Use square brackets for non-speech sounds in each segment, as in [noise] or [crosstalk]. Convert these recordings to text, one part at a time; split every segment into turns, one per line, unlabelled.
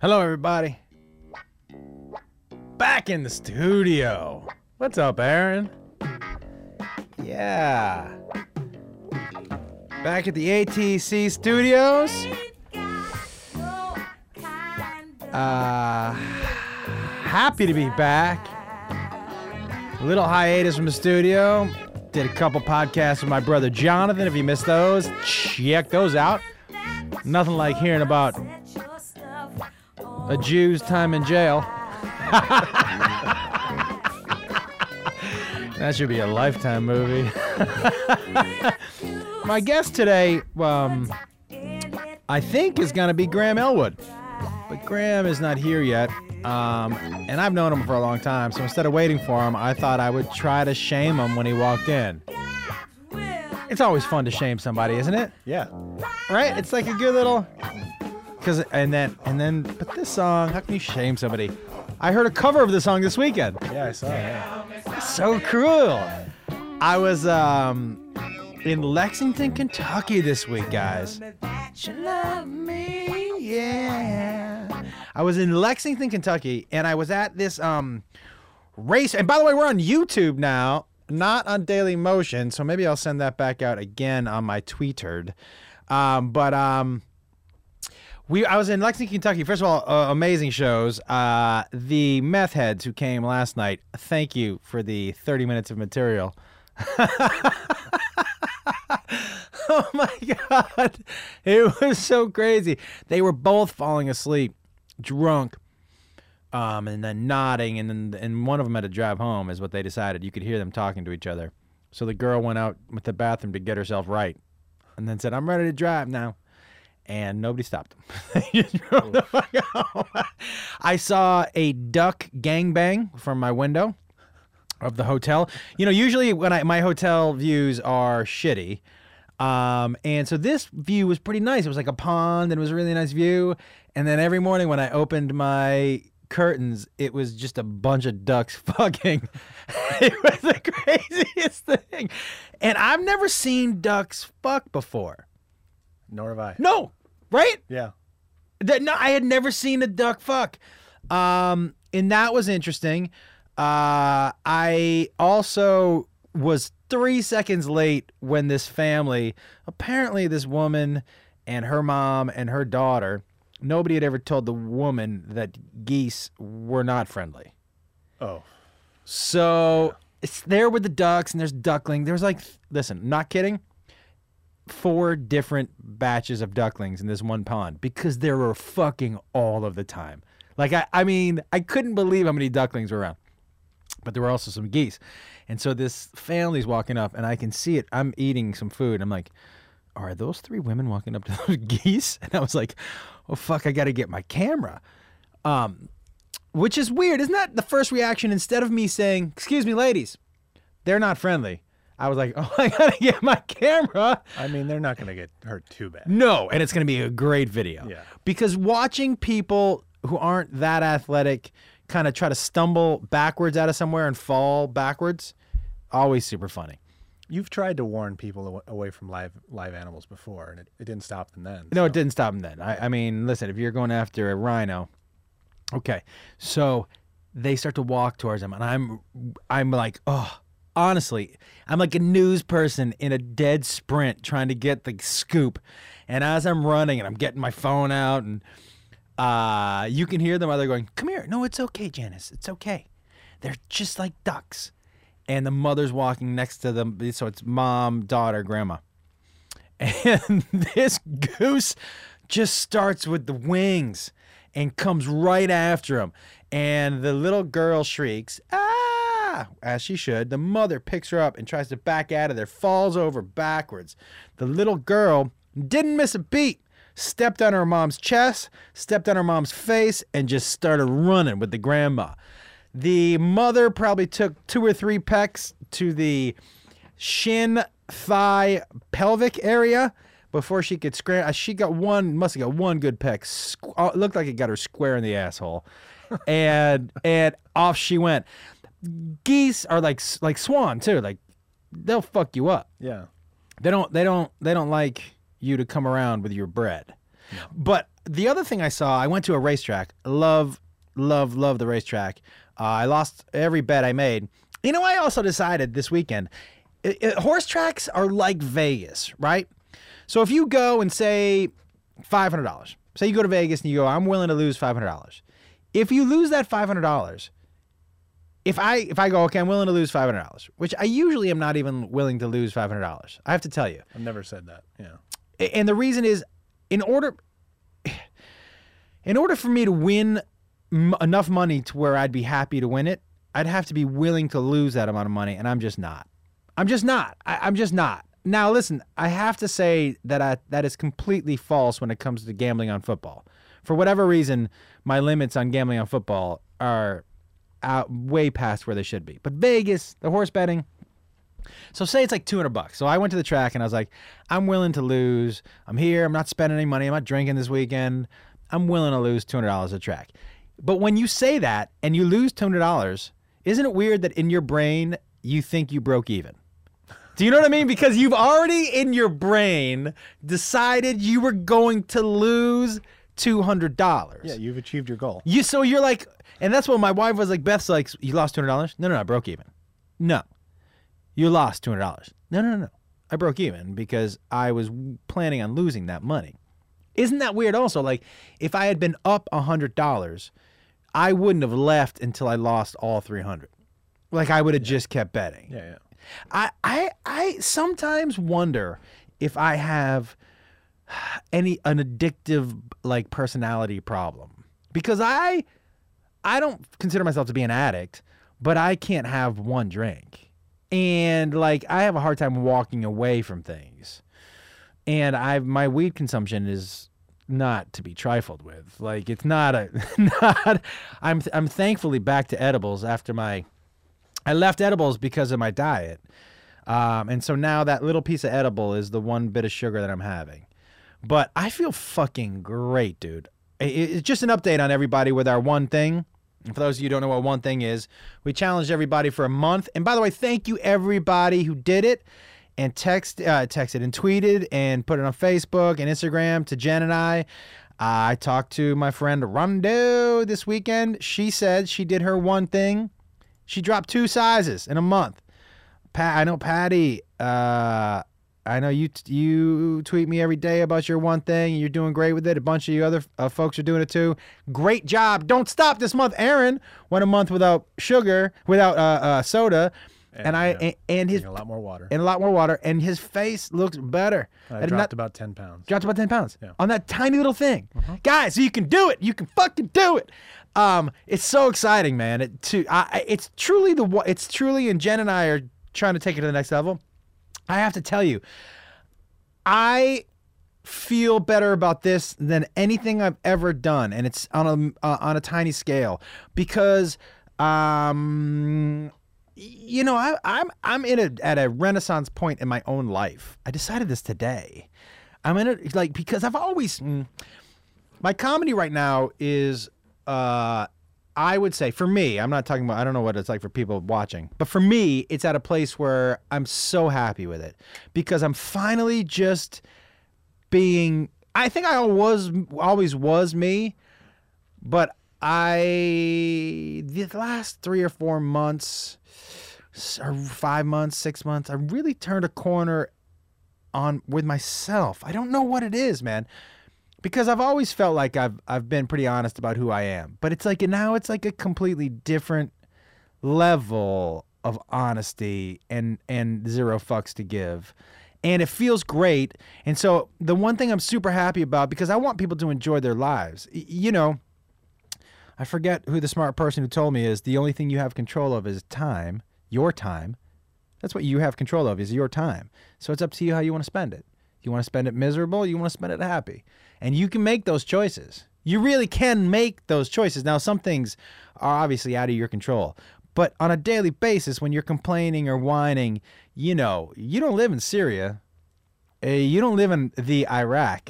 Hello, everybody. Back in the studio. What's up, Aaron? Yeah. Back at the ATC studios. Uh, happy to be back. A little hiatus from the studio. Did a couple podcasts with my brother Jonathan. If you missed those, check those out. Nothing like hearing about a Jew's time in jail. that should be a lifetime movie. [laughs] My guest today, um, I think, is going to be Graham Elwood. But Graham is not here yet. Um, and I've known him for a long time, so instead of waiting for him, I thought I would try to shame him when he walked in. It's always fun to shame somebody, isn't it?
Yeah.
Right? It's like a good little Cause and then and then but this song, how can you shame somebody? I heard a cover of the song this weekend.
Yeah, I saw it. Yeah.
So cruel. I was um in Lexington, Kentucky this week, guys. You love me, yeah. I was in Lexington, Kentucky, and I was at this um race. And by the way, we're on YouTube now, not on Daily Motion. So maybe I'll send that back out again on my tweetered. Um, but um, we I was in Lexington, Kentucky. First of all, uh, amazing shows. Uh, the meth heads who came last night. Thank you for the 30 minutes of material. [laughs] oh my god, it was so crazy. They were both falling asleep, drunk, um, and then nodding, and then and one of them had to drive home, is what they decided. You could hear them talking to each other. So the girl went out with the bathroom to get herself right, and then said, "I'm ready to drive now." and nobody stopped them. [laughs] They just drove the fuck home. I saw a duck gangbang from my window of the hotel. You know, usually when I my hotel views are shitty. Um, and so this view was pretty nice. It was like a pond and it was a really nice view. And then every morning when I opened my curtains, it was just a bunch of ducks [laughs] fucking. it was the craziest [laughs] thing. And I've never seen ducks fuck before.
Nor have I.
No, right?
Yeah.
That no, I had never seen a duck fuck. Um, and that was interesting. Uh, I also was three seconds late when this family, apparently this woman and her mom and her daughter, nobody had ever told the woman that geese were not friendly.
Oh.
So it's there with the ducks, and there's duckling. There's like, listen, not kidding, four different batches of ducklings in this one pond because there were fucking all of the time. Like, I, I mean, I couldn't believe how many ducklings were around, but there were also some geese. And so this family's walking up, and I can see it. I'm eating some food. I'm like, are those three women walking up to [laughs] those geese? And I was like, oh, fuck, I got to get my camera. Um, which is weird. Isn't that the first reaction? Instead of me saying, excuse me, ladies, they're not friendly. I was like, [laughs] oh, I gotta get my camera.
I mean, they're not going to get hurt too bad.
No, and it's going to be a great video.
Yeah.
Because watching people who aren't that athletic kind of try to stumble backwards out of somewhere and fall backwards, always super funny.
You've tried to warn people aw- away from live live animals before, and it, it didn't stop them then.
No, it didn't stop him then. I, I mean, listen, if you're going after a rhino, okay. So they start to walk towards him, and I'm, I'm like, oh, honestly, I'm like a news person in a dead sprint trying to get the scoop. And as I'm running, and I'm getting my phone out, and uh, you can hear them. They're going, "Come here, no, it's okay, Janice, it's okay. They're just like ducks." And the mother's walking next to them, so it's mom, daughter, grandma and [laughs] this goose just starts with the wings and comes right after him. And the little girl shrieks, ah, as she should. The mother picks her up and tries to back out of there, falls over backwards. The little girl didn't miss a beat, stepped on her mom's chest, stepped on her mom's face, and just started running with the grandma. The mother probably took two or three pecks to the shin, thigh, pelvic area before she could scram. uh, She got one, must have got one good peck. Squ- uh, it looked like it got her square in the asshole, and and off she went. Geese are like s- like swan too. Like they'll fuck you up.
Yeah.
They don't they don't they don't like you to come around with your bread. But the other thing I saw, I went to a racetrack. Love, love, love the racetrack. Uh, I lost every bet I made. You know, I also decided this weekend, i- i- horse tracks are like Vegas, right? So if you go and say five hundred dollars, say you go to Vegas and you go, I'm willing to lose five hundred dollars. If you lose that five hundred dollars, if I if I go, okay, I'm willing to lose five hundred dollars, which I usually am not even willing to lose five hundred dollars. I have to tell you.
I've never said that. Yeah.
A- and the reason is in order in order for me to win m- enough money to where I'd be happy to win it, I'd have to be willing to lose that amount of money, and I'm just not. I'm just not. I, I'm just not. Now, listen, I have to say that I, that is completely false when it comes to gambling on football. For whatever reason, my limits on gambling on football are out way past where they should be. But Vegas, the horse betting, so say it's like 200 bucks. So I went to the track and I was like, I'm willing to lose. I'm here. I'm not spending any money. I'm not drinking this weekend. I'm willing to lose $200 a track. But when you say that and you lose $200, isn't it weird that in your brain you think you broke even? Do you know what I mean? Because you've already in your brain decided you were going to lose $200.
Yeah, you've achieved your goal.
You so you're like, and that's what my wife was like. Beth's like, you lost two hundred dollars. No, no, no, I broke even. No, you lost two hundred dollars. No, no, no, no, I broke even because I was planning on losing that money. Isn't that weird? Also, like, if I had been up hundred dollars, I wouldn't have left until I lost all three hundred. Like, I would have just kept betting.
Yeah, yeah.
I, I I sometimes wonder if I have any an addictive like personality problem because I I don't consider myself to be an addict, but I can't have one drink. And like I have a hard time walking away from things. And I my weed consumption is not to be trifled with. Like it's not a [laughs] not I'm I'm thankfully back to edibles after my I left edibles because of my diet. Um, and so now that little piece of edible is the one bit of sugar that I'm having. But I feel fucking great, dude. I- I- It's just an update on everybody with our one thing. And For those of you who don't know what one thing is, we challenged everybody for a month. And by the way, thank you everybody who did it and text, uh, texted and tweeted and put it on Facebook and Instagram to Jen and I. I talked to my friend Rondo this weekend. She said she did her one thing. She dropped two sizes in a month. Pat, I know Patty. Uh, I know you. You tweet me every day about your one thing. and You're doing great with it. A bunch of you other uh, folks are doing it too. Great job. Don't stop this month. Aaron went a month without sugar, without uh, uh, soda, and,
And,
I
yeah.
and, and his
Drinking a lot more water.
and a lot more water. And his face looks better.
I
I did
dropped
not-
about 10 pounds.
dropped about 10 pounds
Yeah. Uh-huh.
on that tiny little thing. Guys, you can do it. You can fucking do it. Um, it's so exciting, man. It, to, I, I- it's truly the wa- it's truly and Jen and I are trying to take it to the next level. I have to tell you, I feel better about this than anything I've ever done, and it's on a uh, on a tiny scale because, um, you know, I, I'm I'm in a at a renaissance point in my own life. I decided this today. I'm in it like because I've always mm, my comedy right now is uh I would say for me, I'm not talking about I don't know what it's like for people watching, but for me, it's at a place where I'm so happy with it because I'm finally just being I think I was always was me, but I the last 3 or 4 months s- or 5 months, 6 months, I really turned a corner on with myself. I don't know what it is, man. Because I've always felt like I've I've been pretty honest about who I am. But it's like now it's like a completely different level of honesty and and zero fucks to give. And it feels great. And so the one thing I'm super happy about because I want people to enjoy their lives. Y- you know, I forget who the smart person who told me is the only thing you have control of is time, your time. That's what you have control of is your time. So it's up to you how you want to spend it. You want to spend it miserable, you want to spend it happy. And you can make those choices. You really can make those choices. Now some things are obviously out of your control. But on a daily basis when you're complaining or whining, you know, you don't live in Syria. Uh, you don't live in the Iraq.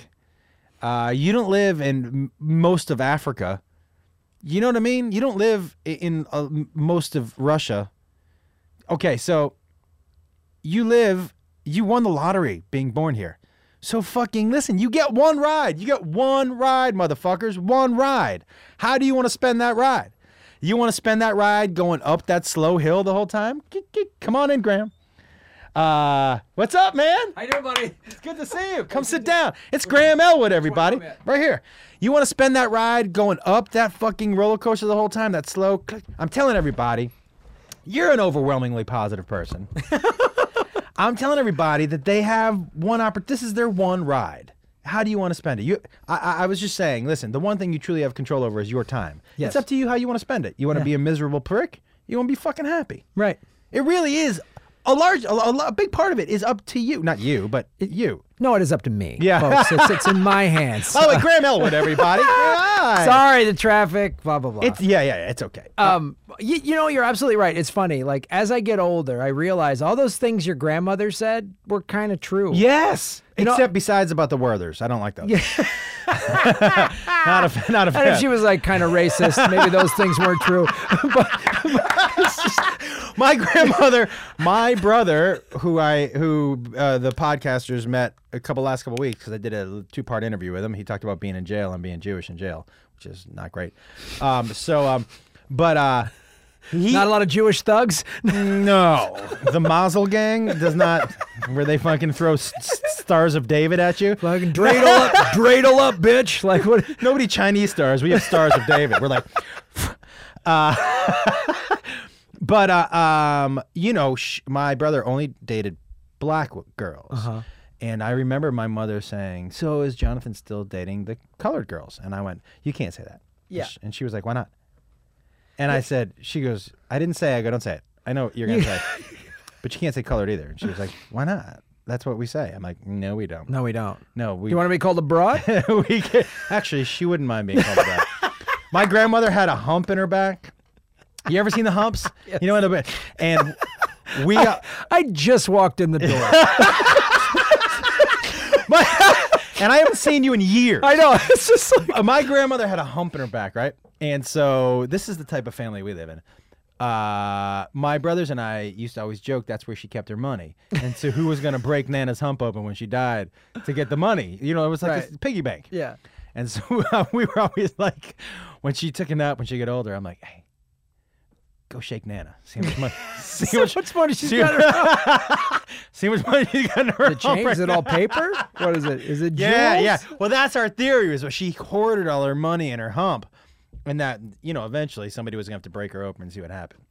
Uh, you don't live in m- most of Africa. You know what I mean? You don't live i- in uh, m- most of Russia. Okay, so you live, you won the lottery being born here. So fucking listen, you get one ride. You get one ride, motherfuckers. One ride. How do you want to spend that ride? You want to spend that ride going up that slow hill the whole time? Geek, geek. Come on in, Graham. Uh, what's up, man?
How you doing, buddy?
It's good to see you. Come sit down. It's Graham Elwood, everybody.
I'm at?
Right here. You want to spend that ride going up that fucking roller coaster the whole time, that slow. click. I'm telling everybody, you're an overwhelmingly positive person. [laughs] I'm telling everybody that they have one oppor- This is their one ride. How do you want to spend it? You, I- I, I was just saying. Listen, the one thing you truly have control over is your time.
Yes.
It's up to you how you want to spend it. You want to be a miserable prick. You want to be fucking happy.
Right.
It really is a large, a, a, a big part of it is up to you. Not you, but you.
No, it is up to me.
Yeah. Oh,
Folks, it's, it's in my hands.
By the
[laughs]
way, Graham Elwood, everybody. Hi.
Sorry, the traffic, blah, blah, blah.
It's yeah, yeah, yeah, it's okay.
um, you, you know, you're absolutely right. It's funny. Like, as I get older, I realize all those things your grandmother said were kind of true.
yes.
know-
Except besides about the Werthers, I don't like those. [laughs] not a
[laughs]
fan- not a
And
fan.
if she was like kind of racist, maybe those things weren't true. but
my grandmother, my brother, who I who uh, the podcasters met a couple last couple weeks because I did a two part interview with him. He talked about being in jail and being Jewish in jail, which is not great. Um, so, um, but uh, he
not a lot of Jewish thugs.
no the Mazel Gang does not where they fucking throw s- s- stars of David at you.
Fucking dreidel up, dreidel up, bitch. Like, what?
Nobody Chinese stars. We have stars of David. We're like, [laughs] uh, [laughs] but uh, um, you know, sh- my brother only dated black w- girls,
Uh-huh.
and I remember my mother saying, "So is Jonathan still dating the colored girls?" And I went, "You can't say that."
Yeah.
And sh- And she was like, "Why not?" And I said, "She goes, I didn't say. I go, don't say it. I know what you're
[laughs]
gonna say, but you can't say colored either." And she was like, "Why not?" That's what we say. I'm like, no, we don't.
No, we don't.
No, we
You want to be called a broad?
[laughs] we could, actually, she wouldn't mind being called that. My grandmother had a hump in her back. You ever seen the humps?
[laughs]
You know what I mean? And we uh, got
I just walked in the door.
my, [laughs] and I haven't seen you in years.
I know. It's just like,
Uh, my grandmother had a hump in her back, right? And so this is the type of family we live in. Uh, my brothers and I used to always joke that's where she kept her money. And so who was going to break Nana's hump open when she died to get the money? You know, it was like
Right.
this piggy bank.
yeah.
And so [laughs] uh, we were always like, when she took a nap, when she got older, I'm like, hey, go shake Nana. See how much
[laughs]
money. See how much,
What's funny? She's
see,
got her
see how much money she got in her [laughs]
The
hump
change?
Oh, right
Is it
now.
all paper? What is it? Is it
Yeah,
jewels?
yeah. Well, that's our theory was she hoarded all her money in her hump, and that you know eventually somebody was gonna have to break her open and see what
[laughs]
happened.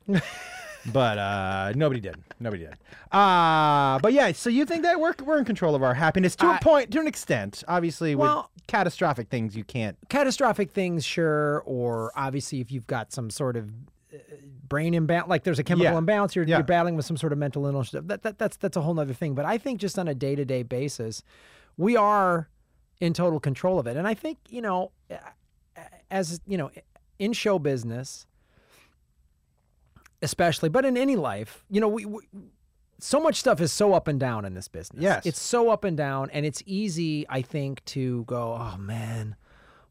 but uh, nobody did. Nobody did. Uh, but yeah. So you think that we're we're in control of our happiness to a
I-
point, to an extent. Obviously,
Well-
with catastrophic things, you can't.
Catastrophic things, sure. Or obviously, if you've got some sort of uh, brain imbalance, like there's a chemical
Yeah.
imbalance, you're,
Yeah.
you're battling with some sort of mental illness. That, that, that's that's a whole other thing. But I think just on a day to day basis, we are in total control of it. And I think you know, as you know, in show business, especially, but in any life, you know, we, we so much stuff is so up and down in this business.
Yes.
It's so up and down and it's easy, I think, to go, "Oh man,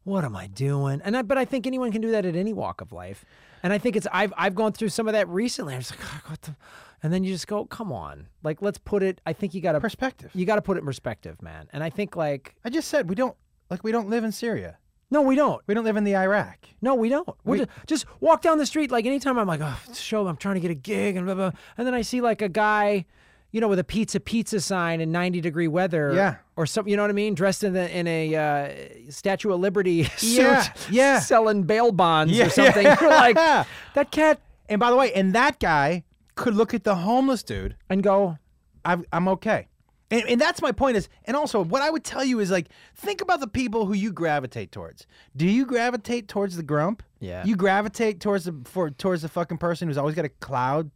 what am I doing?" And I, but I think anyone can do that at any walk of life. And I think it's I've I've gone through some of that recently. I'm just like, "God, "What the?" And then you just go, "Come on. Like let's put it I think you got to
Perspective.
you got to put it in perspective, man." And I think like
I just said we don't like we don't live in Syria.
no, we don't.
We don't live in the Iraq.
No, we don't.
We-
We're ju- just, walk down the street. Like anytime I'm like, oh, it's a show, I'm trying to get a gig, and blah, blah. And then I see like a guy, you know, with a pizza pizza sign in 90 degree weather.
Yeah.
Or something, you know what I mean? Dressed in, the, in a uh, Statue of Liberty [laughs] suit.
Yeah, yeah.
Selling bail bonds
Yeah,
or something.
yeah. [laughs]
You're like, that cat.
And by the way, and that guy could look at the homeless dude
And go,
I've, I'm okay. And, and that's my point is, and also what I would tell you is like, think about the people who you gravitate towards. Do you gravitate towards the grump?
Yeah.
You gravitate towards the for towards the fucking person who's always got a cloud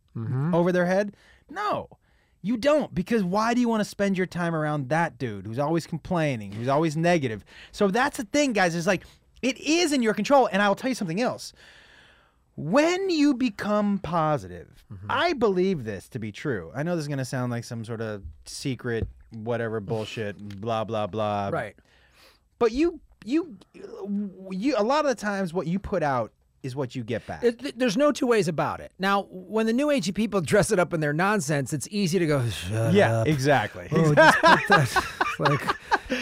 over their head. No, you don't. Because why do you want to spend your time around that dude who's always complaining, who's always negative? So that's the thing, guys. Is like, it is in your control. And I'll tell you something else when you become positive,
Mm-hmm.
I believe this to be true. I know this is going to sound like some sort of secret,
[laughs]
whatever bullshit, blah blah blah.
right.
But you, you, you. A lot of the times, what you put out is what you get back.
It- th- there's no two ways about it. Now, when the new agey people [laughs] dress it up in their nonsense, it's easy to go, shut
yeah, [laughs]
up.
exactly.
Oh, just put that. like,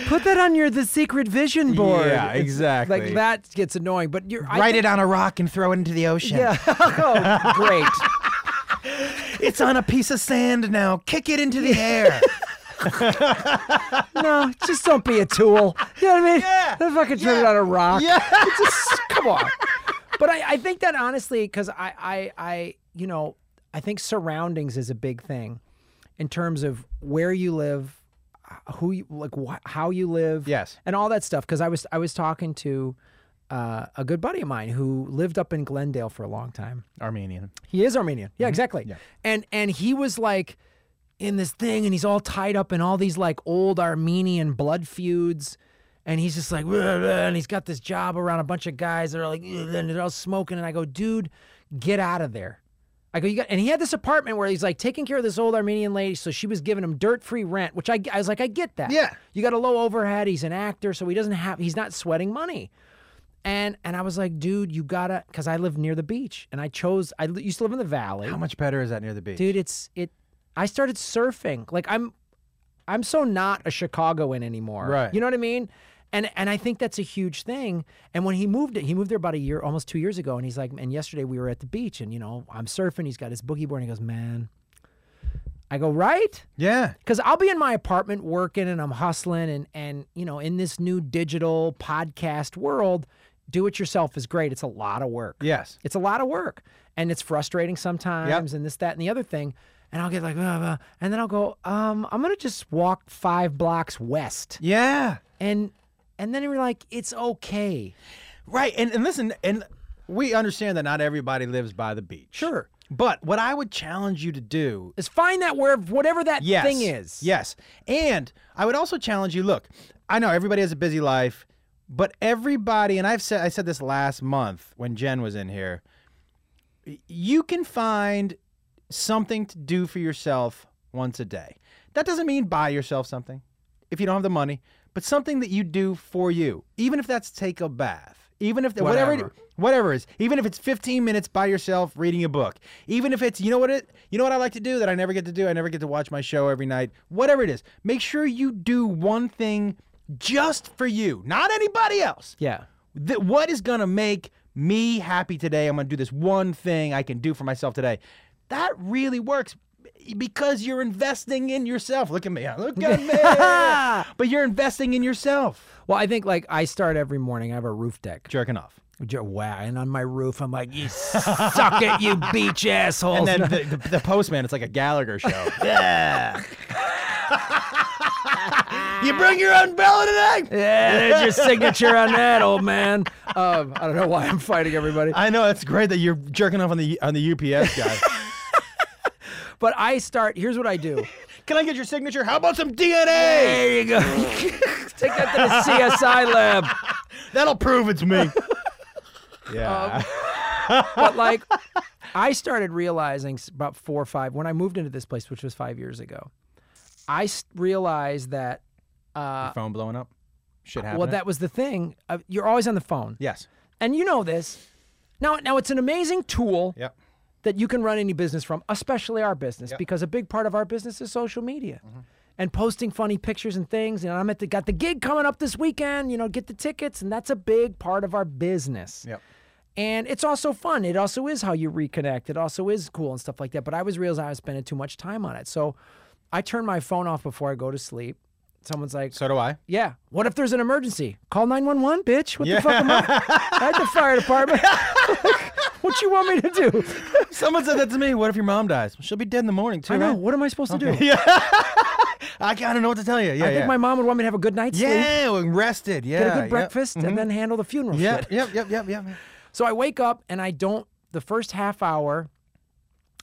Put that on your the secret vision board.
Yeah,
It's-
exactly.
Like that gets annoying, but you're I
Write it
think-
on a rock and throw it into the ocean.
Yeah. [laughs] oh, great.
[laughs] It's on a piece of sand now. Kick it into the
[laughs]
air.
No, just don't be a tool. You know what I mean?
Yeah,
Don't fucking turn it
yeah,
on a rock.
yeah.
It's just, come on. But I, I think that honestly, because I, I, I, you know, I think surroundings is a big thing in terms of where you live, who you, like, wh- how you live.
Yes.
And all that stuff. Because I was, I was talking to uh, a good buddy of mine who lived up in Glendale for a long time.
Armenian.
He is Armenian. Yeah, exactly. And and he was like in this thing and he's all tied up in all these like old Armenian blood feuds. And he's just like, "Blah, blah," and he's got this job around a bunch of guys that are like, "Ugh," and they're all smoking. And I go, dude, get out of there. I go, you got, and he had this apartment where he's like taking care of this old Armenian lady. So she was giving him dirt free rent, which I, I was like, I get that.
Yeah.
You got a low overhead. He's an actor. So he doesn't have, he's not sweating money. And, and I was like, dude, you gotta, cause I live near the beach and I chose, I li- used to live in the valley
How much better is that near the beach?
dude it's it i started surfing like i'm i'm so not a chicagoan anymore
Right.
you know what i mean and and i think that's a huge thing and when he moved it he moved there about a year almost two years ago and he's like and yesterday we were at the beach and you know i'm surfing he's got his boogie board and he goes man i go right
Yeah.
because I'll be in my apartment working and I'm hustling and and you know in this new digital podcast world, do it yourself is great. It's a lot of work.
Yes.
It's a lot of work and it's frustrating sometimes and this, that, and the other thing. And I'll get like, blah, blah. and then I'll go, um, I'm going to just walk five blocks west.
Yeah.
And, and then you're like, it's okay.
Right. And and listen, and we understand that not everybody lives by the beach.
Sure.
But what I would challenge you to do
Is find that where, whatever that
yes,
thing is.
Yes. And I would also challenge you, look, I know everybody has a busy life, but everybody and I've said I said this last month when Jen was in here, y- you can find something to do for yourself once a day. That doesn't mean buy yourself something if you don't have the money, but something that you do for you, even if that's take a bath, even if whatever it-
Whatever.
whatever it is, even if it's 15 minutes by yourself reading a book, even if it's you know what it you know what I like to do that I never get to do, I never get to watch my show every night, whatever it is, make sure you do one thing just for you, not anybody else
Yeah.
th- what is gonna make me happy today? I'm gonna do this one thing I can do for myself today. That really works b- because you're investing in yourself. Look at me, look at me. but you're investing in yourself.
Well, I think like I start every morning, I have a roof deck.
Jerking off.
J- Wow. And on my roof, I'm like, you suck
[laughs]
it, you beach assholes.
And then the, the, the postman, it's like a Gallagher show. [laughs] yeah. you bring your umbrella today?
[laughs] Yeah, there's your signature on that, old man. Um, I don't know why I'm fighting everybody,
I know it's great that you're jerking off on the on the UPS guy.
but I start. Here's what
[laughs]
I do.
[laughs]
[laughs]
Can I get your signature? How about some DNA?
There you go. Take that to the CSI lab.
That'll prove it's [laughs] me. yeah. [laughs]
But like, I started realizing s- about four or five when I moved into this place, which was five years ago. I s- realized that. Uh,
phone blowing up? Shit happened.
well, that was the thing. Uh, you're always on the phone,
yes.
and you know this. Now, now it's an amazing tool.
Yep.
that you can run any business from, especially our business, because a big part of our business is social media
Mm-hmm.
and posting funny pictures and things. And I'm at the got the gig coming up this weekend. You know, get the tickets, and that's a big part of our business.
Yep.
And it's also fun. It also is how you reconnect. It also is cool and stuff like that. But I was realizing I was spending too much time on it, so I turn my phone off before I go to sleep. Someone's like,
So do I.
yeah. What if there's an emergency? Call 911, bitch. What the fuck am [laughs] I? I had the fire
[laughs]
department. [laughs] what you want me to do?
[laughs] Someone said that to me. What if your mom dies? Well, she'll be dead in the morning too.
I know.
Right?
What am I supposed to do?
[laughs] I kind of know what to tell you. Yeah.
I think
yeah.
my mom would want me to have a good night's sleep,
yeah. we Rested. Yeah. mm-hmm.
get a good
yep.
breakfast, and then handle the funeral
Yep.
shit.
Yep. Yep. Yep. Yep.
So I wake up and I don't. The first half hour,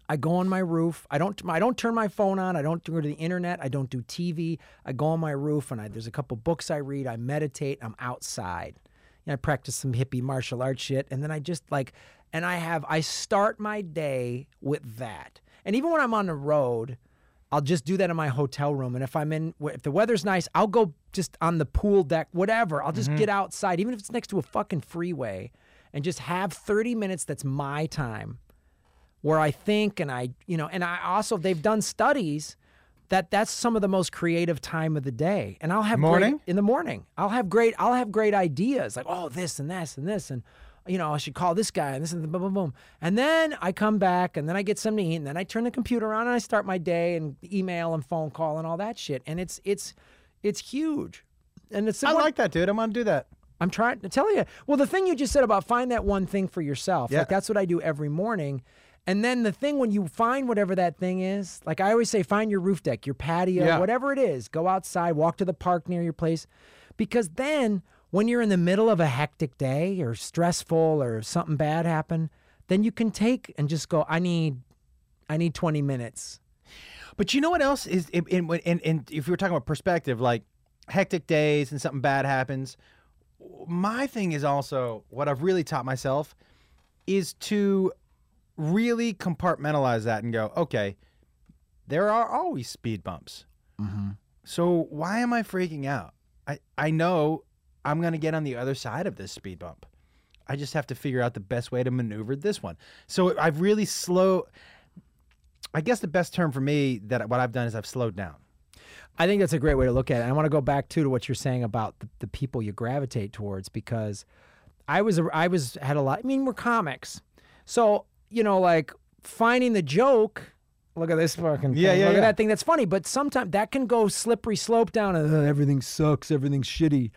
I go on my roof. I don't. I don't turn my phone on. I don't go to the internet. I don't do TV. I go on my roof and I, there's a couple books I read. I meditate. I'm outside. And I practice some hippie martial arts shit, and then I just like, and I have. I start my day with that. And even when I'm on the road, I'll just do that in my hotel room. And if I'm in, if the weather's nice, I'll go just on the pool deck, whatever. I'll just get outside, even if it's next to a fucking freeway, and just have 30 minutes that's my time where I think and I, you know, and I also, they've done studies that that's some of the most creative time of the day. And I'll have great-
Morning?
in the morning. I'll have great I'll have great ideas like oh this and this and this and you know I should call this guy and this and the boom boom boom. And then I come back and then I get something to eat and then I turn the computer on and I start my day and email and phone call and all that shit. And it's it's it's huge. And it's
I
one-
like that, dude. I'm gonna do that.
I'm trying to tell you. Well, the thing you just said about find that one thing for yourself,
Yeah.
like that's what I do every morning. And then the thing when you find whatever that thing is, like I always say, find your roof deck, your patio,
Yeah.
whatever it is. Go outside, walk to the park near your place, because then when you're in the middle of a hectic day or stressful or something bad happened, then you can take and just go. I need, I need 20 minutes.
But you know what else is in in, in, in if we were talking about perspective, like hectic days and something bad happens. My thing is also what I've really taught myself is to really compartmentalize that and go, okay, there are always speed bumps.
Mm-hmm.
So why am I freaking out? I, I know I'm going to get on the other side of this speed bump. I just have to figure out the best way to maneuver this one. So I've really slow. I guess the best term for me that what I've done is I've slowed down.
I think that's a great way to look at it. I want to go back too to what you're saying about the, the people you gravitate towards because I was I was had a lot. I mean, we're comics, so you know, like finding the joke. Look at this fucking thing.
Yeah, yeah,
look
yeah.
at that thing that's funny, but sometimes that can go slippery slope down. And, "Ugh, everything sucks. Everything's shitty.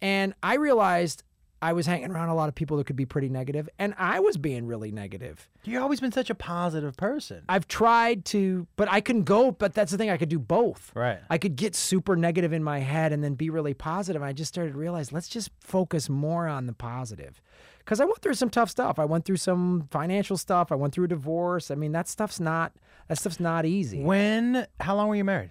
And I realized I was hanging around a lot of people that could be pretty negative, and I was being really negative.
You've always been such a positive person.
I've tried to, but I can go. But that's the thing, I could do both.
Right.
I could get super negative in my head and then be really positive. I just started to realize let's just focus more on the positive. Because I went through some tough stuff. I went through some financial stuff. I went through a divorce. I mean, that stuff's not that stuff's not easy.
When? How long were you married?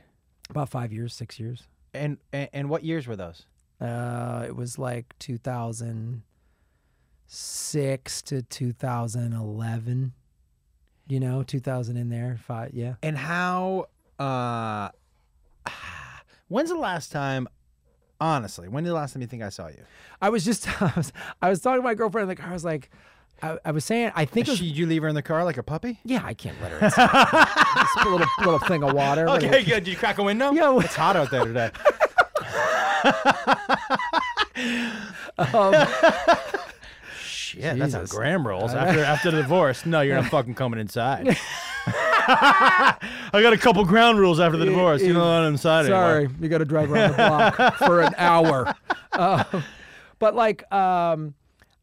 About five years, six years.
And and, and what years were those?
Uh, it was like 2006 to 2011. You know, 2000 in there, five. Yeah.
And how? Uh, [sighs] when's the last time? Honestly, when did the last time you think I saw you?
I was just [laughs] I was, I was talking to my girlfriend like I was like I, I was saying I think it was,
She, you leave her in the car like a puppy?
yeah I can't let her inside.
[laughs]
just a little little thing of water.
Okay, [laughs] good. Did you crack a window?
Yeah,
it's hot out there today.
Um,
[laughs] Yeah, that's
Jesus.
how Graham rolls after after the divorce. No, you're not [laughs] fucking coming [laughs] inside. I got a couple ground rules after the divorce. You're not inside
sorry, you got to drive around the block for an
[laughs]
hour. Um, but like um,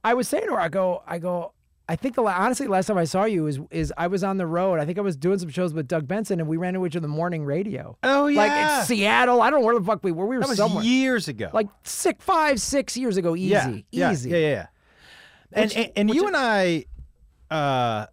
I was saying to her, I go I go. I think the la- honestly last time I saw you is is I was on the road. I think I was doing some shows with Doug Benson, and we ran into each other in the morning radio.
Oh yeah,
Like in Seattle, I don't know where the fuck we were. We were
that was
somewhere
years ago.
like six, five, six years ago. Easy,
yeah, yeah,
easy.
Yeah, yeah, yeah. And and, and you and I, uh,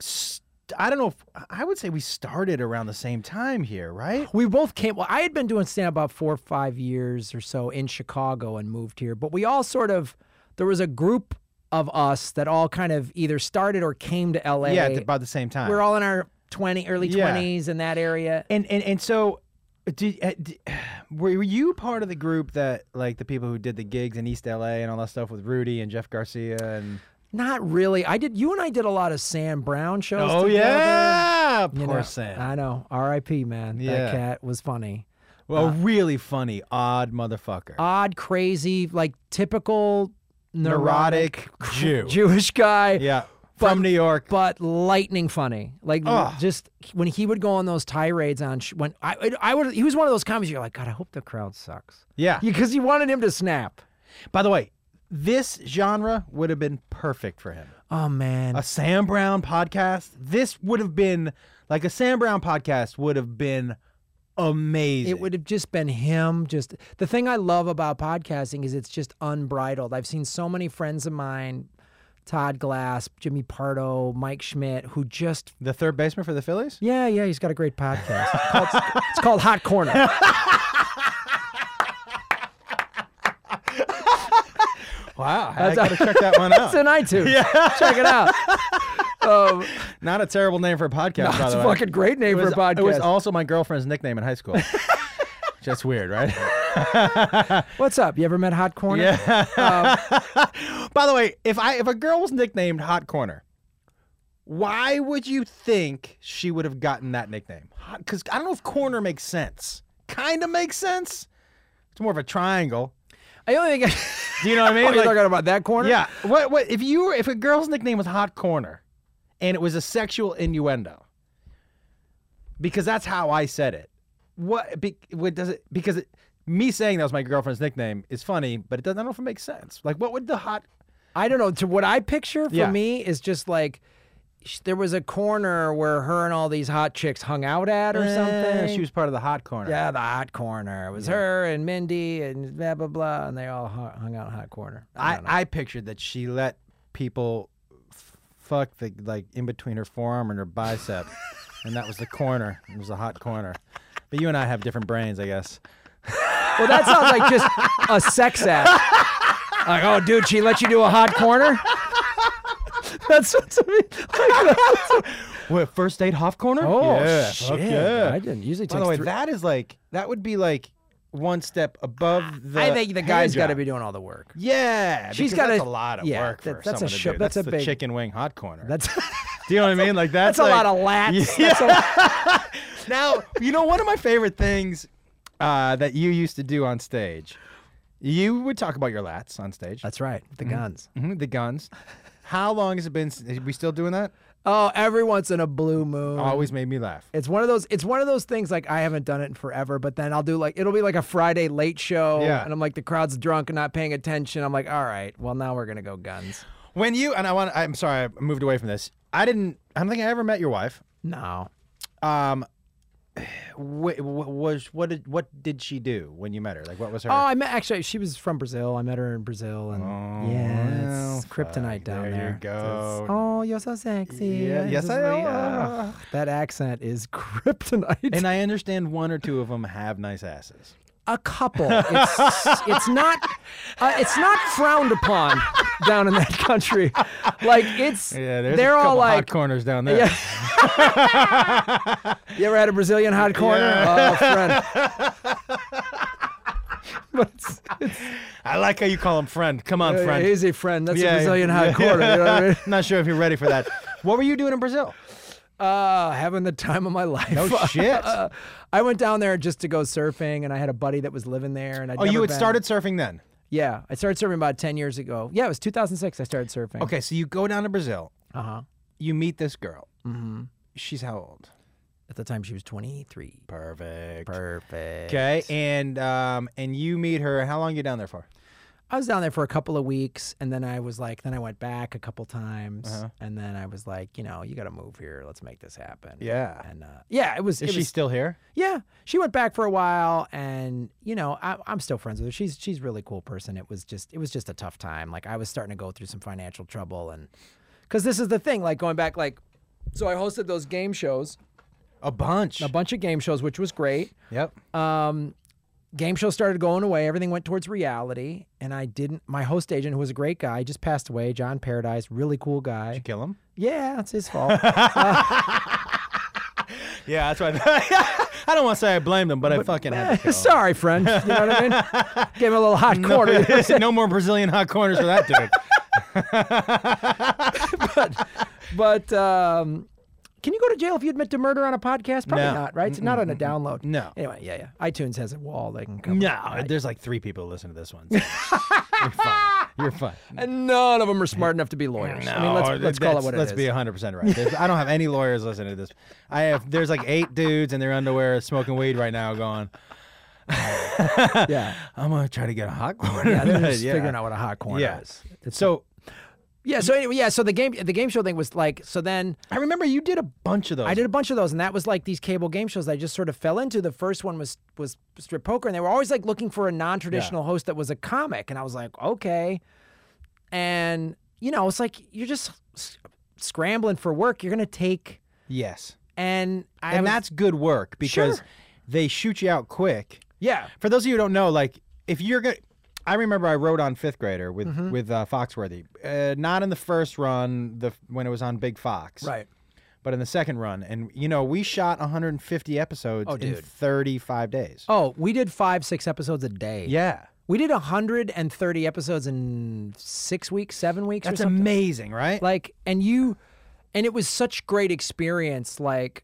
st- I don't know. if I would say we started around the same time here, right?
We both came. Well, I had been doing stand up about four or five years or so in Chicago and moved here, but we all sort of, there was a group of us that all kind of either started or came to LA.
Yeah, at about the same time.
Oh, We're all in our 20, early
Yeah.
20s in that area.
and and and so. Did, uh, did, [sighs] were were you part of the group that like the people who did the gigs in East LA and all that stuff with Rudy and Jeff Garcia and
Not really. I did, you and I did a lot of Sam Brown shows.
Oh
together.
yeah, poor
You know,
Sam.
I know. RIP, man.
Yeah.
That cat was funny.
well, a really funny, odd motherfucker.
Odd, crazy, like typical neurotic,
Neurotic Jew.
[laughs] Jewish guy.
yeah,
but-
from New York.
but lightning funny. Like
Ugh.
just when he would go on those tirades on sh- when I I- I would he was one of those comedies you're like God I hope the crowd sucks
Yeah.
because you wanted him to snap.
By the way, this genre would have been perfect for him.
Oh man,
A Sam Brown podcast. This would have been like a Sam Brown podcast would have been amazing.
it would have just been him. Just the thing I love about podcasting is it's just unbridled. I've seen so many friends of mine, Todd Glass, Jimmy Pardo, Mike Schmidt, who just
The third baseman for the Phillies.
yeah yeah he's got a great podcast.
[laughs]
It's called, it's called Hot Corner.
Wow, I
That's-
gotta check that [laughs] one out.
It's in iTunes. Check
[laughs]
it out. Um,
Not a terrible name for a podcast, by
it's
the
a
way.
fucking great name
it was,
for a podcast.
It was also my girlfriend's nickname in high [laughs] school. Just weird, right?
What's up? You ever met Hot Corner?
[laughs] Um, Yeah. By the way, if I if a girl was nicknamed Hot Corner, Why would you think she would have gotten that nickname? Because I don't know if corner makes sense. Kind of makes sense. It's more of a triangle.
I
[laughs]
only think.
Do you know what I mean?
Oh, you're
Like-
talking about that corner?
yeah. What? What? If you were, if a girl's nickname was Hot Corner, and it was a sexual innuendo, because that's how I said it. What? Be, what does it? Because it, me saying that was my girlfriend's nickname is funny, but it doesn't. I don't know if it makes sense. Like, what would the hot?
I don't know. To what I picture for
Yeah.
me is just like sh- there was a corner where her and all these hot chicks hung out at or
Eh,
something.
She was part of the Hot Corner.
yeah, the hot corner. It was her and Mindy and blah blah blah, and they all hu- hung out in hot corner. I,
I,
don't know.
I pictured that she let people f- fuck the like in between her forearm and her bicep, and that was the corner. It was a hot corner. But you and I have different brains, I guess.
well, that sounds like just a
[laughs]
sex act. like, oh, dude, she let you do a hot corner. That's what to me. Like,
What first date hot corner?
oh
Yeah, fuck
shit!
yeah.
I didn't usually
By
take.
the way,
three-
that is like that would be like one step above Ah, the.
I think the guy's got
got
to be doing all the work.
Yeah,
She's
because
gotta-
that's a lot of
yeah,
work for
that- that's a
someone to
shit-
do.
that's a
the
big-
chicken wing hot corner.
That's
[laughs]
[laughs]
do you know what I mean? Like that's,
that's a lot
like-
of
[laughs]
lats.
Yeah.
That's a-
now you know one of my favorite things uh, that you used to do on stage. You would talk about your lats on stage,
That's right. The guns.
Mhm, the guns. How long has it been? s- Are we still doing that?
Oh, every once in a blue moon.
Always made me laugh.
It's one of those it's one of those things like I haven't done it in forever, but then I'll do like it'll be like a Friday late show
Yeah.
and I'm like the crowd's drunk and not paying attention. I'm like, all right, well now we're gonna go guns.
When you and I want, I'm sorry, I moved away from this. I didn't. I don't think I ever met your wife.
No.
Um, wh- wh- was what did what did she do when you met her? Like, what was her?
Oh, I met actually she was from Brazil. I met her in Brazil and
Oh,
yeah,
well,
it's kryptonite
fuck,
down
there you
there.
go.
It's- oh, you're so sexy.
Yeah,
It's
yes,
just
I
like,
am.
ugh, that accent is [laughs] kryptonite.
and I understand one or two of them have nice asses.
a couple. It's, it's not uh, it's not frowned upon down in that country. Like it's they're all like
corners down there.
yeah. you ever had a Brazilian hot corner? Oh, friend.
[laughs]
but it's, it's,
I like how you call him friend. Come on, friend.
he's a friend. That's
Yeah,
a Brazilian hot
yeah.
corner. You know what I
[laughs]
mean?
Not sure if you're ready for that. [laughs] what were you doing in Brazil?
Uh, having the time of my life.
No shit.
Uh, [laughs] I went down there just to go surfing, and I had a buddy that was living there. And I'd
Oh, you
never
had
been.
started surfing then.
Yeah, I started surfing about ten years ago. Yeah, it was 2006. I started surfing.
Okay, so you go down to Brazil.
Uh huh.
You meet this girl. Mm-hmm. She's how old?
At the time, she was 23.
Perfect.
Perfect.
Okay, and um, and you meet her. How long you down there for?
I was down there for a couple of weeks, and then I was like, then I went back a couple times,
Uh-huh.
and then I was like, you know, you got to move here. Let's make this happen.
Yeah.
And uh, yeah, it was.
Is
it
she
was-
still here?
yeah, she went back for a while, and you know, I, I'm still friends with her. She's she's a really cool person. It was just it was just a tough time. Like I was starting to go through some financial trouble, and because this is the thing, like going back, like so I hosted those game shows,
A bunch.
a bunch of game shows, which was great
Yep.
um, game show started going away. Everything went towards reality, and I didn't. My host agent, who was a great guy, just passed away. John Paradise, really cool guy.
Kill him.
Yeah, it's
[laughs]
his fault.
Yeah, that's right. [laughs] I don't want to say I blamed him, but, I fucking
[laughs]
had to kill him.
Sorry, friend. You know what I mean?
[laughs]
Gave him a little hot corner. you know what I'm saying?
no more Brazilian hot corners for that
[laughs]
dude.
But um, can you go to jail if you admit to murder on a podcast? Probably
No.
not, right? It's not on a download.
No.
Anyway, yeah, yeah. iTunes has a wall they can come.
No, there's like three people who listen to this one. so
[laughs]
you're fine. You're fine.
And none of them are smart enough to be lawyers. I mean, let's,
No,
let's call it
that's-
what it
let's
is.
be 100% right. There's- I don't have any lawyers listening to this. I have there's like eight dudes in their underwear smoking weed right now going,
yeah.
"I'm going to try to get a hot corner."
Yeah, they're
[laughs]
just figuring out what a hot corner
Yeah.
is. It's
So,
Yeah. So anyway, yeah. So the game, the game show thing was like. So then
I remember you did a bunch of those.
I did a bunch of those, and that was like these cable game shows that I just sort of fell into. The first one was was strip poker, and they were always like looking for a non traditional host that was a comic, and I was like, okay. And you know, it's like you're just s- scrambling for work. You're gonna take,
Yes.
and I
And
was-
that's good work because
Sure.
they shoot you out quick.
yeah,
For those of you who don't know, like if you're gonna, I remember I wrote on fifth grader with
Mm-hmm.
with uh, Foxworthy, uh, not in the first run, the when it was on Big Fox,
right.
But in the second run, and you know we shot 150 episodes in
Oh, dude.
35 days.
Oh, we did five, six episodes a day.
yeah,
we did 130 episodes in six weeks, seven weeks. or
that's
something.
amazing, right?
Like, and you, and it was such great experience like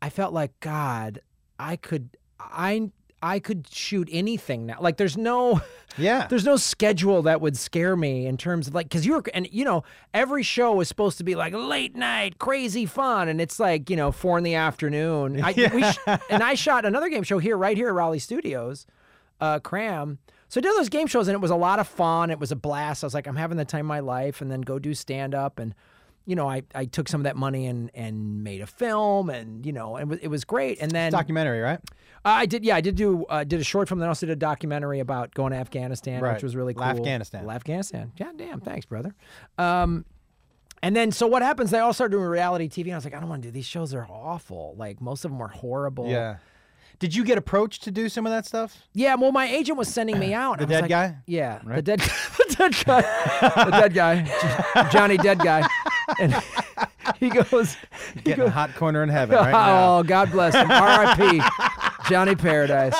i felt like god i could i i could shoot anything now like there's no [laughs]
Yeah.
there's no schedule that would scare me in terms of like because you're and you know every show was supposed to be like late night crazy fun and it's like you know four in the afternoon I, we sh- and i shot another game show here right here at raleigh studios uh cram so I did those game shows and it was a lot of fun it was a blast i was like i'm having the time of my life and then go do stand up and you know I, I took some of that money and and made a film and you know and it was, it was great and then
Documentary, right?
I did, yeah, I did do uh, did a short film, then I also did a documentary about going to Afghanistan, which
Right.
was really cool.
Lafghanistan.
Afghanistan. Yeah, damn, thanks, brother. Um, and then so what happens? They all start doing reality TV, and I was like, I don't want to do these shows. They're awful. Like most of them were horrible.
Did you get approached to do some of that stuff?
[laughs] Yeah. Well, my agent was sending me out.
The
and I was
dead
like-
guy?
Yeah, the dead, [laughs] the dead guy, the dead guy, J- Johnny Dead Guy, and he goes, he
Getting a hot corner in heaven
[laughs]
right now.
oh, God bless him, R.I.P. Johnny Paradise.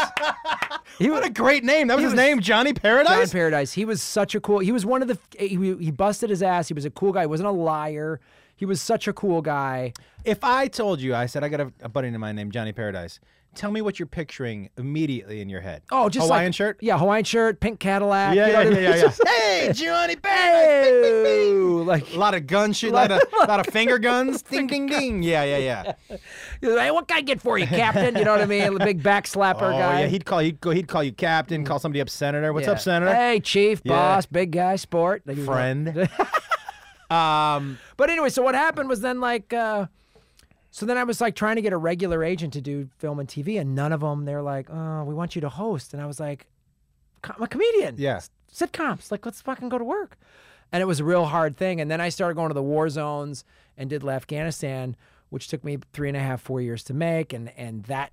He,
What a great name. That was his name, Johnny
John
Paradise?
Paradise. He was such a cool. He was one of the. He, he busted his ass. He was a cool guy. He wasn't a liar. He was such a cool guy.
If I told you, I said, I got a, a buddy of mine named Johnny Paradise, tell me what you're picturing immediately in your head.
Oh, just
Hawaiian
like,
shirt?
Yeah, Hawaiian shirt, pink Cadillac.
Yeah,
you know
yeah,
what
yeah,
I
yeah,
mean?
yeah.
[laughs]
[laughs] hey, Johnny Paradise! Bing, bing, bing.
Ooh, like,
A lot of gun shit, a lot of, lot of [laughs] finger guns. ding, ding, ding. Yeah, yeah, [laughs] yeah.
he's like, what can I get for you, Captain? You know what I mean? The big back slapper
Oh,
guy.
yeah. He'd call you. He'd call you captain. Call somebody up, senator. What's
Yeah.
up, senator?
Hey, chief,
Yeah.
boss, big guy, sport, Like, he was
Friend.
like-
um,
But anyway, so what happened was then like, uh, so then I was like trying to get a regular agent to do film and TV, and none of them. They're like, oh, we want you to host, and I was like, "Co- I'm a comedian.
yeah.
sitcoms. Like, let's fucking go to work. And it was a real hard thing. And then I started going to the war zones and did Afghanistan, which took me three and a half, four years to make. And and that,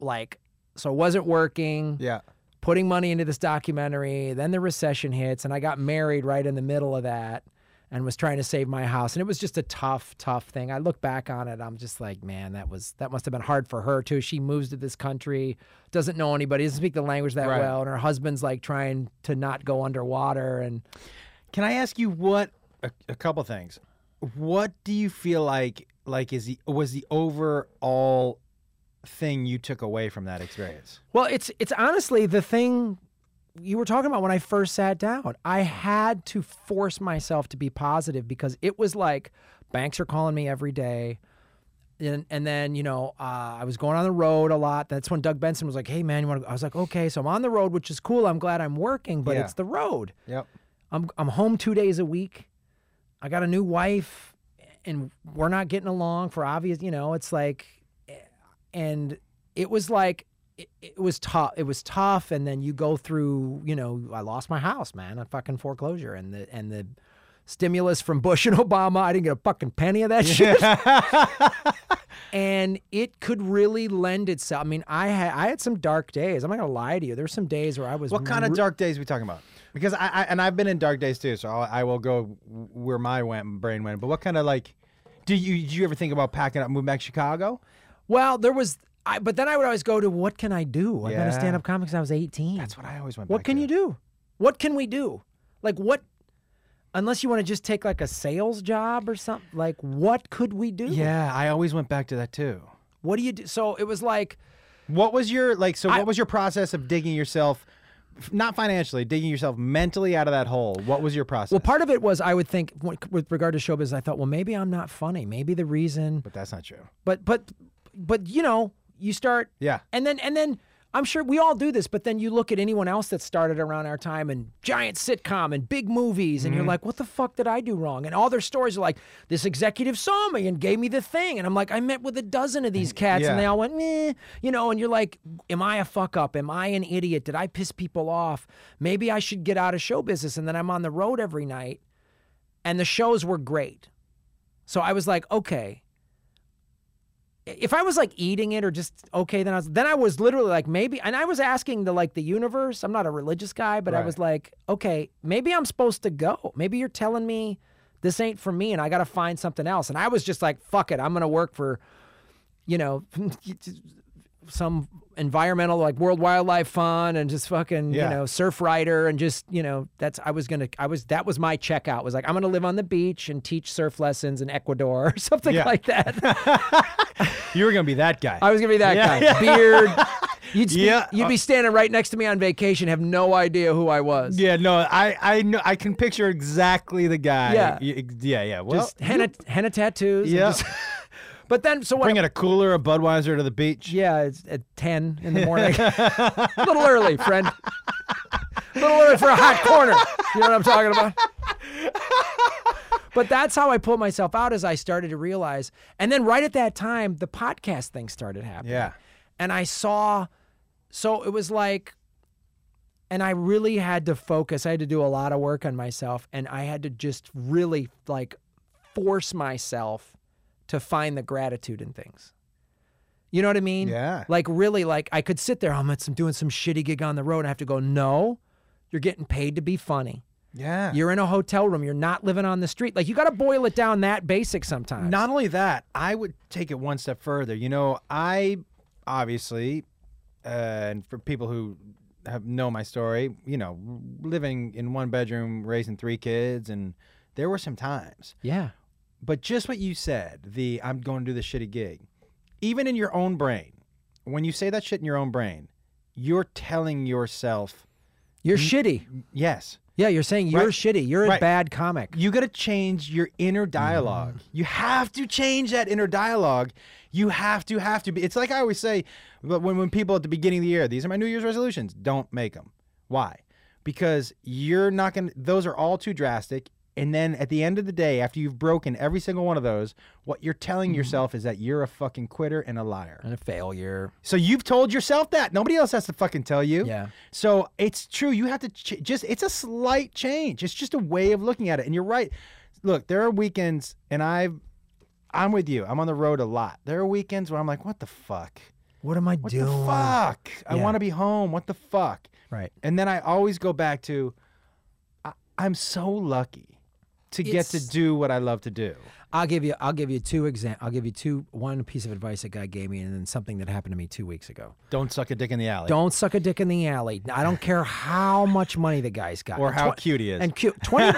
like, so it wasn't working.
[laughs] Yeah.
Putting money into this documentary. Then the recession hits, and I got married right in the middle of that, and was trying to save my house. And it was just a tough, tough thing. I look back on it, I'm just like, man, that was that must have been hard for her too. She moves to this country, doesn't know anybody, doesn't speak the language that
Right.
well, and her husband's like trying to not go underwater and
Can I ask you what a, a couple things? What do you feel like like is the was the overall thing you took away from that experience?
Well, it's it's honestly the thing you were talking about when I first sat down. I had to force myself to be positive because it was like banks are calling me every day. And, and then you know uh, I was going on the road a lot. That's when Doug Benson was like, "Hey man, you want?" to I was like, "Okay." So I'm on the road, which is cool. I'm glad I'm working, but
Yeah.
it's the road.
Yep.
I'm I'm home two days a week. I got a new wife, and we're not getting along for obvious. You know, it's like, and it was like it, it was tough. It was tough, and then you go through. You know, I lost my house, man, on fucking foreclosure, and the and the stimulus from Bush and [laughs] Obama. I didn't get a fucking penny of [laughs] that shit and it could really lend itself. I mean, I had I had some dark days. I'm not gonna lie to you. There were some days where I was
What kind
re-
of dark days we talking about? Because I, I and I've been in dark days too, so I'll, I will go where my went, brain went. But what kind of like? Do you did you ever think about packing up, moving back to Chicago?
Well, there was, I, but then I would always go to what can I do? I've been
Yeah.
a stand up comic since I was 18.
That's what I always went.
what
back
can
to.
you do? What can we do? Like, what, unless you want to just take like a sales job or something, like, what could we do?
Yeah, I always went back to that too.
What do you do? So it was like,
What was your like? So, what was your process of digging yourself, f- not financially, digging yourself mentally out of that hole? What was your process?
well, part of it was I would think when- with regard to showbiz, I thought, well, maybe I'm not funny. Maybe the reason,
but that's not true.
but, but, but, you know, you start
Yeah,
And then and then I'm sure we all do this, but then you look at anyone else that started around our time and giant sitcom and big movies,
Mm-hmm.
and you're like, what the fuck did I do wrong? And all their stories are like, this executive saw me and gave me the thing. And I'm like, I met with a dozen of
[laughs]
these cats,
yeah.
and they all went, meh, you know, and you're like, am I a fuck up? Am I an idiot? Did I piss people off? Maybe I should get out of show business. And then I'm on the road every night, and the shows were great. So I was like, okay, if I was like eating it or just okay, then I was then I was literally like maybe, and I was asking the like the universe. I'm not a religious guy, but I
Right.
was like, okay, maybe I'm supposed to go. Maybe you're telling me this ain't for me, and I got to find something else. And I was just like, fuck it, I'm gonna work for, you know, [laughs] some environmental like World Wildlife Fund and just fucking
Yeah.
you know surf rider and just you know that's I was gonna I was that was my checkout was like I'm gonna live on the beach and teach surf lessons in Ecuador or [laughs] something
Yeah. [laughs]
like that.
You were gonna be that guy.
I was gonna be that guy
[laughs]
beard. You'd spe-
Yeah.
you'd be standing right next to me on vacation, have no idea who I was.
yeah, no, I I know I can picture exactly the guy.
Yeah.
Y- yeah, yeah. Well,
just henna, henna tattoos. and
Yeah.
just- [laughs] but then, so what?
bringing a cooler of Budweiser to the beach.
yeah, it's at 10 in the morning. [laughs] a little early, friend. A little early for a hot corner. You know what I'm talking about? But that's how I pulled myself out as I started to realize. And then right at that time, the podcast thing started happening.
Yeah.
And I saw, so it was like, and I really had to focus. I had to do a lot of work on myself and I had to just really like force myself to find the gratitude in things. You know what I mean?
Yeah.
Like really like I could sit there, "Oh, I'm at some- doing some shitty gig on the road and I have to go, "No, you're getting paid to be funny.
Yeah.
You're in a hotel room, you're not living on the street." Like you got to boil it down that basic sometimes.
Not only that, I would take it one step further. You know, I obviously, uh, and for people who have know my story, you know, living in one bedroom, raising three kids, and there were some times.
Yeah.
But just what you said, the I'm going to do this shitty gig, even in your own brain, when you say that shit in your own brain, you're telling yourself,
You're shitty.
yes,
Yeah, you're saying you're
Right.
shitty. You're a
Right.
bad comic.
You got to change your inner dialogue. You have to change that inner dialogue. You have to have to be. It's like I always say, but when when people at the beginning of the year, these are my New Year's resolutions. Don't make them. Why? Because you're not gonna. Those are all too drastic. And then at the end of the day, after you've broken every single one of those, what you're telling yourself is that you're a fucking quitter and a liar.
And a failure.
So you've told yourself that. Nobody else has to fucking tell you.
Yeah.
So it's true. You have to ch- just, it's a slight change. It's just a way of looking at it. And you're right. Look, there are weekends, and I've, I'm with you. I'm on the road a lot. There are weekends where I'm like, what the fuck?
What am I
What
doing?
the fuck? I
Yeah.
want to be home. What the fuck?
Right.
And then I always go back to, I, I'm so lucky to get to
It's-
do what I love to do.
I'll give you. I'll give you two exam. I'll give you two. One piece of advice a guy gave me, and then something that happened to me two weeks ago.
Don't suck a dick in the alley.
Don't suck a dick in the alley.
[laughs]
I don't care how much money the guy's got,
or how
Twen-
cute he is.
and cute. Twenty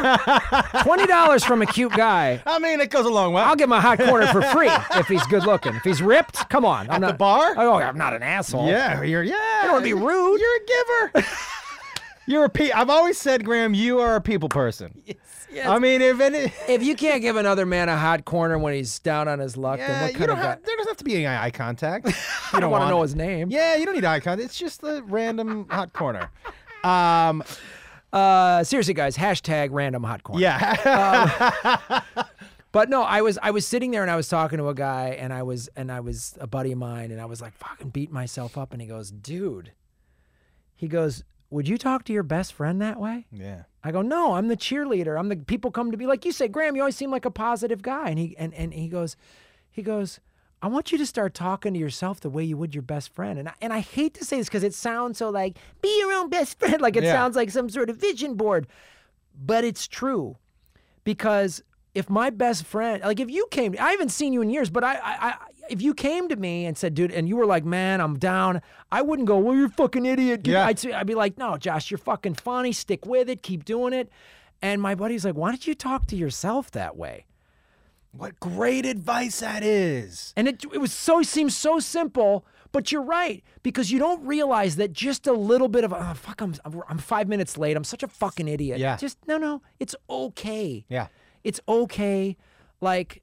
dollars from a cute guy.
I mean, it goes a long way.
I'll give him a hot corner for free if he's good looking. If he's ripped, come on. I'm
At
not
the bar?
Oh, I'm not an asshole.
Yeah, you're yeah. You
don't wanna be rude.
You're a giver. [laughs] you're a pe- I've always said, Graham, you are a people person.
yes.
I mean, if any,
If you can't give another man a hot corner when he's down on his luck, then
yeah,
what
you
kind
don't
of guy?
have, there doesn't have to be any eye [laughs] contact.
I
You
don't want to know
it.
his name.
Yeah, you don't need eye contact. It's just the random hot corner. Um,
Uh, seriously, guys. Hashtag random hot corner.
[laughs] yeah,
But no, I was I was sitting there and I was talking to a guy and I was and I was a buddy of mine and I was like fucking beating myself up and he goes, "Dude." He goes, "Would you talk to your best friend that way?"
yeah.
I go, "No, I'm the cheerleader. I'm the people come to be like you say, Graham, you always seem like a positive guy." And he and and he goes he goes, "I want you to start talking to yourself the way you would your best friend." And I, and I hate to say this cuz it sounds so like be your own best friend [laughs] like it
Yeah.
sounds like some sort of vision board. But it's true because if my best friend, like if you came, I haven't seen you in years, but I, I, I if you came to me and said, dude, and you were like, man, I'm down, I wouldn't go, well, you're a fucking idiot. dude."
Yeah.
I'd, say- I'd be like, no, Josh, you're fucking funny. Stick with it. Keep doing it. And my buddy's like, why don't you talk to yourself that way?
What great advice that is.
And it, it was so seems so simple, but you're right because you don't realize that just a little bit of oh fuck I'm I'm five minutes late. I'm such a fucking idiot.
Yeah.
Just no no, it's okay.
Yeah.
It's okay. Like,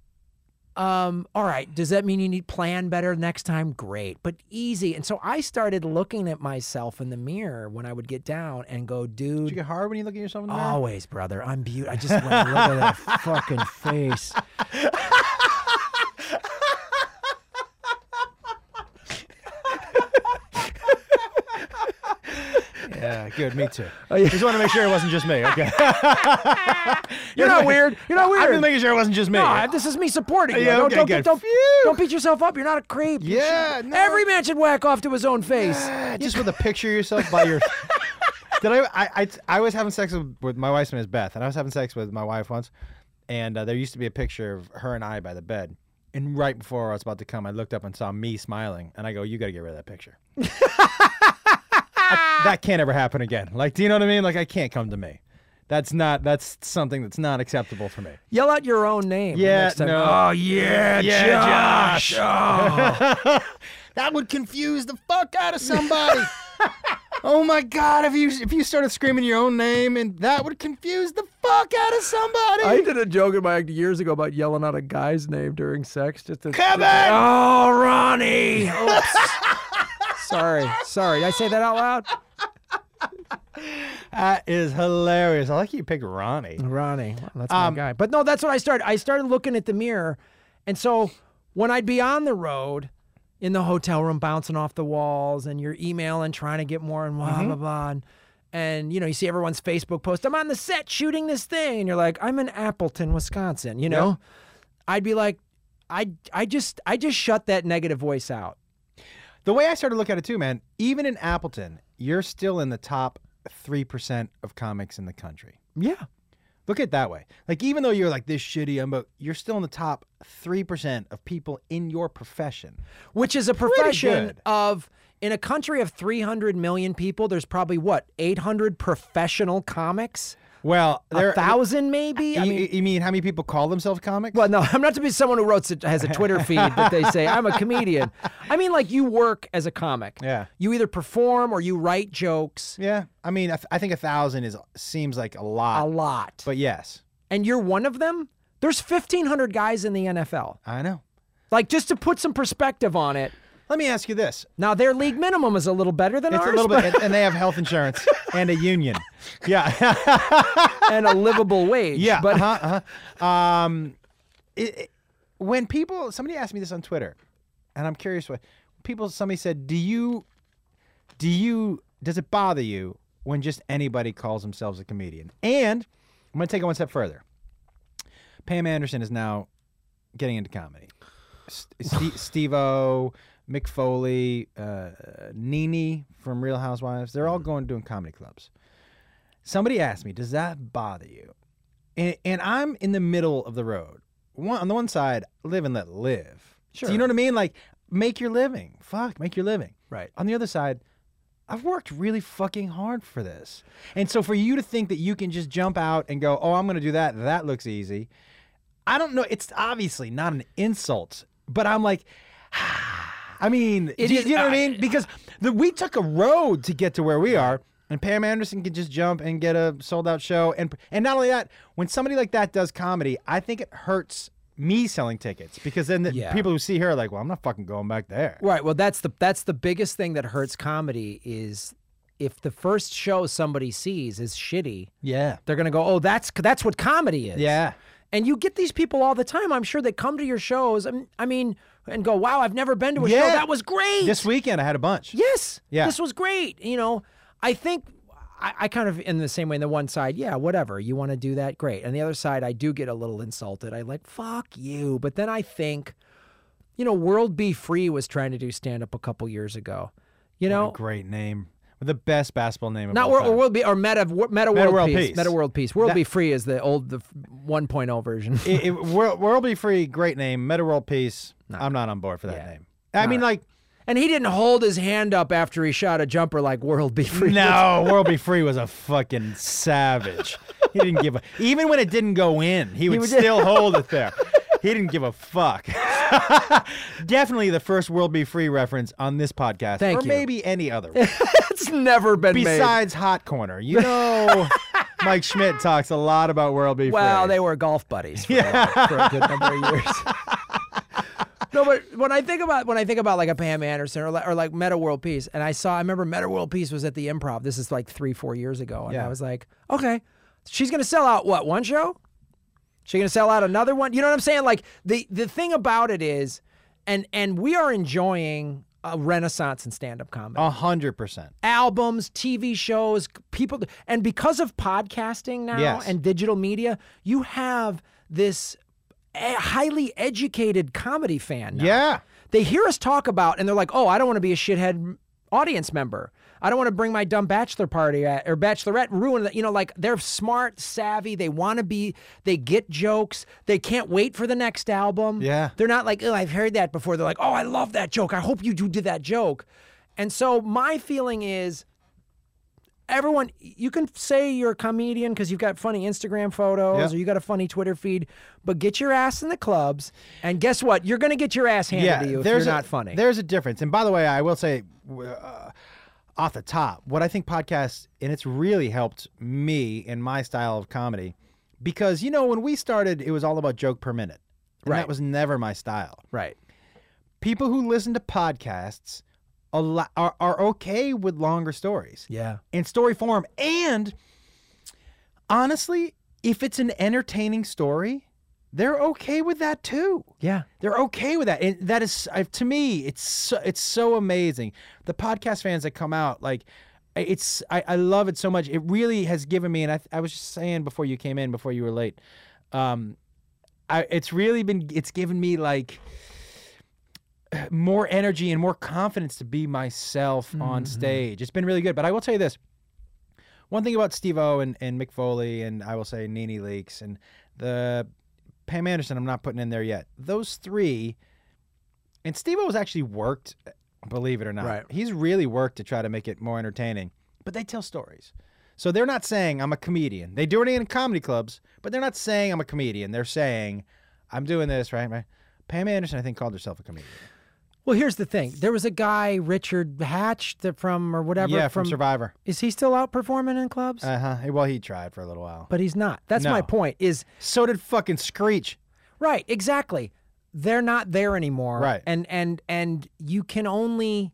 um, all right. Does that mean you need plan better next time? Great, but easy. And so I started looking at myself in the mirror when I would get down and go, dude.
Do you get hard when you look at yourself in the mirror?
Always, brother. I'm beautiful. I just want to
[laughs]
look at that fucking face.
Oh, Yeah, good. Me [laughs] too.
yeah.
Just want to make sure it wasn't just me. [laughs] Okay.
You're not weird.
[laughs]
You're not weird.
I'm just making sure it wasn't just me.
No, I- this is me supporting you.
Yeah,
don't,
okay,
don't, get-
good.
don't,
Phew.
don't beat yourself up. You're not a creep. You
Yeah,
should-
no.
Every man should whack off to his own face.
Yeah, just with a picture of yourself by your. Did I, I? I I was having sex with, with my wife's name is Beth, and I was having sex with my wife once, and uh, there used to be a picture of her and I by the bed, And right before I was about to come, I looked up and saw me smiling, and I go, "You got to get rid of that picture. I- that can't ever happen again. Like, do you know what I mean? Like, I can't come to me. That's not. That's something that's not acceptable for me.
Yell out your own name.
Yeah,
next time.
no.
Oh yeah,
Yeah,
Josh. Oh.
That would confuse the fuck out of [laughs] somebody. oh my god, if you if you started screaming your own name and that would confuse the fuck out of somebody.
I did a joke in my act years ago about yelling out a guy's name during sex. Just to,
Kevin!
Oh, Ronnie. Oops. sorry, sorry. Did I say that out loud?
that is hilarious. I like you picked Ronnie.
Ronnie. Well, that's my guy. But no, that's what I started. I started looking at the mirror. And so when I'd be on the road in the hotel room, bouncing off the walls, and you're emailing, trying to get more, and blah, blah, blah. And, and, you know, you see everyone's Facebook post, I'm on the set shooting this thing. And you're like, I'm in Appleton, Wisconsin, you know? I'd be like, I, I just I just shut that negative voice out.
The way I started to look at it too, man, even in Appleton, you're still in the top 3% of comics in the country.
Yeah.
Look at it that way. Like even though you're like this shitty umbo, you're still in the top 3% of people in your profession.
Which is a profession
good.
of in a country of 300 million people, there's probably what 800 professional comics.
Well,
a
there
thousand maybe. I
you,
mean,
you mean how many people call themselves comics?
well, no, I'm not to be someone who wrote has a
[laughs]
Twitter feed that they say I'm a comedian. I mean, like you work as a comic.
Yeah.
You either perform or you write jokes
Yeah, I mean, I, th- I think a thousand is seems like a lot,
a lot,
but yes,
and you're one of them. There's 1,500 guys in the NFL.
I know.
Like just to put some perspective on it.
Let me ask you this:
Now their league minimum is a little better than
It's
ours,
a little bit,
but-
and, and they have health insurance and a union. Yeah, [laughs]
and a livable wage.
yeah.
[laughs] But
uh-huh, uh-huh. Um, it, it- when people, somebody asked me this on Twitter, and I'm curious what people. Somebody said, "Do you, do you, does it bother you when just anybody calls themselves a comedian?" And I'm going to take it one step further. Pam Anderson is now getting into comedy. St- Steve O, Mick Foley, uh, Nene from Real Housewives, they're all
Mm-hmm.
going doing comedy clubs. Somebody asked me, Does that bother you? And, and I'm in the middle of the road. One, on the one side, live and let live. Do
Sure.
you know what I mean? Like, make your living. Fuck, make your living.
Right.
On the other side, I've worked really fucking hard for this. And so for you to think that you can just jump out and go, oh, I'm going to do that, that looks easy. I don't know. It's obviously not an insult, but I'm like, [sighs] I mean,
It
do you,
is-
you know what I
I-
mean? Because the, we took a road to get to where we are, and Pam Anderson could just jump and get a sold out show. And, and not only that, when somebody like that does comedy, I think it hurts me selling tickets because then the
Yeah.
people who see her are like, well, I'm not fucking going back there.
Right. Well, that's the that's the biggest thing that hurts comedy is if the first show somebody sees is shitty,
Yeah.
they're gonna go, "Oh, that's that's what comedy is."
Yeah.
And you get these people all the time. I'm sure they come to your shows. I'm- I mean, and go, "Wow, I've never been to a show.
Yeah.
That was great."
This weekend, I had a bunch.
Yes.
Yeah.
This was great. You know, I think I, I kind of in the same way. In the one side, yeah, whatever you want to do that, great. And the other side, I do get a little insulted. I like fuck you, but then I think, you know, World Be Free was trying to do stand up a couple years ago. You know,
Great name. The best basketball name of
not
all
world or
time.
world be or meta Wor- meta, world,
World
peace,
Peace.
meta world peace. World
That-
Be Free is the old the 1.0 version.
[laughs] It- it- world, world Be Free, great name. Meta World Peace. I'm not on board for that
Yeah.
name. I mean, like,
and he didn't hold his hand up after he shot a jumper like World Be Free. [laughs]
no, World Be Free was a fucking savage. He didn't give a. Even when it didn't go in, he would,
would- [laughs]
still hold it there. He didn't give a fuck. [laughs] Definitely the first World Be Free reference on this podcast,
Thank
or
you.
maybe any
[laughs]
other. one.
it's never been made.
Besides Hot Corner, you
[laughs]
know, Mike Schmidt talks a lot about World Be Free.
Well, they were golf buddies for, a, for a good number of
[laughs]
years. no, but when I think about when I think about like a Pam Anderson or like, or like Meta World Peace, and I saw I remember Meta World Peace was at the Improv. This is like three four years ago, and I
Yeah.
was like, okay, she's gonna sell out what one show? She gonna sell out another one? You know what I'm saying? Like the the thing about it is, and and we are enjoying a renaissance in stand up comedy
a hundred percent.
albums, TV shows, people, and because of podcasting now
Yes.
and digital media, you have this eh, highly educated comedy fan. now.
Yeah.
They hear us talk about, and they're like, "Oh, I don't want to be a shithead audience member. I don't want to bring my dumb bachelor party at, or bachelorette ruin that. You know, like they're smart, savvy. They want to be. They get jokes. They can't wait for the next album.
Yeah.
They're not like, oh, I've heard that before. They're like, oh, I love that joke. I hope you do do that joke. And so my feeling is everyone you can say you're a comedian because you've got funny instagram photos
Yeah.
or you got a funny twitter feed but get your ass in the clubs and guess what you're gonna get your ass handed to you if you're
there's a,
not funny
There's a difference. And by the way, I will say, uh, off the top, what I think podcasts and it's really helped me in my style of comedy, because you know when we started, it was all about joke per minute, and
Right.
that was never my style.
right
People who listen to podcasts a lot are, are okay with longer stories
yeah
in story form, and honestly, if it's an entertaining story, they're okay with that too.
yeah
They're okay with that, and that is I- to me, it's so, it's so amazing. The podcast fans that come out, like, it's I, I love it so much. It really has given me, and I, I was just saying before you came in, before you were late, um, I it's really been it's given me like more energy and more confidence to be myself on stage. It's been really good, but I will tell you this. One thing about Steve O and, and Mick Foley and I will say Nene Leaks and the Pam Anderson, I'm not putting in there yet. Those three, and Steve O's actually worked, believe it or not.
Right.
He's really worked to try to make it more entertaining, but they tell stories. So they're not saying I'm a comedian. They do it in comedy clubs, but they're not saying I'm a comedian. They're saying I'm doing this, right? right? Pam Anderson, I think, called herself a comedian.
well here's the thing there was a guy richard hatch that from or whatever
yeah, from, Survivor.
is he still out performing in clubs
Uh huh. Well, he tried for a little while.
but he's not that's my
no.
point is
So did fucking Screech.
Right, exactly. They're not there anymore.
Right.
And and and you can only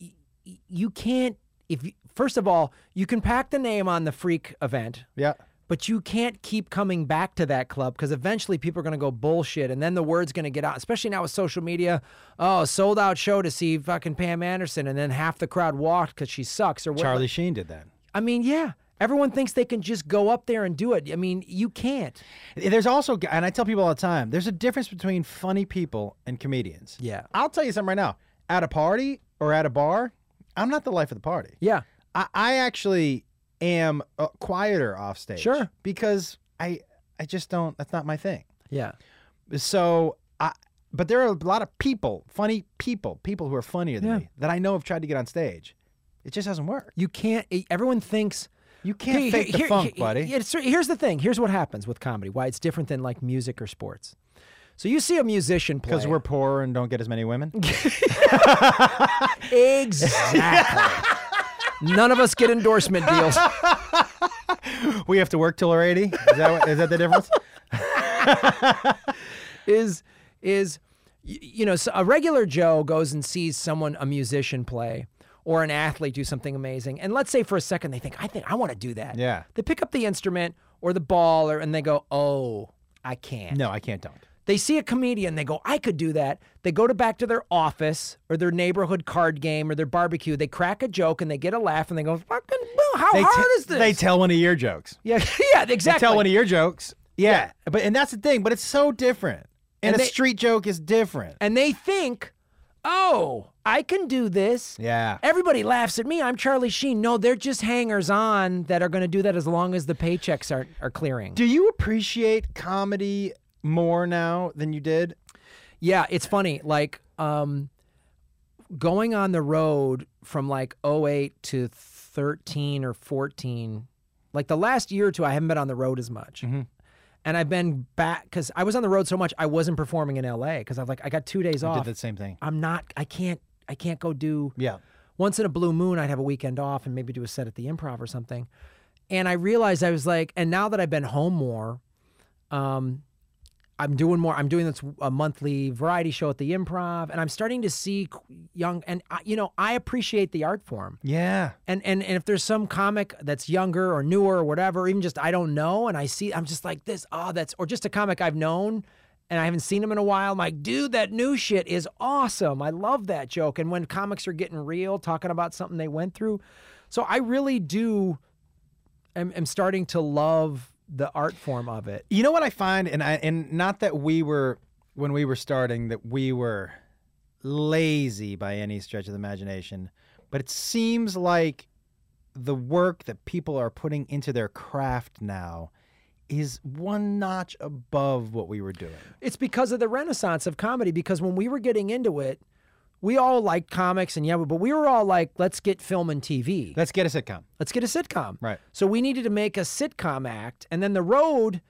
y- y- you can't if you, first of all, you can pack the name on the freak event,
Yeah.
but you can't keep coming back to that club because eventually people are going to go bullshit and then the word's going to get out, especially now with social media. Oh, sold out show to see fucking Pam Anderson and then half the crowd walked cuz she sucks or what.
Charlie Sheen did that.
I mean, yeah. Everyone thinks they can just go up there and do it. I mean, you can't.
There's also, and I tell people all the time, there's a difference between funny people and comedians.
Yeah.
I'll tell you something right now. At a party or at a bar, I'm not the life of the party.
Yeah.
I, I actually am uh, quieter off stage.
Sure.
Because I, I just don't. That's not my thing.
Yeah.
So I, but there are a lot of people, funny people, people who are funnier than me that I know have tried to get on stage. It just doesn't work.
You can't e, everyone thinks
You can't
Here-
fake
here-
the
here-
funk,
here-
buddy.
it's- here's the thing. Here's what happens with comedy. Why it's different than like music or sports. So you see a musician play.
Because we're poor and don't get as many
[laughs]
women.
exactly. None of us get endorsement deals.
we have to work till we're 80. Is that, what- is that the
[laughs]
difference?
is is y- you know so a regular joe goes and sees someone a musician play or an athlete do something amazing and let's say for a second they think i think i want to do that
Yeah.
they pick up the instrument or the ball or, and they go oh i can't
No, I can't don't.
They see a comedian, they go, I could do that. They go to back to their office or their neighborhood card game or their barbecue. They crack a joke and they get a laugh and they go, fucking, boo, how
They te-
hard is this?
They tell one of your jokes.
[laughs] yeah, [laughs] yeah, exactly.
Tell one of your jokes. Yeah. But and that's the thing, but it's so different. And,
And
a
they-
street joke is different.
and they think, oh, I can do this.
Yeah.
Everybody laughs at me. I'm Charlie Sheen. No, they're just hangers on that are going to do that as long as the paychecks are, are clearing.
Do you appreciate comedy more now than you did?
Yeah, it's funny. Like, um, going on the road from like 08 to 13 or 14, like the last year or two, I haven't been on the road as much.
Mm-hmm.
And I've been back because I was on the road so much, I wasn't performing in LA because I'm like, I got two days off.
Did the same thing.
I'm not, I can't, I can't go do
Yeah.
once in a blue moon I'd have a weekend off and maybe do a set at the improv or something. And I realized I was like, and now that I've been home more, um, I'm doing more. I'm doing this a monthly variety show at the improv, and I'm starting to see young and I, you know I appreciate the art form.
Yeah.
And, and and if there's some comic that's younger or newer or whatever, even just I don't know, and I see I'm just like this, oh that's or just a comic I've known and I haven't seen him in a while. I'm like, dude, that new shit is awesome. I love that joke. And when comics are getting real, talking about something they went through. So I really do am, am starting to love the art form of it.
You know what I find, and I and not that we were when we were starting that we were lazy by any stretch of the imagination, But it seems like the work that people are putting into their craft now is one notch above what we were doing.
It's because of the renaissance of comedy. Because when we were getting into it, we all liked comics and yeah, but we were all like, let's get film and TV.
Let's get a sitcom.
Let's get a sitcom.
Right.
So we needed to make a sitcom act. And then the road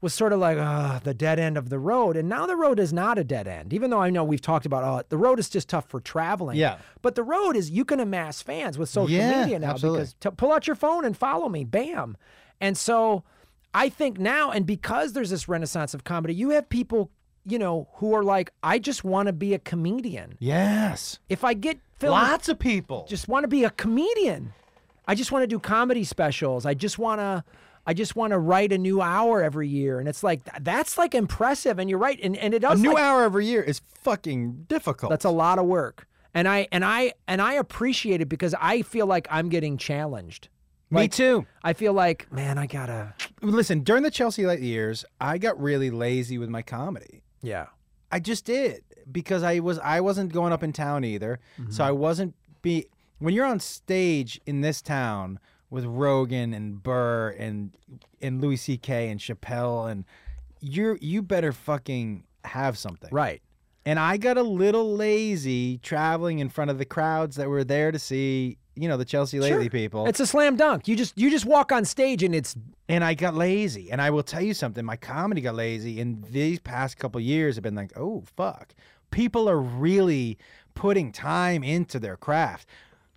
was sort of like, ah, the dead end of the road. And now the road is not a dead end, even though I know we've talked about, oh, the road is just tough for traveling.
Yeah.
But the road is, you can amass fans with social
Yeah,
media now
absolutely.
because to pull out your phone and follow me, bam. And so I think now, and because there's this renaissance of comedy, you have people, you know, who are like, I just want to be a comedian.
Yes.
If I get film
Lots of people.
just want to be a comedian. I just want to do comedy specials. I just want to I just want to write a new hour every year and it's like th- that's like impressive and you're right and and it
a
does
new
like,
hour every year is fucking difficult.
that's a lot of work. And I and I and I appreciate it because I feel like I'm getting challenged.
Me
Like,
too.
I feel like man, I got to
Listen, during the Chelsea Light years, I got really lazy with my comedy.
yeah.
I just did because I was I wasn't going up in town either. So I wasn't be when you're on stage in this town with Rogan and Burr and and Louis C.K. and Chappelle and you're you better fucking have something.
Right.
And I got a little lazy traveling in front of the crowds that were there to see, you know, the Chelsea Lately people.
It's a slam dunk. You just you just walk on stage and it's
and I got lazy. And I will tell you something, my comedy got lazy. And these past couple years have been like, oh fuck, people are really putting time into their craft.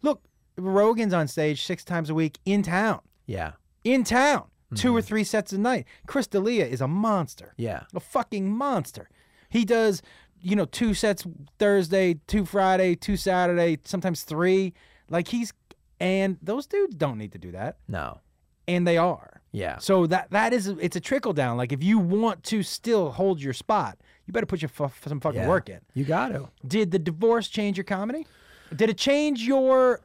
Look, Rogan's on stage six times a week in town,
yeah.
in town, two or three sets a night. Chris D'Elia is a monster,
Yeah.
a fucking monster. He does, you know, two sets Thursday, two Friday, two Saturday, sometimes three. Like he's, and those dudes don't need to do that,
No.
and they are.
Yeah.
So that that is it's a trickle down. Like if you want to still hold your spot, you better put your fu- some fucking
Yeah.
work in.
You got to.
Did the divorce change your comedy? Did it change your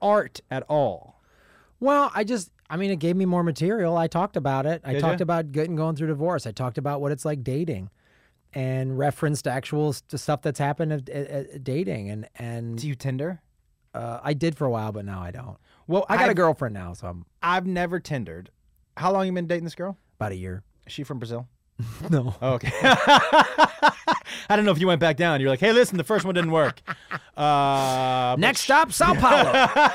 art at all?
Well, I just, I mean, it gave me more material. I talked about it. I talked about getting going through divorce. I talked about what it's like dating, and referenced actual s- to stuff that's happened at, at, at dating. And
Do
and
you Tinder?
uh, I did for a while, but now I don't.
Well,
I got a
I've,
girlfriend now, so I'm
I've never Tindered. How long you been dating this girl?
about
[laughs]
a year.
Is she from Brazil?
No,
Oh, okay. [laughs] I don't know if you went back down. You're like, hey, listen, the first one didn't work. Uh,
next stop Sao Paulo.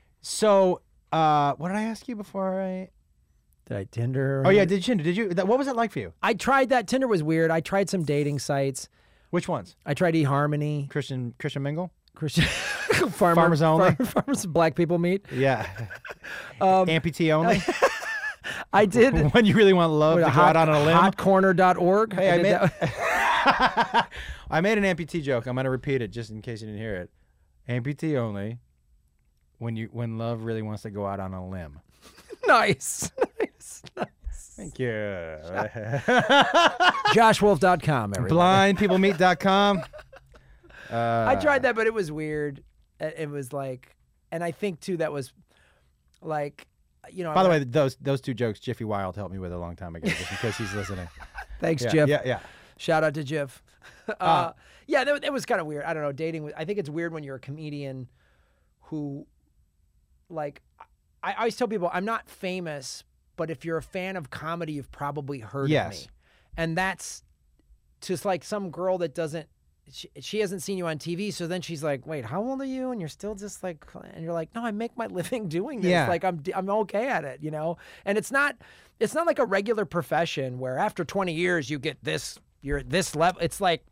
[laughs] so, uh, what did I ask you before I?
did I Tinder?
Oh yeah, did you Tinder? Did you? That, what was it like for you?
I tried that. Tinder was weird. I tried some dating sites.
Which ones?
I tried eHarmony,
Christian Christian Mingle?
Christian [laughs] farmer,
Farmers only?
far- [laughs] farmers black people meet.
[laughs] Yeah. Um, Amputee only.
I
[laughs]
did.
when you really want love to
Wait,
go
hot-
out on a limb.
Hotcorner.org.
Hey, I
did
made-
that-
[laughs] I made an amputee joke. I'm gonna repeat it just in case you didn't hear it. Amputee only. When you when love really wants to go out on a limb.
[laughs] nice. nice. [laughs]
Thank you. [laughs]
JoshWolf.com, everybody.
Blindpeoplemeet.com.
[laughs] I
Uh,
tried that, but it was weird. It it was like, and I think too that was like, you know.
By the way, those those two jokes Jiffy Wild helped me with a long time ago, just in case he's listening.
[laughs] thanks,
Yeah,
Jeff.
yeah, Ah. yeah.
Shout out to Jeff. [laughs] Uh, yeah, that, that was kind of weird. I don't know. Dating. was- I think it's weird when you're a comedian who, like, I, I always tell people I'm not famous, but if you're a fan of comedy, you've probably heard of
Yes.
me. And that's just like some girl that doesn't. She, she hasn't seen you on TV, so then she's like, "Wait, how old are you?" And you're still just like, and you're like, "No, I make my [laughs] living doing this.
Yeah.
Like, I'm d- I'm okay at it, you know." And it's not, it's not like a regular profession where after 20 years you get this, you're at this level. It's like,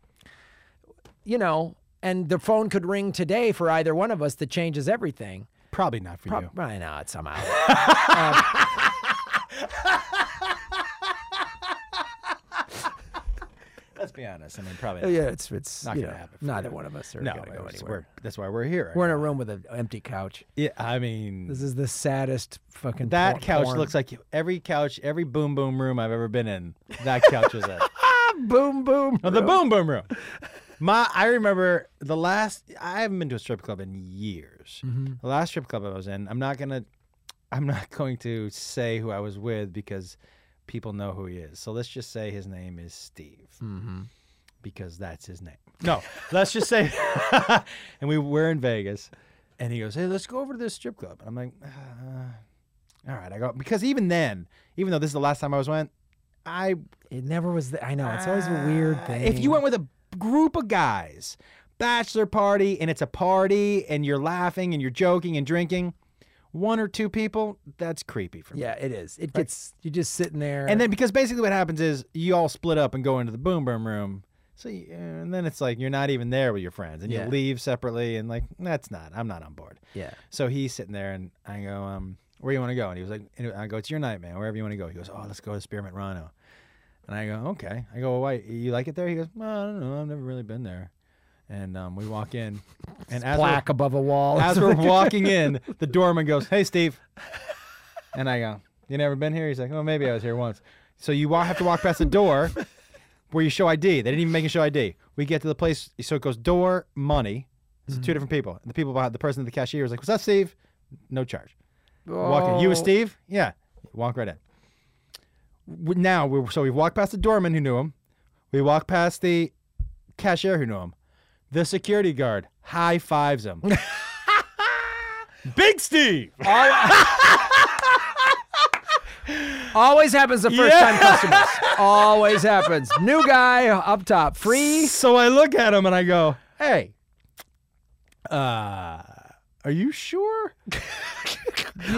you know, and the phone could ring today for either one of us that changes everything.
Probably not for
Prob-
you.
I know it's somehow.
Let's be honest. I mean, probably.
[laughs] Oh, yeah, it's it's
Not
you
gonna
know,
happen for
neither
you.
one of us are
No,
gonna go
it's-
anywhere.
we're, that's why we're here.
We're in a room with an empty couch.
Yeah, I mean,
This is the saddest fucking.
that
por-
couch
porn.
looks like every couch, every boom boom room I've ever been in. That couch was it.
[laughs] boom boom.
Oh, The boom boom room. My, I remember the last. I haven't been to a strip club in years.
Mm-hmm.
The last strip club I was in. I'm not gonna. I'm not [laughs] going to say who I was with because people know who he is. So let's just say his name is Steve.
Mm-hmm.
because that's his name. No, let's just say, [laughs] and we were in Vegas, and he goes, "Hey, let's go over to this strip club." And I'm like, uh, "All right," I go because even then, even though this is the last time I was went, I
It never was. The, I know it's always a weird thing.
Ah, Uh, if you went with a group of guys, bachelor party, and it's a party, and you're laughing and you're joking and drinking, one or two people, that's creepy for me.
yeah, it is. It gets you're just sitting there,
And then because basically what happens is you all split up and go into the boom boom room. So you, and then it's like you're not even there with your friends, and
Yeah.
you leave separately, and like that's not. I'm not on board.
yeah,
So he's sitting there, and I go, um, "Where you want to go?" And he was like, and "I go, it's your night, man. Wherever you want to go." He goes, "Oh, let's go to Spearmint Rhino." And I go, "Okay." I go, well, "Why you like it there?" He goes, well, "I don't know. I've never really been there." And um, we walk in, and as we're,
black [laughs] above a wall.
as we're walking in, the doorman goes, "Hey, Steve," and I go, "You never been here?" He's like, "Oh, maybe I was here once." So you wa- have to walk past the door where you show ID. They didn't even make you show ID. We get to the place, so it goes door money. It's two different people. And the people behind the person at the cashier was like, "What's up, Steve?" No charge. Walk in. You with
Oh.
Steve? Yeah. Walk right in. W- Now we're so we walked past the doorman who knew him. We walked past the cashier who knew him. The security guard high fives him. [laughs] Big Steve.
Always happens to first time customers. Always happens. New guy up top, free.
[laughs] So I look at him and I go, "Hey, uh, are you sure?"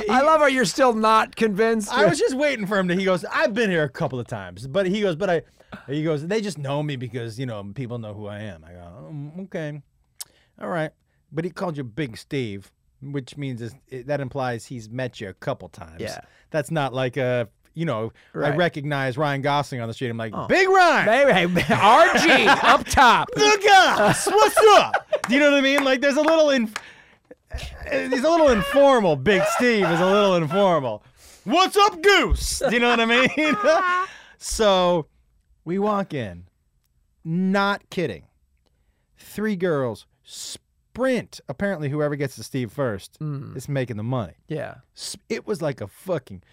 I love how you're still not convinced.
I was just waiting for him to. He goes, I've been here a couple of times, but he goes, but I, he goes, they just know me because you know people know who I am. I go, um, okay, all right, but he called you Big Steve, which means is, it, that implies he's met you a couple times.
Yeah.
that's not like a you know
Right. Oh.
I recognize Ryan Gosling on the street. I'm like, Big Ryan,
Hey, hey, RG up top.
look us, what's up? Do you know what I mean? Like, there's a little in, he's a little informal. Big Steve is a little informal. What's up, Goose? Do you know what I mean? [laughs] so, we walk in. Not kidding. Three girls sprint. Apparently, whoever gets to Steve first is making the money.
Yeah.
S- It was like a fucking.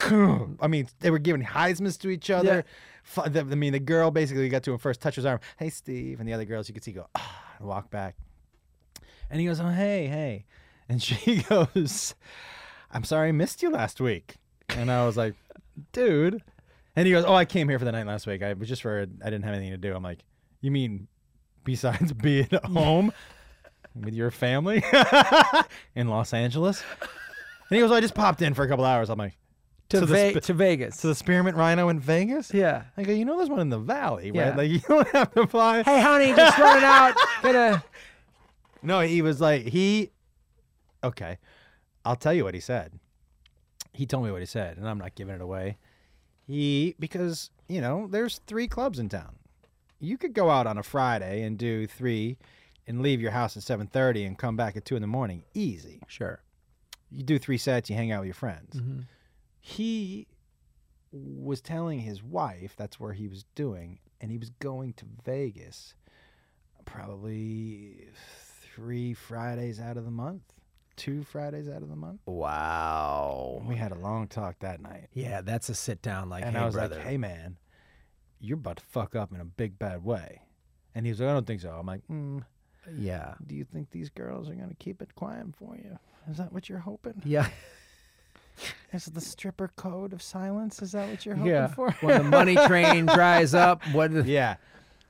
I mean, they were giving Heisman's to each other. Fu- the- I mean, the girl basically got to him first, touched his arm. Hey, Steve. And the other girls you could see go, ah, and walk back. And he goes, oh, hey, hey. And [laughs] she goes, I'm sorry I missed you last week. And I was like, dude. And he goes, oh, I came here for the night last week. I was just for, I didn't have anything to do. I'm like, you mean besides [laughs] being at home with your family [laughs] in Los Angeles? And he goes, I just popped in for a couple hours. I'm like,
To,
To the
Ve-
sp-
to Vegas.
to the Spearmint Rhino in Vegas?
yeah.
I go, you know there's one in the valley, right?
Yeah.
Like [laughs] you don't have to fly.
Hey, honey, just
[laughs]
running out. Gonna.
No, he was like, he Okay. I'll tell you what he said. He told me what he said, and I'm not giving it away. He because, you know, there's three clubs in town. You could go out on a Friday and do three and leave your house at seven thirty and come back at two in the morning. Easy.
Sure.
you do three sets, you hang out with your friends. He was telling his wife that's where he was doing, and he was going to Vegas probably three Fridays out of the month, two Fridays out of the month.
Wow.
We had a long talk that night,
Yeah, that's a sit down. Oh Like,
and
hey,
I was
brother.
like, "Hey, man, you're about to fuck up in a big bad way." And he was like, "I don't think so." I'm like, mm,
yeah.
"Do you think these girls are gonna keep it quiet for you? Is that what you're hoping?"
Yeah.
Is the stripper code of silence? Is that what you're hoping
Yeah.
[laughs] for?
when the money train dries up, what? The,
[laughs] yeah.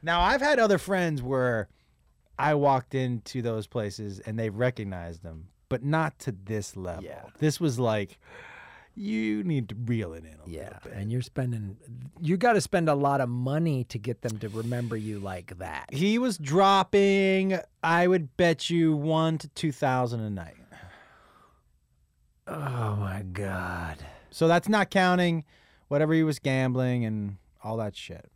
Now I've had other friends where I walked into those places and they recognized them, but not to this level.
Yeah.
This was like you need to reel it in a
Yeah,
little bit.
and you're spending, you got to spend a lot of money to get them to remember you like that.
He was dropping, I would bet you one to two thousand a night.
Oh my God.
So that's not counting whatever he was gambling and all that shit.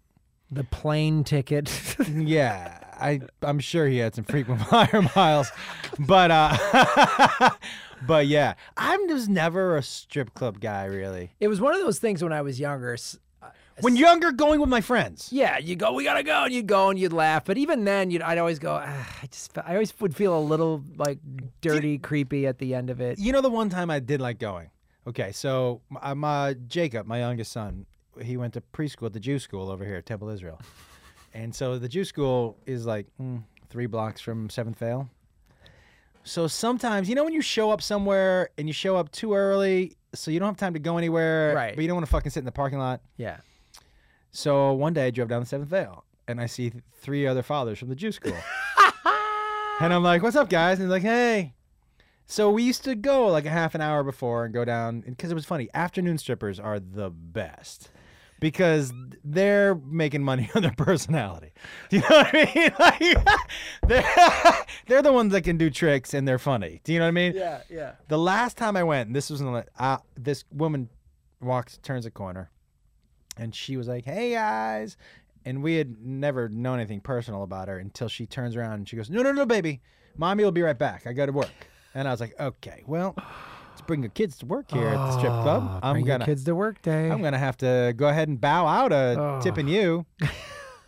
The plane ticket. [laughs]
Yeah, I I'm sure he had some frequent [laughs] flyer miles, but uh, [laughs] but yeah, I'm just never a strip club guy really.
it was one of those things when I was younger. s- uh,
When younger, going with my friends.
Yeah, you go, we gotta go, and you'd go and you'd laugh. But even then, you'd I'd always go. Ah, I just, fe- I always would feel a little like dirty, creepy at the end of it.
You know the one time I did like going. Okay, so uh, my, my Jacob, my youngest son, he went to preschool at the Jew school over here, Temple Israel, And so the Jew school is like mm, three blocks from Seventh Vale. So sometimes, you know, when you show up somewhere and you show up too early, so you don't have time to go anywhere,
Right.
but you don't want to fucking sit in the parking lot.
Yeah.
So one day I drove down the Seventh Vale and I see th- three other fathers from the Jew school. and I'm like, what's up, guys? And they're like, hey. So we used to go like a half an hour before and go down because it was funny. Afternoon strippers are the best because they're making money [laughs] on their personality. Do you know what I mean? [laughs] Like, they're, [laughs] they're the ones that can do tricks and they're funny. Do you know what I mean?
Yeah. Yeah.
The last time I went, and this was in the, uh, this woman walks, turns a corner, and she was like, "Hey guys," and we had never known anything personal about her until she turns around and she goes, "No, no, no, baby, mommy will be right back. I got to work." And I was like, "Okay, well, let's bring your kids to work here at the strip club. I'm gonna,
Ah, kids to work day.
I'm gonna have to go ahead and bow out of
Oh.
tipping you."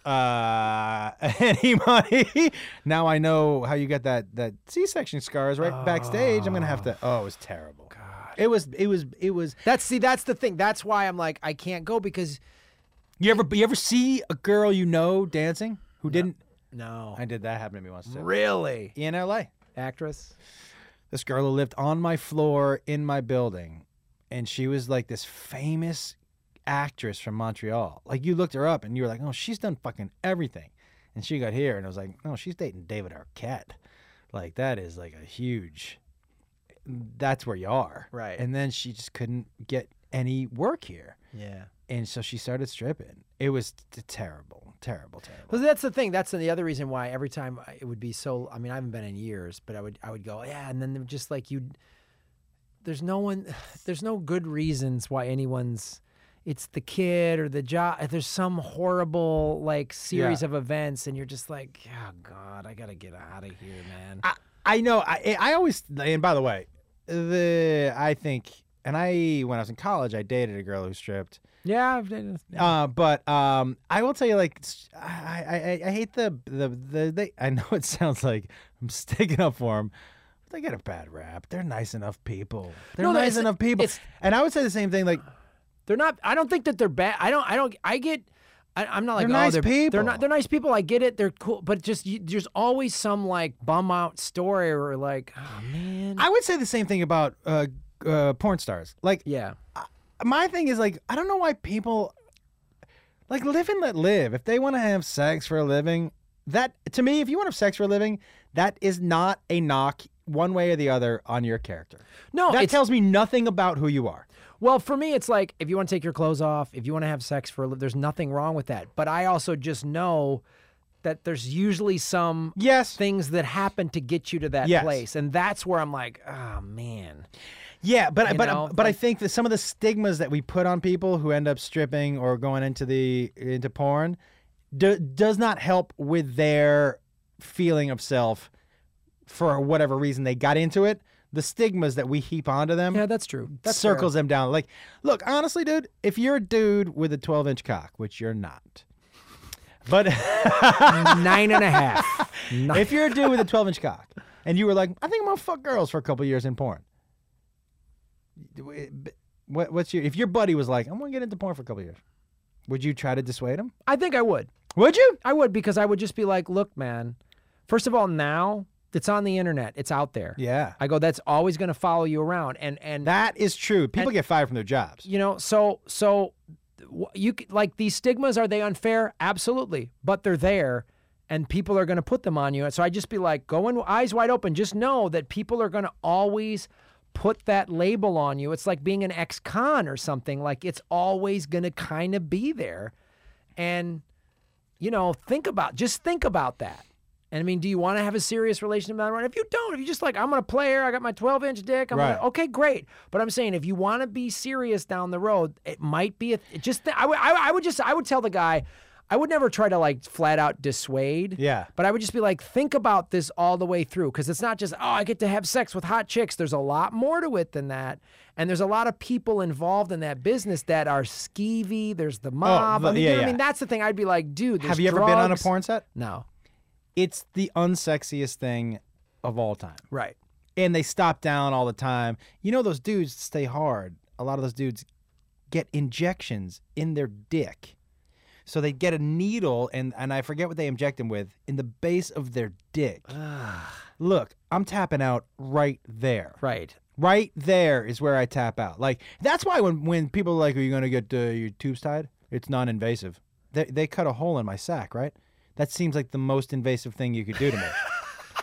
uh [laughs] any money now i know how you got that that c-section scars right backstage i'm gonna have to oh it was terrible it was it was it was
That's see. That's the thing. That's why I'm like I can't go because
you ever you ever see a girl you know dancing who didn't
no.
i did that happen to me once too.
really
in la
actress.
this girl who lived on my floor in my building and she was like this famous actress from montreal like you looked her up and you were like oh she's done fucking everything and she got here and i was like no she's dating david arquette like that is like a huge that's where you are
Right.
and then she just couldn't get any work here
Yeah.
and so she started stripping it was t- terrible terrible terrible
Well, that's the thing. That's the other reason why every time I- it would be so. I mean, I haven't been in years, but I would I would go yeah, and then they're just like you. There's no one. [sighs] There's no good reasons why anyone's. It's the kid or the job. There's some horrible like series of events, and you're just like, oh god, I gotta get out of here, man.
I, I know. I eh, I always and by the way, the I think and I when I was in college, I dated a girl who stripped.
yeah, I've done it.
Uh, but um, I will tell you, like, s- I I, I- I hate the the the. They, I know it [laughs] sounds like I'm sticking up for them. But they get a bad rap. They're nice enough people. They're
No, no,
nice
it's-
enough people.
it's-
And I would say the same thing. Like,
They're not. I don't think that they're bad. I don't. I don't. I get. I, I'm not like
They're
oh,
nice
they're, They're
people.
not. They're nice people. I get it. They're cool. But just you, there's always some like bum out story or like, [sighs] oh man.
I would say the same thing about uh, uh, porn stars. Like,
yeah.
my thing is like I don't know why people like live and let live. If they want to have sex for a living, that to me, if you want to have sex for a living, that is not a knock one way or the other on your character.
No.
That
it's,
tells me nothing about who you are.
well, for me, it's like if you want to take your clothes off, if you want to have sex for a li- there's nothing wrong with that. But I also just know that there's usually some
Yes.
things that happen to get you to that
Yes.
place, and that's where I'm like, oh man.
Yeah, but
You
but
know,
but I
like-
think that some of the stigmas that we put on people who end up stripping or going into the into porn do, does not help with their feeling of self for whatever reason they got into it. The stigmas that we heap onto them
Yeah, that's true. That's fair.
circles them down. Like, look, honestly, dude, if you're a dude with a 12 inch cock, which you're not, but [laughs]
[laughs] nine and a half. Nine-
if you're a dude with a 12 inch cock and you were like, I think I'm gonna fuck girls for a couple years in porn. eh, What, what's your if your buddy was like, I'm gonna get into porn for a couple years, would you try to dissuade him?
I think I would.
Would you?
I would because I would just be like, look, man, first of all, now it's on the internet. It's out there.
Yeah,
I go, that's always gonna follow you around. And and
that is true. People get fired from their jobs.
you know, so so wh- you c- like these stigmas, are they unfair? Absolutely. But they're there and people are gonna put them on you. And so I just be like, go in eyes wide open. Just know that people are gonna always put that label on you. It's like being an ex con or something. Like it's always gonna kinda be there. And you know, think about just think about that. And I mean, do you want to have a serious relationship with that? If you don't, if you just like, I'm gonna play her, I got my 12 inch dick, I'm
Right.
gonna, okay, great. But I'm saying, if you want to be serious down the road, it might be a it just. Th- I would, I, I would just, I would tell the guy, I would never try to like flat out dissuade.
Yeah.
But I would just be like, think about this all the way through, because it's not just, oh, I get to have sex with hot chicks. There's a lot more to it than that, and there's a lot of people involved in that business that are skeevy. There's the mob. I
Oh, the-
mean,
yeah,
you know what
yeah.
I mean, that's the thing. I'd be like, dude,
Have
there's
you ever been on a
drugs.
porn set?
No.
It's the unsexiest thing of all time.
Right.
and they stop down all the time. You know those dudes that stay hard. A lot of those dudes get injections in their dick. So they get a needle and and I forget what they inject him with in the base of their dick. Look, I'm tapping out right there.
Right.
Right there is where I tap out. Like that's why when when people are like, "Are you gonna get uh, your tubes tied?" It's non-invasive. They they cut a hole in my sack, right? That seems like the most invasive thing you could do to
[laughs]
me.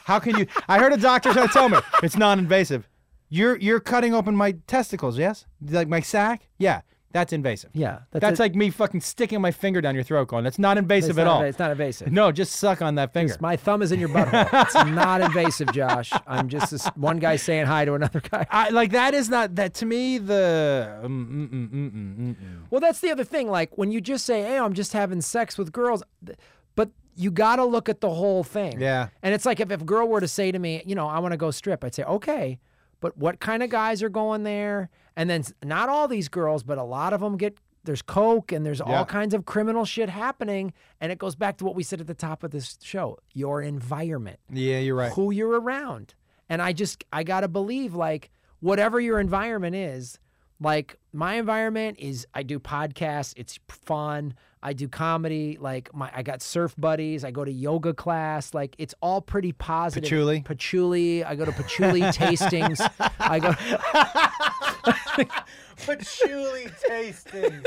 How can you? I heard a doctor try to tell me it's non-invasive. You're you're cutting open my testicles, yes? Like my sack? Yeah, that's invasive.
Yeah. That's,
That's
a,
like me fucking sticking my finger down your throat, going, "That's not invasive
it's
at
not
all."
inva- It's not invasive.
No, just suck on that finger.
My thumb is in your butthole. it's not invasive, Josh. I'm just this one guy saying hi to another guy.
I, like that is not that to me the. Mm, mm, mm, mm, mm, mm.
Well, that's the other thing. Like when you just say, "Hey, I'm just having sex with girls," th- but you got to look at the whole thing.
Yeah.
And it's like if, if a girl were to say to me, you know, I want to go strip, I'd say, okay, but what kind of guys are going there? And then s- not all these girls, but a lot of them get there's coke and there's all kinds of criminal shit happening. And it goes back to what we said at the top of this show: your environment
Yeah, you're right.
who you're around. And I just I gotta believe like whatever your environment is, like my environment is I do podcasts, it's fun. I do comedy, like my I got surf buddies, I go to yoga class, like it's all pretty positive.
Patchouli.
Patchouli. I go to [laughs] patchouli tastings. I [laughs] go
patchouli tasting.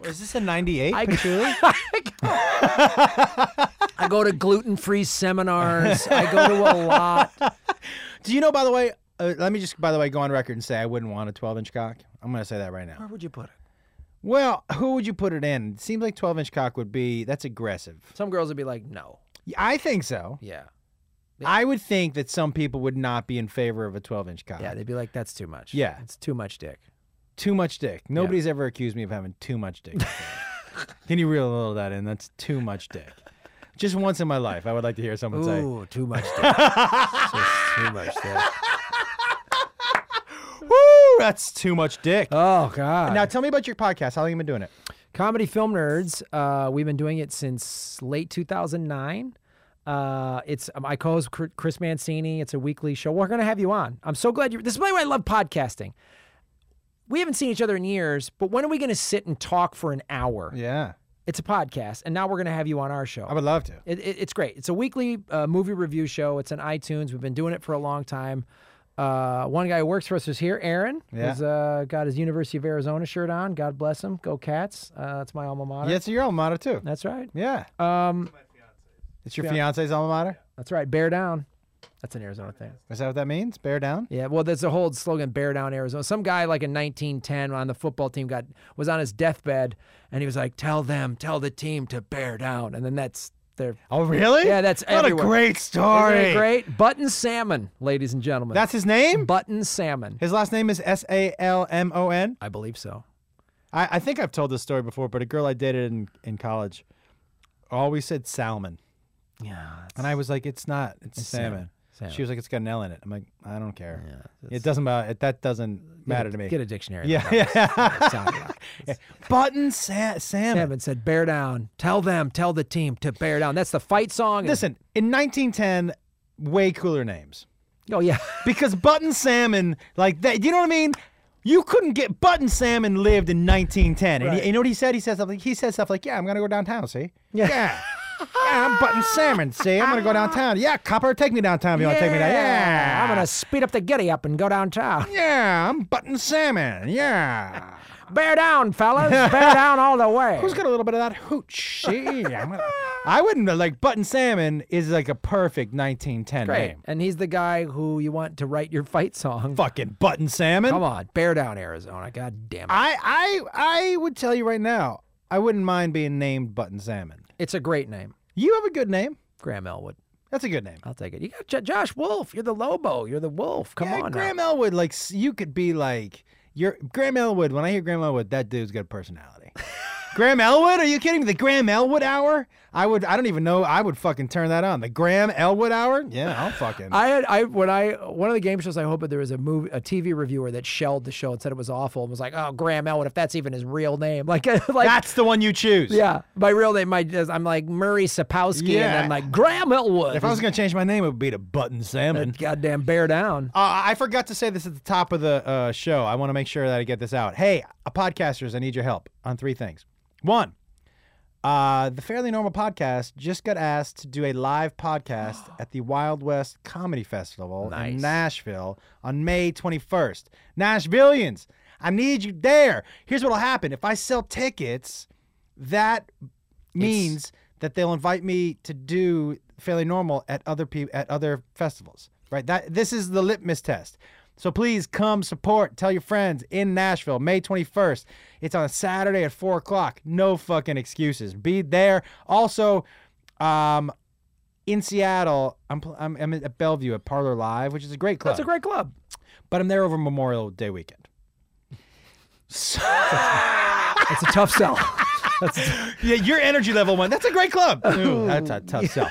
Was this a '98 patchouli?
I go to gluten free seminars. I
[laughs]
go to a lot.
Do you know? By the way, uh, let me just by the way go on record and say I wouldn't want a 12 inch cock. I'm gonna say that right now.
Where would you put it?
Well, who would you put it in? It seems like 12 inch cock would be that's aggressive.
Some girls would be like, no.
I think so.
Yeah.
I would think that some people would not be in favor of a 12 inch cock.
Yeah, they'd be like, that's too much.
Yeah.
It's too much dick.
Too much dick. Nobody's ever accused me of having too much dick.
[laughs]
Can you reel a little of that in? That's too much dick. Just once in my life, I would like to hear someone say,
Ooh, too much dick. Just too much dick.
"Woo, that's too much dick."
Oh God!
now, tell me about your podcast. How long you been doing it?
Comedy Film Nerds. Uh, we've been doing it since late 2009. Uh, it's um, I co-host Cr- Chris Mancini. It's a weekly show. We're going to have you on. I'm so glad you. This is why I love podcasting. We haven't seen each other in years, but when are we going to sit and talk for an hour?
Yeah,
It's a podcast, and now we're going to have you on our show.
I would love to.
It, it, it's great. It's a weekly uh, movie review show. It's on iTunes. We've been doing it for a long time. Uh, one guy who works for us is here, Aaron.
Yeah.
He's uh, got his University of Arizona shirt on. God bless him. Go Cats. Uh, that's my alma mater.
Yeah, it's your alma mater too.
That's right.
Yeah,
Um,
it's your fiance's alma mater.
that's right. Bear down. That's an Arizona thing.
Is that what that means? Bear down.
Yeah, well, there's a whole slogan, "Bear down, Arizona." Some guy like in 1910 on the football team got was on his deathbed, and he was like, "Tell them, tell the team to bear down," and then that's their
Oh, really?
Yeah, that's
what
everywhere.
a great
Isn't
story.
it great button salmon, ladies and gentlemen.
That's his name.
button salmon.
His last name is S A L M O N.
I believe so.
I, I think I've told this story before, but a girl I dated in, in college always said salmon.
Yeah.
And I was like, it's not, it's, salmon.
salmon. Salmon.
She was like, it's got an L in it. I'm like, I don't care. it doesn't matter. It, that doesn't matter to me.
Get a dictionary.
yeah,
Look up
yeah. [laughs]
what salmon is.
Button sa- salmon.
Kevin said, "Bear down. Tell them. Tell the team to bear down." That's the fight song. and-
Listen, in 1910, way cooler names.
oh yeah,
Because button salmon, like that, you know what I mean? You couldn't get button salmon lived in 1910. And, he,
Right.
you know what he said? He said something. He said stuff like, "Yeah, I'm gonna go downtown. See? Yeah, yeah, I'm button salmon. See, I'm gonna go downtown. Yeah, copper, take me downtown if you want to take me down. Yeah,
I'm gonna speed up the giddy up and go downtown.
Yeah, I'm button salmon. Yeah.
Bear
[laughs]
down, fellas. Bear down all the way.
Who's got a little bit of that hooch? See, [laughs] I'm gonna- I wouldn't like button salmon is like a perfect 1910
Great.
name.
And he's the guy who you want to write your fight song.
Fucking button salmon.
Come on, bear down, Arizona. God damn it.
I I I would tell you right now, I wouldn't mind being named Button Salmon.
it's a great name,
You have a good name.
Graham Elwood.
That's a good name.
I'll take it. You got J- Josh Wolf. You're the Lobo. You're the Wolf. Come
Yeah,
on, now.
Graham Elwood, like s- you could be like your Graham Elwood. When I hear Graham Elwood, that dude's got a
[laughs]
personality. Graham Elwood? Are you kidding me? The Graham Elwood Hour? I would. I don't even know. I would fucking turn that on. The Graham Elwood Hour? Yeah, I'll fucking.
I had I when I one of the game shows I hope there was a movie a TV reviewer that shelled the show and said it was awful and was like oh Graham Elwood if that's even his real name [laughs] like uh, like
That's the one you choose.
yeah my real name my I'm like Murray Sapowski and
Yeah.
then like Graham Elwood
If I was gonna change my name, it would be to Button Salmon.
goddamn bear down
Uh, I forgot to say this at the top of the uh, show. I want to make sure that I get this out. Hey, uh, podcasters, I need your help on three things. One, Uh, the Fairly Normal podcast just got asked to do a live podcast at the Wild West Comedy Festival in
Nice.
Nashville on May 21st. Nashvillians, I need you there. Here's what'll happen if I sell tickets, that means that they'll invite me to do Fairly Normal at other peop at other festivals. Right? That this is the litmus test. So please come support. Tell your friends in Nashville, May 21st. It's on a Saturday at four o'clock. No fucking excuses. Be there. Also, um, in Seattle, I'm, pl- I'm I'm at Bellevue at Parlor Live, which is a great club.
That's a
[laughs]
great club.
but I'm there over Memorial Day weekend.
It's a tough sell.
Yeah, your energy level went. That's a great
[laughs]
club. Ooh, that's a tough sell.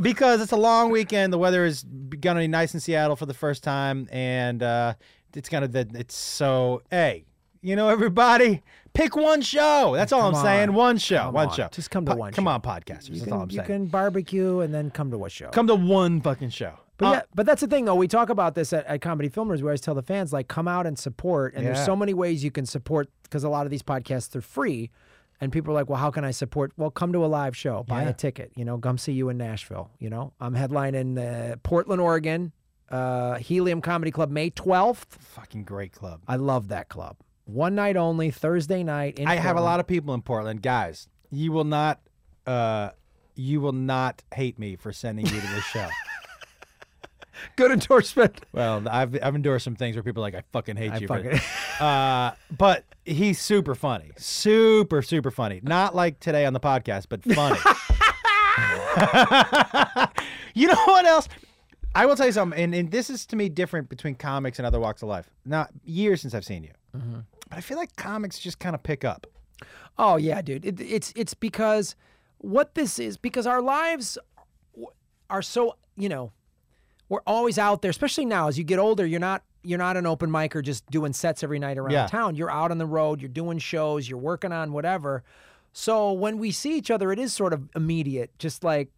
Because it's a long weekend, the weather is gonna be nice in Seattle for the first time, and uh, it's gonna. that- It's so. Hey, you know everybody, pick one show. That's all I'm
Come
saying.
on.
One show.
Come
one
on.
show.
Just come to one
Come
show.
on, podcasters.
You
that's
can,
all I'm
you
saying.
can barbecue and then come to a show.
Come to one fucking show.
But
Uh,
yeah, but that's the thing though. We talk about this at, at Comedy Filmers. We always tell the fans like, come out and support. And
Yeah.
there's so many ways you can support because a lot of these podcasts they're free, and people are like, well, how can I support? Well, come to a live show, buy a ticket. You know, come see you in Nashville. You know, I'm headlining uh, Portland, Oregon, uh, Helium Comedy Club May 12th.
fucking great club.
I love that club. One night only, Thursday night. In
I have a
Portland.
lot of people in Portland, guys. You will not, uh, you will not hate me for sending you to this show. [laughs]
good endorsement.
Well, I've I've endorsed some things where people are like I fucking hate you. for
fucking- [laughs]
this." uh, but he's super funny, super super funny. Not like today on the podcast, but
[laughs]
funny. [laughs] you know what else? I will tell you something, and, and this is to me different between comics and other walks of life. Now, years since I've seen you,
Mm-hmm.
but I feel like comics just kind of pick up.
Oh yeah, dude. It, it's it's because what this is because our lives w- are so you know we're always out there, especially now as you get older. You're not you're not an open micer just doing sets every night around
Yeah.
town. You're out on the road. You're doing shows. You're working on whatever. So when we see each other, it is sort of immediate. Just like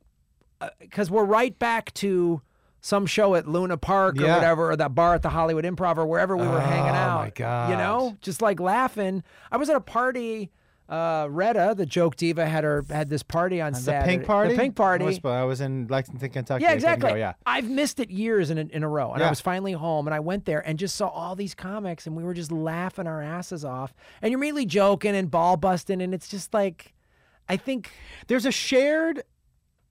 because we're right back to some show at Luna Park or
Yeah.
whatever, or that bar at the Hollywood Improv or wherever we were hanging out.
Oh, my God.
You know, just like laughing. I was at a party. Uh, Retta, the joke diva, had her had this party on
The
Saturday.
pink party.
The pink party.
I was, I was in Lexington, Kentucky. I
Yeah,
couldn't
exactly.
go, yeah.
I've missed it years in a, in a row, and
Yeah.
I was finally home, and I went there and just saw all these comics, and we were just laughing our asses off, and you're immediately joking and ball busting, and it's just like, I think
there's a shared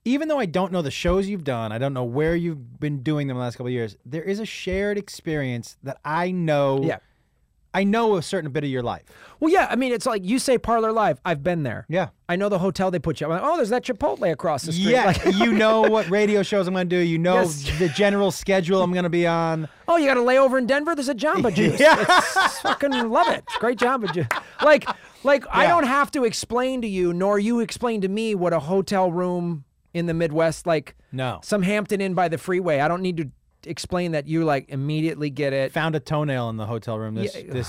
even though I don't know the shows you've done, I don't know where you've been doing them the last couple of years, there is a shared experience that I know
Yeah.
I know a certain bit of your life.
Well, yeah, I mean, it's like you say Parlor Live. I've been there.
Yeah.
I know the hotel they put you. I'm like, oh, there's that Chipotle across the street.
Yeah.
Like,
you know what radio shows I'm gonna do, you know
Yes.
the general schedule I'm gonna be on.
oh, you got to lay over in Denver. There's a Jamba
[laughs]
Juice.
Yeah.
It's fucking love it. It's great Jamba Juice. Like, like I
Yeah.
don't have to explain to you, nor you explain to me what a hotel room in the Midwest, like
No.
some Hampton Inn by the freeway. I don't need to explain that you like immediately get it.
Found a toenail in the hotel room. This
[sighs]
this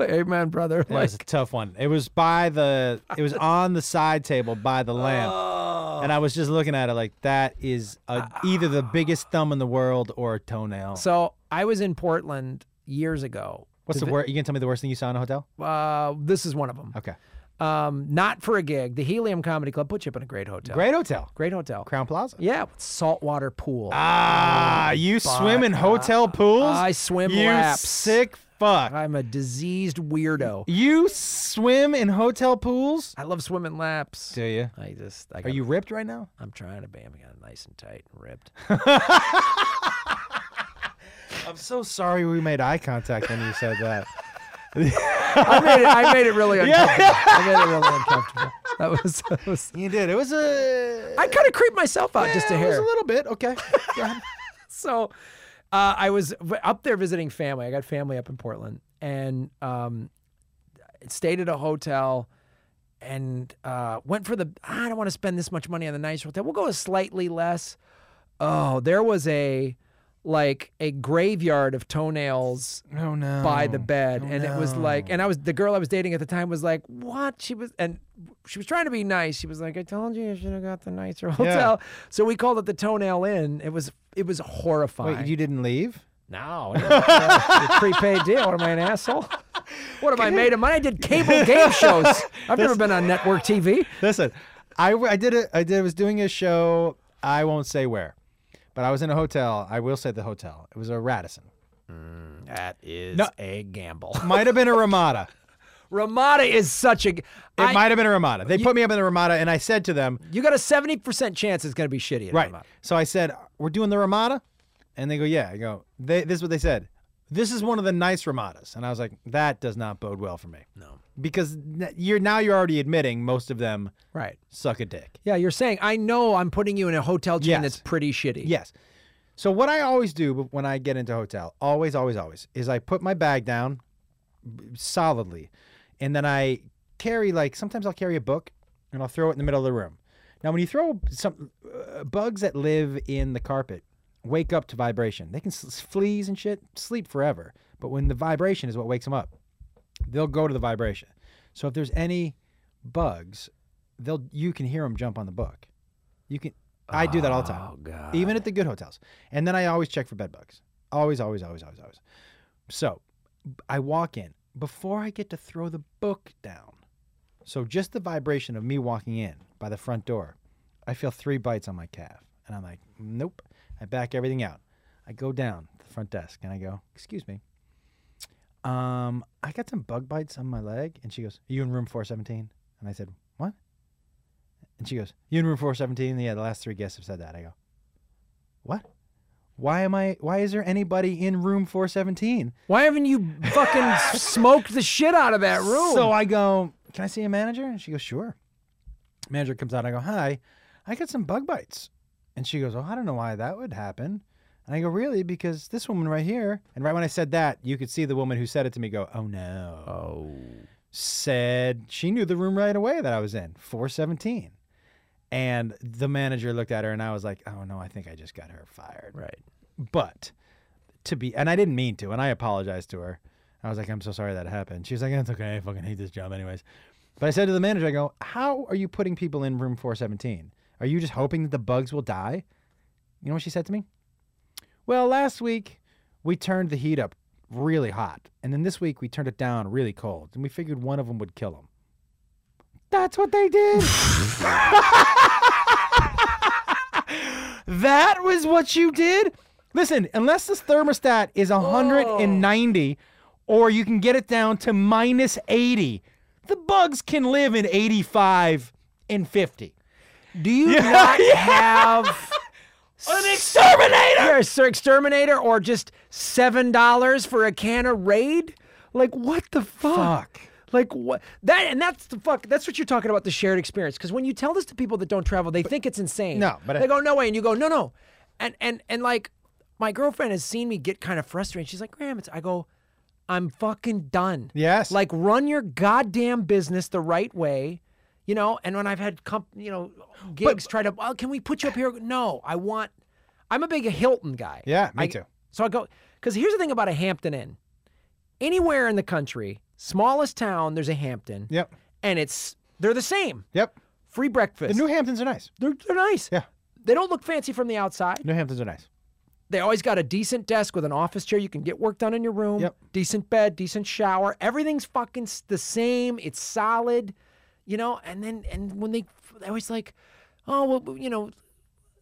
Amen, brother.
that was a tough one. It was by the it was on the side table by the lamp.
Oh.
And I was just looking at it like that is a, either the biggest thumb in the world or a toenail.
so I was in Portland years ago.
What's the worst? You gonna tell me the worst thing you saw in a hotel?
Uh, this is one of them.
Okay.
um, not for a gig. The Helium Comedy Club put you up in a great hotel.
Great hotel.
Great hotel.
Crown Plaza.
Yeah, with saltwater pool.
Ah, you swim in hotel pools?
I swim
you
laps.
sick fuck.
I'm a diseased weirdo.
you swim in hotel pools?
I love swimming laps.
Do you?
I just, I
Are
got,
you ripped right now?
I'm trying to be. I'm getting nice and tight and ripped.
I'm so sorry we made eye contact when you said that.
[laughs] I made it. I made it [laughs] really uncomfortable. I made it really uncomfortable. [laughs] That was. That was
[laughs] You did. It was a
I kind of creeped myself out just a
Yeah, It was
hair.
a little bit. Okay. Go ahead.
[laughs] so uh, I was v- up there visiting family. I got family up in Portland and um, stayed at a hotel and uh, went for the. I don't want to spend this much money on the nice hotel. We'll go a slightly less. Oh, there was a like a graveyard of toenails
[laughs] Oh no. Oh,
by the bed and it was like and i was the girl i was dating at the time was like what she was and she was trying to be nice she was like i told you you should have got the nicer hotel so we called it the toenail inn it was it was horrifying
Wait, you didn't leave?
[laughs] No, it's a prepaid deal. What am I an asshole? What have I made of money? I
[laughs]
did cable game shows. I've never been on network TV.
Listen, I, w- I did a, I did, was doing a show. I won't say where, but I was in a hotel. I will say the hotel. It was a Radisson.
That is a gamble.
Might have been a Ramada.
Ramada is such a. g-
It
I-
might have been a Ramada. They put me up in the Ramada, and I said to them,
you got a seventy percent chance it's going to be shitty. At
Right.
Ramada.
So I said, "We're doing the Ramada," and they go, "Yeah." I go, they, "This is what they said. This is one of the nice Ramadas," and I was like, "That does not bode well for me."
No.
because n- you're now you're already admitting most of them
Right.
suck a dick.
Yeah, you're saying I know I'm putting you in a hotel chain
Yes.
that's pretty shitty.
Yes. So what I always do b- when I get into a hotel, always, always, always, is I put my bag down b- solidly, and then I carry like sometimes I'll carry a book and I'll throw it in the middle of the room. Now, when you throw some uh, bugs that live in the carpet, wake up to vibration. They can s- fleas and shit sleep forever, but when the vibration is what wakes them up, they'll go to the vibration. So if there's any bugs, they'll you can hear them jump on the book. You can. I do that all the time
Oh god.
even at the good hotels. And then I always check for bed bugs. Always, always, always, always, always. So b- I walk in before I get to throw the book down. So just the vibration of me walking in by the front door, I feel three bites on my calf, and I'm like, nope. I back everything out. I go down to the front desk and I go, excuse me. Um, I got some bug bites on my leg, and she goes, "Are you in room 417?" And I said, "What?" And she goes, "You in room 417?" Yeah, the last three guests have said that. I go, what? Why am I? Why is there anybody in room 417?
Why haven't you fucking [laughs] smoked the shit out of that room?
So I go, can I see a manager? And she goes, sure. Manager comes out. I go, hi, I got some bug bites. And she goes, oh, I don't know why that would happen. And I go, really? Because this woman right here. And right when I said that, you could see the woman who said it to me go, oh no.
oh.
said she knew the room right away that I was in, 417. And the manager looked at her and I was like, oh no, I think I just got her fired.
Right.
But to be, and I didn't mean to, and I apologized to her. I was like, I'm so sorry that happened. She was like, it's okay. I fucking hate this job, anyways. But I said to the manager, I go, how are you putting people in room 417? Are you just hoping that the bugs will die? You know what she said to me? Well, last week we turned the heat up really hot, and then this week we turned it down really cold, and we figured one of them would kill them. That's what they did. that was what you did. Listen, unless this thermostat is Oh. 190 or you can get it down to minus 80, the bugs can live in 85 and 50.
Do you not have
[laughs] An exterminator!
you're a Sir exterminator or just seven dollars for a can of Raid? Like what the fuck?
Fuck.
Like what that and that's the fuck that's what you're talking about the shared experience because when you tell this to people that don't travel they think it's insane.
No, but I-
they go no way and you go no no, and and and like my girlfriend has seen me get kind of frustrated. She's like Graham, it's I go. I'm fucking done.
[laughs] Yes.
Like run your goddamn business the right way, you know. And when I've had comp, you know, gigs try to, oh, can we put you up here? No, I want. I'm a big Hilton guy.
Yeah, me
I-
too.
So I go because here's the thing about a Hampton Inn. Anywhere in the country, smallest town, there's a Hampton.
Yep.
And it's they're the same.
Yep.
Free breakfast.
The New Hamptons are nice.
they're, they're nice.
Yeah.
They don't look fancy from the outside.
New Hamptons are nice.
They always got a decent desk with an office chair. You can get work done in your room.
Yep.
Decent bed, decent shower. Everything's fucking s- the same. It's solid, you know. And then and when they, they always like, oh well, you know,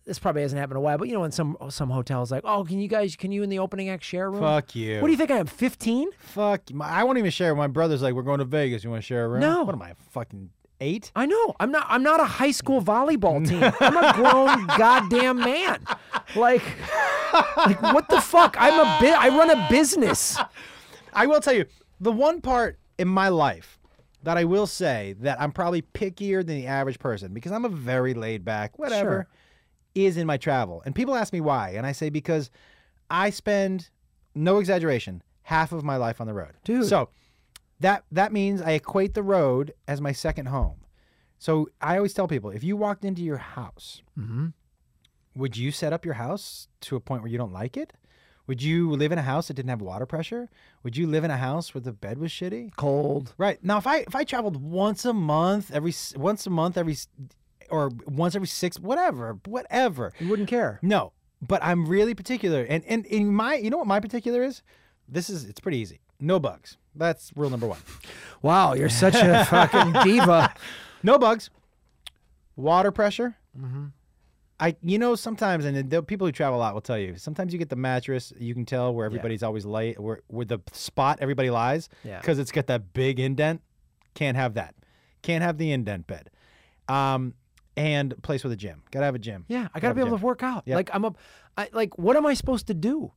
this probably hasn't happened in a while. But you know, in some some hotels, like, oh, can you guys, can you in the opening act share a room?
Fuck you.
What do you think I am? Fifteen?
Fuck. My, I won't even share. My brother's like, we're going to Vegas. You want to share a room?
No.
What am I, fucking eight?
I know. I'm not. I'm not a high school [laughs] volleyball team. I'm a grown goddamn man. Like, like what the fuck? I'm a bit. I run a business.
I will tell you the one part in my life that I will say that I'm probably pickier than the average person because I'm a very laid back, whatever,
Sure.
is in my travel. And people ask me why. And I say, because I spend, no exaggeration, half of my life on the road.
Dude.
So that, that means I equate the road as my second home. So I always tell people if you walked into your house, would you set up your house to a point where you don't like it? Would you live in a house that didn't have water pressure? Would you live in a house where the bed was shitty?
Cold.
Right now, if I if I traveled once a month, every s- once a month, every s- or once every six, whatever, whatever.
You wouldn't care.
No, but I'm really particular. And and in my, you know what my particular is? This is it's pretty easy. No bugs. That's rule number one.
Wow, you're such [laughs] a fucking diva.
No bugs. Water pressure.
Mm-hmm.
I you know sometimes and the people who travel a lot will tell you sometimes you get the mattress you can tell where everybody's always late where where the spot everybody lies
Yeah.
because it's got that big indent. Can't have that. Can't have the indent bed. Um, and place with a gym. Gotta have a gym.
Yeah, I gotta be able to work out. Like I'm a, I like what am I supposed to do?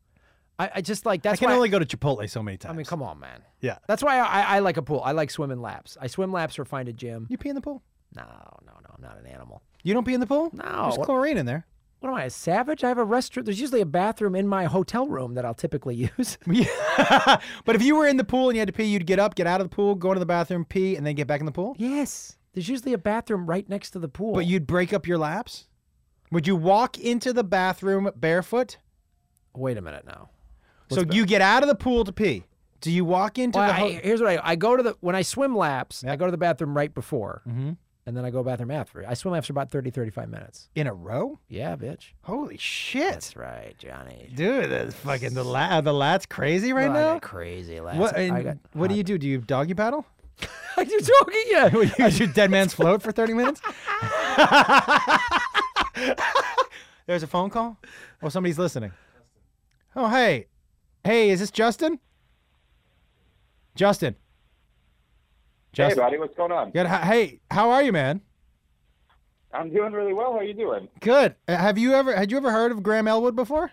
I, I just like
I
that's
can
why
only go to Chipotle so many times.
I mean come on man.
yeah.
That's why I, I like a pool. I like swimming laps. I swim laps or find a gym.
You pee in the pool?
No, no, no, I'm not an animal.
You don't pee in the pool?
No,
There's
what-
chlorine in there. [laughs]
What am I, a savage? I have a restroom. There's usually a bathroom in my hotel room that I'll typically [laughs] use.
Yeah. but if you were in the pool and you had to pee, you'd get up, get out of the pool, go into the bathroom, pee, and then get back in the pool.
yes. There's usually a bathroom right next to the pool.
But you'd break up your laps. Would you walk into the bathroom barefoot?
wait a minute now.
so you get out of the pool to pee. Do you walk into
Well,
the?
I- e-
ho-
here's what I I go to the when I swim laps, I go to the bathroom right before.
Mm-hmm.
And then I go bathroom after. I swim laps for about 30, 35 minutes.
in a row?
Yeah, bitch.
Holy shit,
That's right, Johnny.
dude! That's fucking the la- are the lats crazy right
I
now.
got crazy last.
what?
I
and
got.
what do you do? Do you doggy paddle?
[laughs] Are you talking?
[laughs]
[laughs] Yeah.
You do dead man's float for thirty [laughs] minutes. There's a phone call. Oh, somebody's listening. Oh, hey, hey, is this Justin? Justin.
Hey,
Justin.
buddy, what's going on?
Good. Hi- Hey, how are you, man?
I'm doing really well. How you doing?
Good. Uh, Have you ever had you ever heard of Graham Elwood before?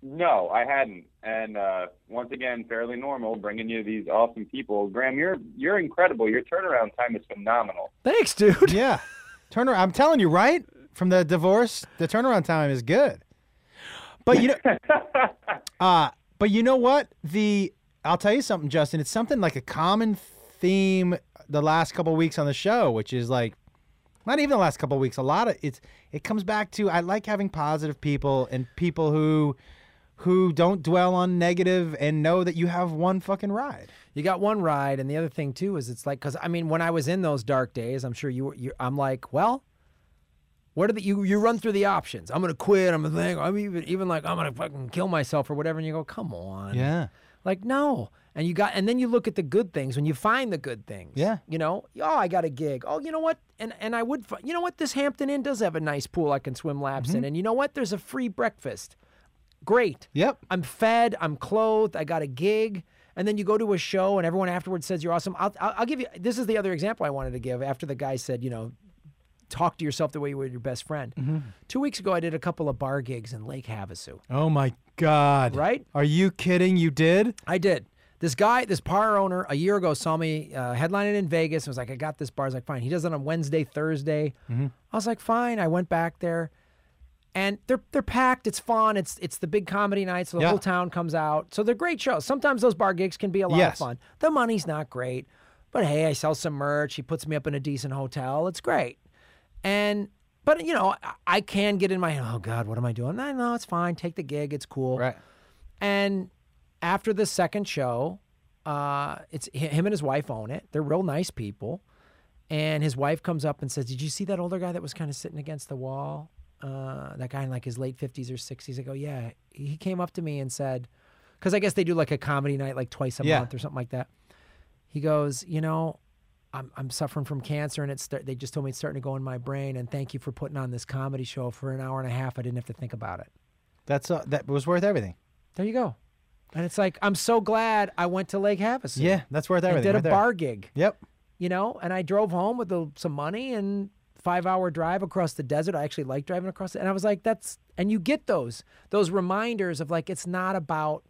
No, I hadn't. And uh, once again, fairly normal, bringing you these awesome people. Graham, you're you're incredible. Your turnaround time is phenomenal.
Thanks,
[laughs]
dude.
Yeah. Turnaround. I'm telling you, right from the divorce, the turnaround time is good. But you know, uh, but you know what? The I'll tell you something, Justin. It's something like a common theme the last couple weeks on the show, which is like not even the last couple weeks. A lot of it's it comes back to I like having positive people and people who who don't dwell on negative and know that you have one fucking ride.
You got one ride, and the other thing too is it's like because I mean when I was in those dark days, I'm sure you were. You, I'm like, well, what are the you you run through the options? I'm gonna quit. I'm gonna think. I'm even even like I'm gonna fucking kill myself or whatever. And you go, come on.
Yeah.
Like no. And you got and then you look at the good things when you find the good things.
Yeah.
You know, oh, I got a gig. Oh, you know what? And and I would. fi- You know what? This Hampton Inn does have a nice pool I can swim laps in. And you know what? There's a free breakfast. Great.
Yep.
I'm fed, I'm clothed, I got a gig. And then you go to a show and everyone afterwards says you're awesome. I'll, I'll, I'll give you this is the other example I wanted to give after the guy said, you know, talk to yourself the way you would your best friend. Two weeks ago, I did a couple of bar gigs in Lake Havasu,
Oh my god.
right?
Are you kidding? You did?
I did. This guy, this bar owner, a year ago saw me uh, headlining in Vegas and was like, I got this bar. I was like, fine. He does it on Wednesday, Thursday.
Mm-hmm.
I was like, fine. I went back there. And they're they're packed. It's fun. It's it's the big comedy night, so the
Yeah.
whole town comes out. So they're great shows. Sometimes those bar gigs can be a lot of
Yes.
fun. The money's not great, but hey, I sell some merch. He puts me up in a decent hotel. It's great. And but you know, I, I can get in my oh god, what am I doing? No, no, it's fine. Take the gig. It's cool.
Right.
And after the second show, uh, it's hi- him and his wife own it. They're real nice people. And his wife comes up and says, "Did you see that older guy that was kind of sitting against the wall? Uh, that guy in like his late fifties or 60s? I go, "Yeah." He came up to me and said, "Because I guess they do like a comedy night like twice a
Yeah.
month or something like that." He goes, "You know." I'm, I'm suffering from cancer and it's start, they just told me it's starting to go in my brain and thank you for putting on this comedy show for an hour and a half I didn't have to think about it.
That's uh, that was worth everything.
There you go. And it's like, I'm so glad I went to Lake Havasu.
Yeah, that's worth
I
everything.
did
right
a
there.
bar gig,
Yep.
you know, and I drove home with a, some money and five hour drive across the desert. I actually like driving across it. And I was like, that's, and you get those, those reminders of like, it's not about,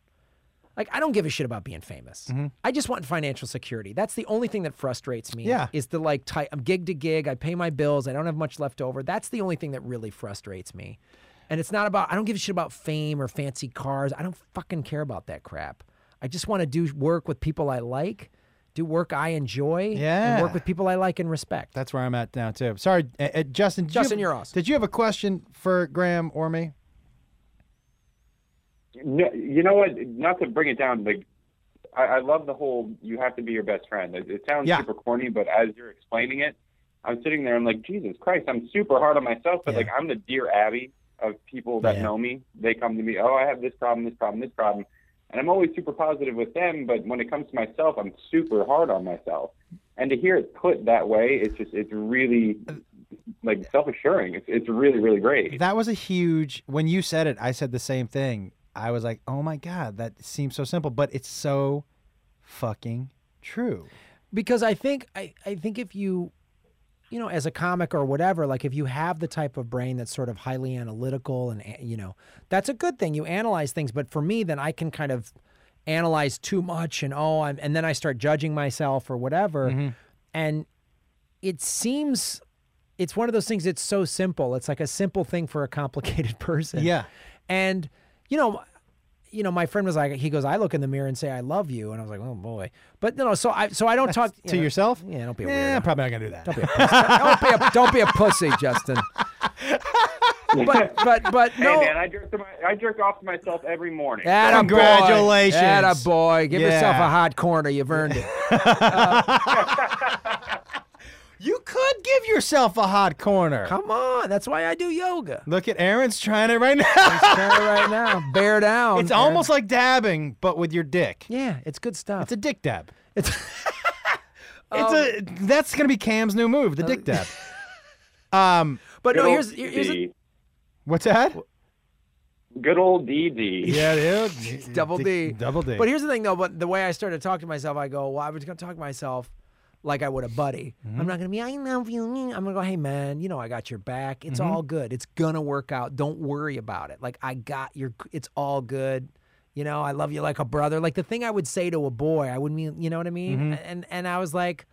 like, I don't give a shit about being famous. I just want financial security. That's the only thing that frustrates me
Yeah.
is the like, tight, I'm gig to gig. I pay my bills. I don't have much left over. That's the only thing that really frustrates me. And it's not about, I don't give a shit about fame or fancy cars. I don't fucking care about that crap. I just want to do work with people I like, do work I enjoy, and work
Yeah.
with people I like and respect.
That's where I'm at now too. Sorry, uh, uh, Justin. Did
Justin,
you
you're awesome.
Did you have a question for Graham or me?
No, you know what? Not to bring it down, like I, I love the whole "you have to be your best friend." It, it sounds
Yeah.
super corny, but as you're explaining it, I'm sitting there. I'm like, Jesus Christ! I'm super hard on myself, but like I'm the dear Abby of people that
Yeah.
know me. They come to me, oh, I have this problem, this problem, this problem. And I'm always super positive with them, but when it comes to myself, I'm super hard on myself. And to hear it put that way, it's just, it's really like self assuring. It's, it's really, really great.
That was a huge. When you said it, I said the same thing. I was like, "Oh my god, that seems so simple, but it's so fucking true."
because I think I, I think if you you know as a comic or whatever like if you have the type of brain that's sort of highly analytical and a- you know that's a good thing you analyze things but for me then I can kind of analyze too much and oh I'm and then I start judging myself or whatever
Mm-hmm.
and it seems it's one of those things it's so simple it's like a simple thing for a complicated [laughs] person
Yeah.
and you know you know, my friend was like, he goes, I look in the mirror and say, I love you. And I was like, oh boy. But no, no, so I, so I don't talk you
to
know,
yourself?
Yeah, don't be a
Yeah,
weirdo.
probably not gonna do that.
[laughs] don't, be a, don't be a pussy, Justin. but, but, but
Hey
no.
man, I jerk, to my, I jerk off to myself every morning.
Atta boy.
Congratulations.
Atta boy. Give yourself
Yeah.
a hot corner. You've
[laughs]
earned it.
You could give yourself a hot corner.
Come on. That's why I do yoga.
Look at Aaron's trying it right now.
Try it right now. Bear down.
it's
man.
almost like dabbing, but with your dick.
Yeah, it's good stuff.
It's a dick dab.
It's, [laughs] Um,
It's a that's gonna be Cam's new move,
uh,
the
[laughs]
dick dab. um,
but
Good
no,
old
here's, here- here's a
DD.
what's that?
Good old
[laughs]
DD.
Yeah, dude.
double D.
Double D.
But here's the thing, though. But the way I started talking to myself, I go, "Well, I was gonna talk to myself like I would a buddy. I'm
Mm-hmm.
not gonna be, I love you. mm." I'm gonna go, hey man, you know, I got your back. It's
Mm-hmm.
all good. It's gonna work out. Don't worry about it. Like I got your. It's all good. You know, I love you like a brother. Like the thing I would say to a boy, I wouldn't mean. You know what I mean?
Mm-hmm.
And and I was like,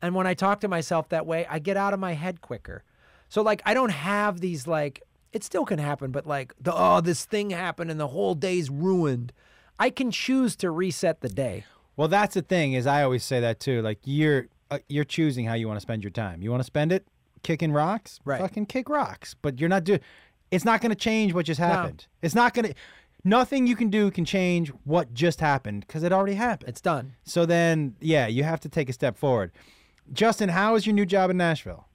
and when I talk to myself that way, I get out of my head quicker. So like I don't have these like it still can happen, but like the oh this thing happened and the whole day's ruined. I can choose to reset the day.
Well, that's the thing is I always say that too. Like you're uh, you're choosing how you want to spend your time. You want to spend it kicking rocks,
Right.
Fucking kick rocks. But you're not doing. It's not going to change what just happened. It's not going to. Nothing you can do can change what just happened because it already happened.
It's done.
so then, yeah, you have to take a step forward. Justin, how is your new job in Nashville?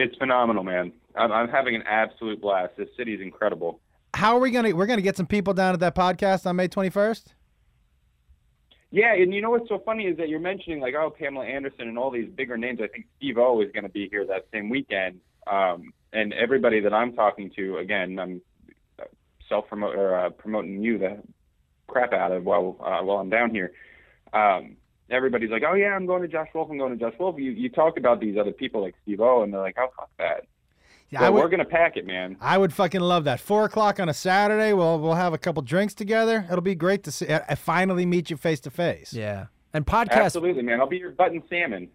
It's phenomenal, man. I'm, I'm having an absolute blast. This city's incredible.
How are we gonna? We're gonna get some people down at that podcast on May twenty first.
Yeah, and you know what's so funny is that you're mentioning like oh Pamela Anderson and all these bigger names. I think Steve O is going to be here that same weekend, um, and everybody that I'm talking to again, I'm self promote or uh, promoting you the crap out of while uh, while I'm down here. Um, everybody's like, oh yeah, I'm going to Josh Wolf. I'm going to Josh Wolf. You you talk about these other people like Steve O, and they're like, oh fuck that.
Yeah,
So
I would.
we're gonna pack it, man.
I would fucking love that. Four o'clock on a Saturday. We'll we'll have a couple drinks together. It'll be great to see. I, I finally meet you face to face.
Yeah. And podcast
Absolutely, man. I'll be your button salmon.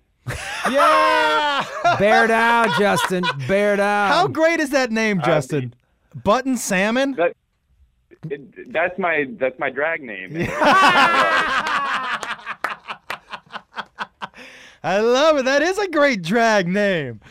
Yeah.
bear down,
[laughs]
Justin. Bear down.
How great is that name, Justin? Button salmon.
That, it, that's my that's my
[laughs]
drag name.
I love it. That is a great drag name.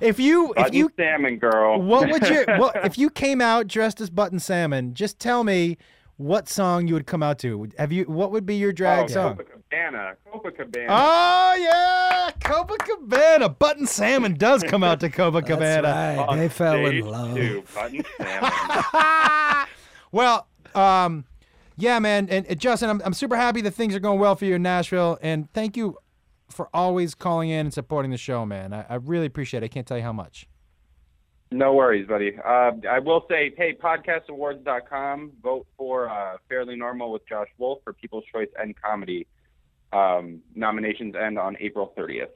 If you if
Button
you
salmon girl.
what would you what if you came out dressed as Button Salmon? Just tell me what song you would come out to. Have you what would be your drag song?
Oh, Copacabana. Copacabana.
Oh yeah, Copacabana. Button Salmon does come [laughs] out to Copacabana.
That's right.
On
They fell in
stage
love.
Two, button salmon. [laughs]
[laughs] Well, um, yeah, man, and, and Justin, I'm, I'm super happy that things are going well for you in Nashville, and thank you for always calling in and supporting the show, man. I, I really appreciate it. I can't tell you how much.
no worries, buddy. Uh, I will say, hey, podcastawards.com, vote for uh, Fairly Normal with Josh Wolf for People's Choice and Comedy. Um, nominations end on April 30th.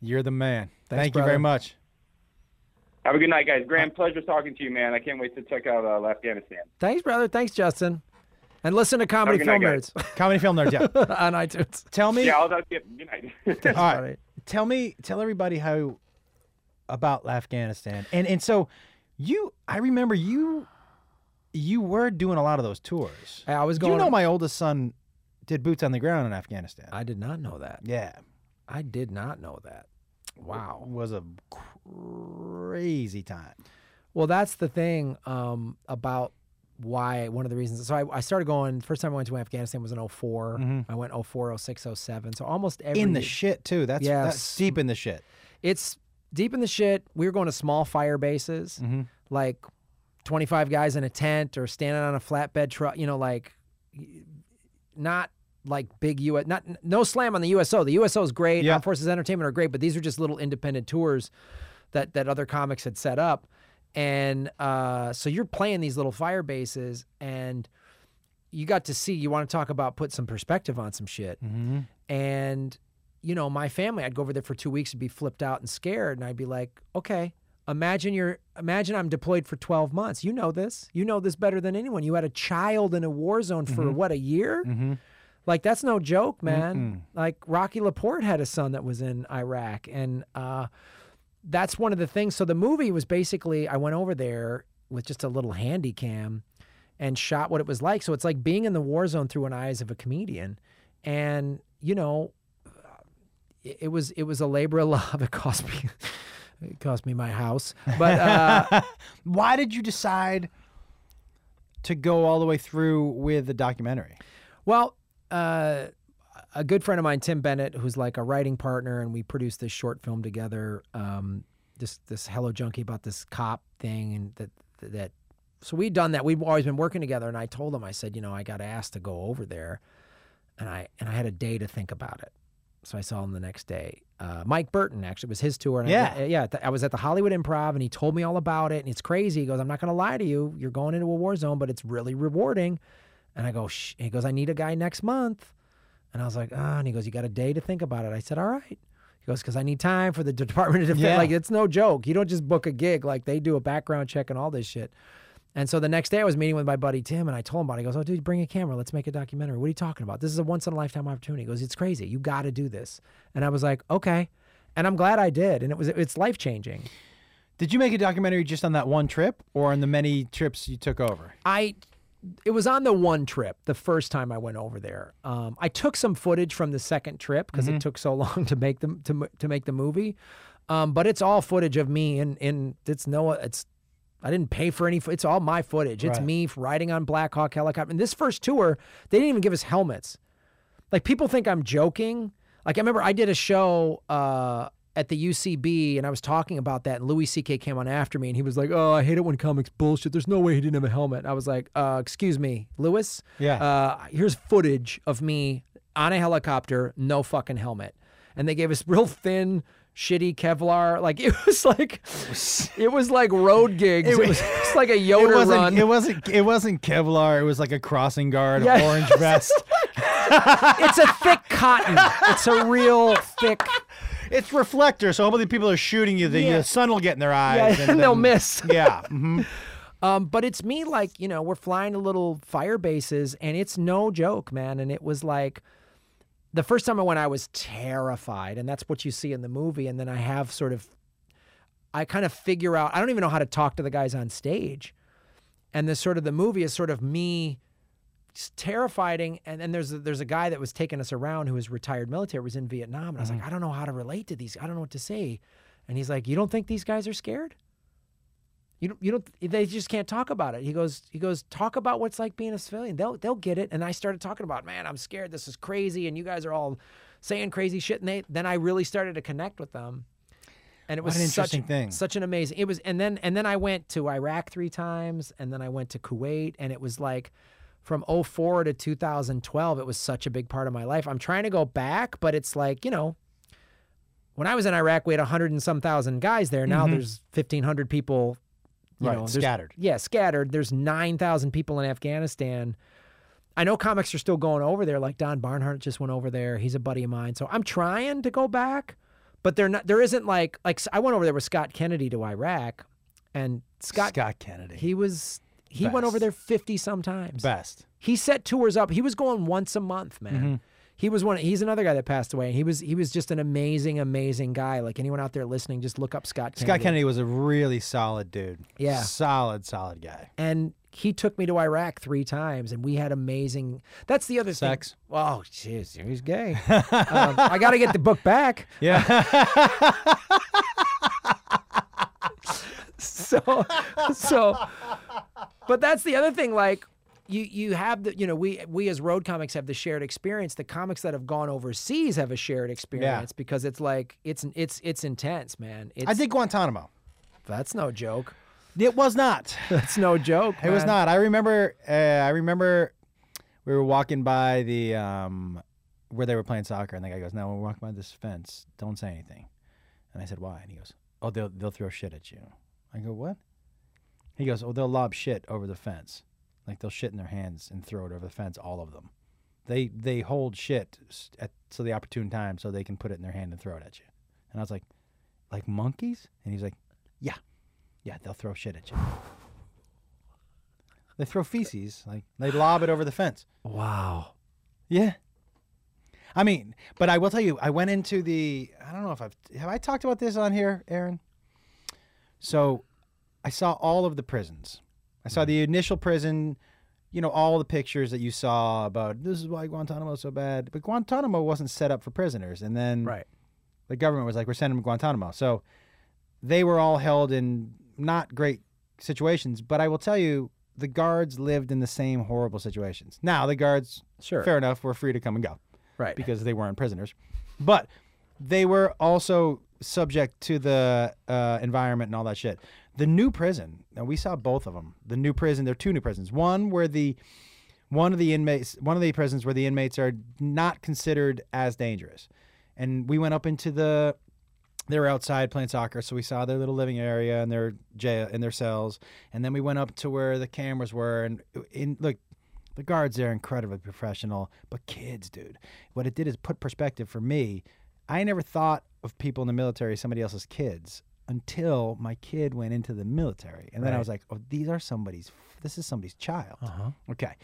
You're the man.
Thanks,
thank you
brother.
very much.
Have a good night, guys. Grand pleasure talking to you, man. I can't wait to check out uh, Afghanistan.
Thanks, brother. Thanks, Justin. And listen to Comedy
Have a
Film
good night,
Nerds
Comedy film nerd. [laughs] Yeah.
[laughs] on iTunes.
tell me.
Yeah, I'll talk to you. Good night. [laughs]
all right.
Sorry.
Tell me. Tell everybody how about Afghanistan, and and so you. I remember you. You were doing a lot of those tours.
Hey, I was going
You know, my oldest son did boots on the ground in Afghanistan.
I did not know that.
yeah.
I did not know that. Wow.
was a crazy time.
Well, that's the thing um, about why one of the reasons. So I, I started going, first time I went to Afghanistan was in 4 I went 04, 06, 07. So almost every
Mm-hmm. In the shit too. That's
Yes.
that's deep in the shit.
Mm-hmm. it's deep in the shit. We were going to small fire bases, like 25 guys in a tent or standing on a flatbed truck, you know, like not like big US, not no slam on the USO. The USO is great.
Yeah.
Armed Forces Entertainment are great, but these are just little independent tours that that other comics had set up, and uh, so you're playing these little fire bases, and you got to see. You want to talk about put some perspective on some shit, and you know my family. I'd go over there for two weeks and be flipped out and scared, and I'd be like, okay. Imagine you're imagine I'm deployed for 12 months. You know this. You know this better than anyone. You had a child in a war zone for what a year? Like that's no joke, man. Like Rocky Laporte had a son that was in Iraq, and uh, that's one of the things. So the movie was basically I went over there with just a little handy cam and shot what it was like. So it's like being in the war zone through an eyes of a comedian, and you know, it, it was it was a labor of [laughs] love. It cost me. It cost me my house, but uh,
[laughs] Why did you decide to go all the way through with the documentary?
Well, uh, a good friend of mine, Tim Bennett, who's like a writing partner, and we produced this short film together. Um, this this Hello Junkie about this cop thing, and that that. So we'd done that. We'd always been working together, and I told him, I said, you know, I got asked to go over there, and I and I had a day to think about it. So I saw him the next day. Uh, Mike Burton actually it was his tour. And
Yeah.
I, yeah. th- I was at the Hollywood Improv, and he told me all about it. And it's crazy. He goes, I'm not going to lie to you. You're going into a war zone, but it's really rewarding. And I go, Shh. he goes, I need a guy next month. And I was like, ah. And he goes, you got a day to think about it. I said, all right. He goes, because I need time for the [laughs] Department of Defense.
Yeah.
Like, it's no joke. You don't just book a gig. Like, they do a background check and all this shit. And so the next day I was meeting with my buddy Tim and I told him about it. He goes, oh, dude, bring a camera. Let's make a documentary. What are you talking about? This is a once in a lifetime opportunity. He goes, it's crazy. You got to do this. And I was like, okay. And I'm glad I did. And it was, it's life changing.
Did you make a documentary just on that one trip or on the many trips you took over?
I it was on the one trip the first time I went over there. Um, I took some footage from the second trip because it took so [laughs] long to make them to m- to make the movie. Um, but it's all footage of me and and it's no it's I didn't pay for any. fo- It's all my footage. It's me riding on Black Hawk helicopter. And this first tour, they didn't even give us helmets. Like people think I'm joking. Like I remember I did a show uh, at the UCB and I was talking about that, and Louis C.K. came on after me and he was like, "Oh, I hate it when comics bullshit. There's no way he didn't have a helmet." I was like, uh, "Excuse me, Louis.
Yeah.
Uh, here's footage of me on a helicopter, no fucking helmet." And they gave us real thin, shitty Kevlar. Like it [laughs]
[laughs]
was like, it was like road gigs. It was, it's like a Yoder
it wasn't.
run.
It wasn't. It wasn't Kevlar. It was like a crossing guard,
Yeah.
an
[laughs]
orange vest.
it's a thick cotton. It's a real
[laughs]
thick.
it's reflector, so hopefully people are shooting you. The uh, sun will get in their eyes,
[laughs] and they'll
then-
miss.
[laughs] Yeah, mhm.
Um, but it's me, like, you know, we're flying to little fire bases and it's no joke, man. And it was like the first time I went, I was terrified. And that's what you see in the movie. And then I have sort of, I kind of figure out, I don't even know how to talk to the guys on stage. And the sort of the movie is sort of me just terrified. And then there's a, there's a guy that was taking us around who was retired military, was in Vietnam. And I was
Mm-hmm.
like, I don't know how to relate to these. I don't know what to say. And he's like, You don't think these guys are scared? You don't, you don't they just can't talk about it. He goes he goes talk about what's like being a civilian. They'll they'll get it. And I started talking about, man, I'm scared. This is crazy and you guys are all saying crazy shit and they then I really started to connect with them. And it was
an
such,
interesting thing.
such an amazing. It was and then and then I went to Iraq 3 times and then I went to Kuwait and it was like from 04 to 2012 it was such a big part of my life. I'm trying to go back, but it's like, you know, when I was in Iraq, we had a hundred and some thousand guys there. Now there's fifteen hundred people. You
Mm-hmm. Right,
know, there's-
scattered.
Yeah, scattered. There's nine thousand people in Afghanistan. I know comics are still going over there. Like Don Barnhart just went over there. He's a buddy of mine, so I'm trying to go back, but they're not. There isn't like like I went over there with Scott Kennedy to Iraq, and Scott,
Scott Kennedy,
he was he went over
Best.
there fifty sometimes.
best.
He set tours up. He was going once a month, man.
Mm-hmm.
He was one. He's another guy that passed away, and he was he was just an amazing, amazing guy. Like anyone out there listening, just look up Scott. Kennedy.
Scott Kennedy was a really solid dude.
Yeah.
solid, solid guy.
and he took me to Iraq three times, and we had amazing. That's the other
Sex.
thing. Oh, jeez,
[laughs]
he's gay. um, I got to get the book back.
Yeah,
so so but that's the other thing like you you have the you know we we as road comics have the shared experience the comics that have gone overseas have a shared experience because [laughs] it's like it's it's it's intense man it's
I did Guantanamo.
that's no joke
It was
[laughs]
not.
That's no joke.
It was not. I remember. Uh, I remember we were walking by the um, where they were playing soccer, and the guy goes, "No, we're walking by this fence. Don't say anything." And I said, "Why?" And he goes, "Oh, they'll they'll throw shit at you." I go, "What?" He goes, "Oh, they'll lob shit over the fence. Like they'll shit in their hands and throw it over the fence. All of them. They they hold shit s- at so the opportune time so they can put it in their hand and throw it at you." And I was like, "Like monkeys?" And he's like, "Yeah, yeah, they'll throw shit at you." They throw feces, like they lob it over the fence.
Wow.
Yeah. I mean, but I will tell you, I went into the. I don't know if I've have I talked about this on here, Aaron. So, I saw all of the prisons. I saw the initial prison. You know all the pictures that you saw about this is why Guantanamo is so bad, but Guantanamo wasn't set up for prisoners. And then
Right.
the government was like, "We're sending them to Guantanamo." So, they were all held in not great situations. But I will tell you, the guards lived in the same horrible situations. Now the guards
Sure.
fair enough, were free to come and go
Right.
because they weren't prisoners. But they were also subject to the uh, environment and all that shit. The new prison, and we saw both of them. The new prison, there are two new prisons. One where the one of the inmates, one of the prisons where the inmates are not considered as dangerous. And we went up into the they were outside playing soccer, so we saw their little living area and their jail in their cells. And then we went up to where the cameras were, and in look, the guards there are incredibly professional, but kids, dude. What it did is put perspective for me. I never thought of people in the military as somebody else's kids until my kid went into the military, and then I was like, oh, these are somebody's. This is somebody's child. Okay.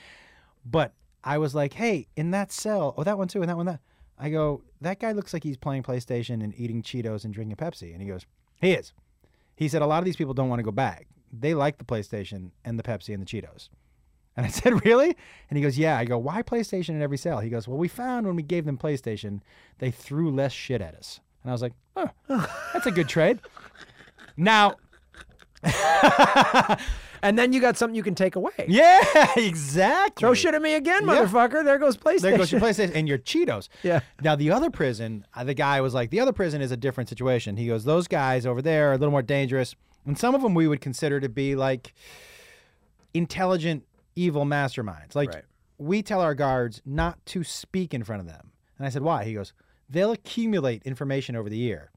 But I was like, hey, in that cell, oh, that one too, and that one, that. I go, that guy looks like he's playing PlayStation and eating Cheetos and drinking Pepsi. And he goes, he is. He said, a lot of these people don't want to go back. They like the PlayStation and the Pepsi and the Cheetos. And I [laughs] said, really? And he goes, yeah. I go, why PlayStation in every cell? He goes, well, we found when we gave them PlayStation, they threw less shit at us. And I was like, huh, that's a good trade. Now,
And then you got something you can take away.
yeah, [laughs] exactly.
Throw shit at me again, motherfucker. There goes PlayStation.
There goes your PlayStation and your Cheetos.
[laughs] Yeah.
Now the other prison, uh, the guy was like, the other prison is a different situation. He goes, those guys over there are a little more dangerous, and some of them we would consider to be like intelligent evil masterminds. Like
Right.
we tell our guards not to speak in front of them, and I said, why? He goes, they'll accumulate information over the year.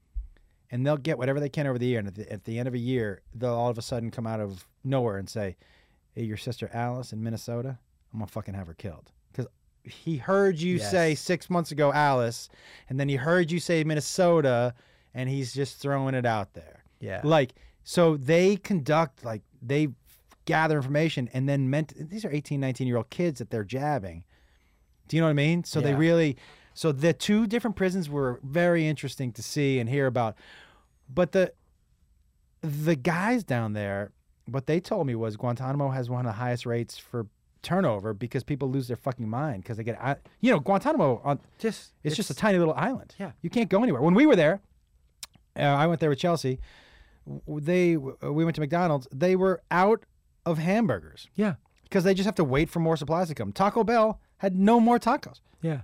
And they'll get whatever they can over the year. And at the, at the end of a year, they'll all of a sudden come out of nowhere and say, hey, Your sister Alice in Minnesota, I'm going to fucking have her killed. Because he heard you
Yes.
say six months ago Alice, and then he heard you say Minnesota, and he's just throwing it out there.
[laughs] Yeah.
Like, so they conduct, like, they gather information and then meant, these are 18, 19 year old kids that they're jabbing. Do you know what I mean? So they
Yeah.
really, so the two different prisons were very interesting to see and hear about. But the, the guys down there, what they told me was Guantanamo has one of the highest rates for turnover because people lose their fucking mind because they get, out- you know, Guantanamo on
Just
it's, just a tiny little island.
Yeah.
you can't go anywhere. When we were there, uh, I went there with Chelsea. w- They uh, we went to McDonald's. They were out of hamburgers
yeah.
because they just have to wait for more supplies to come. Taco Bell had no more tacos.
Yeah.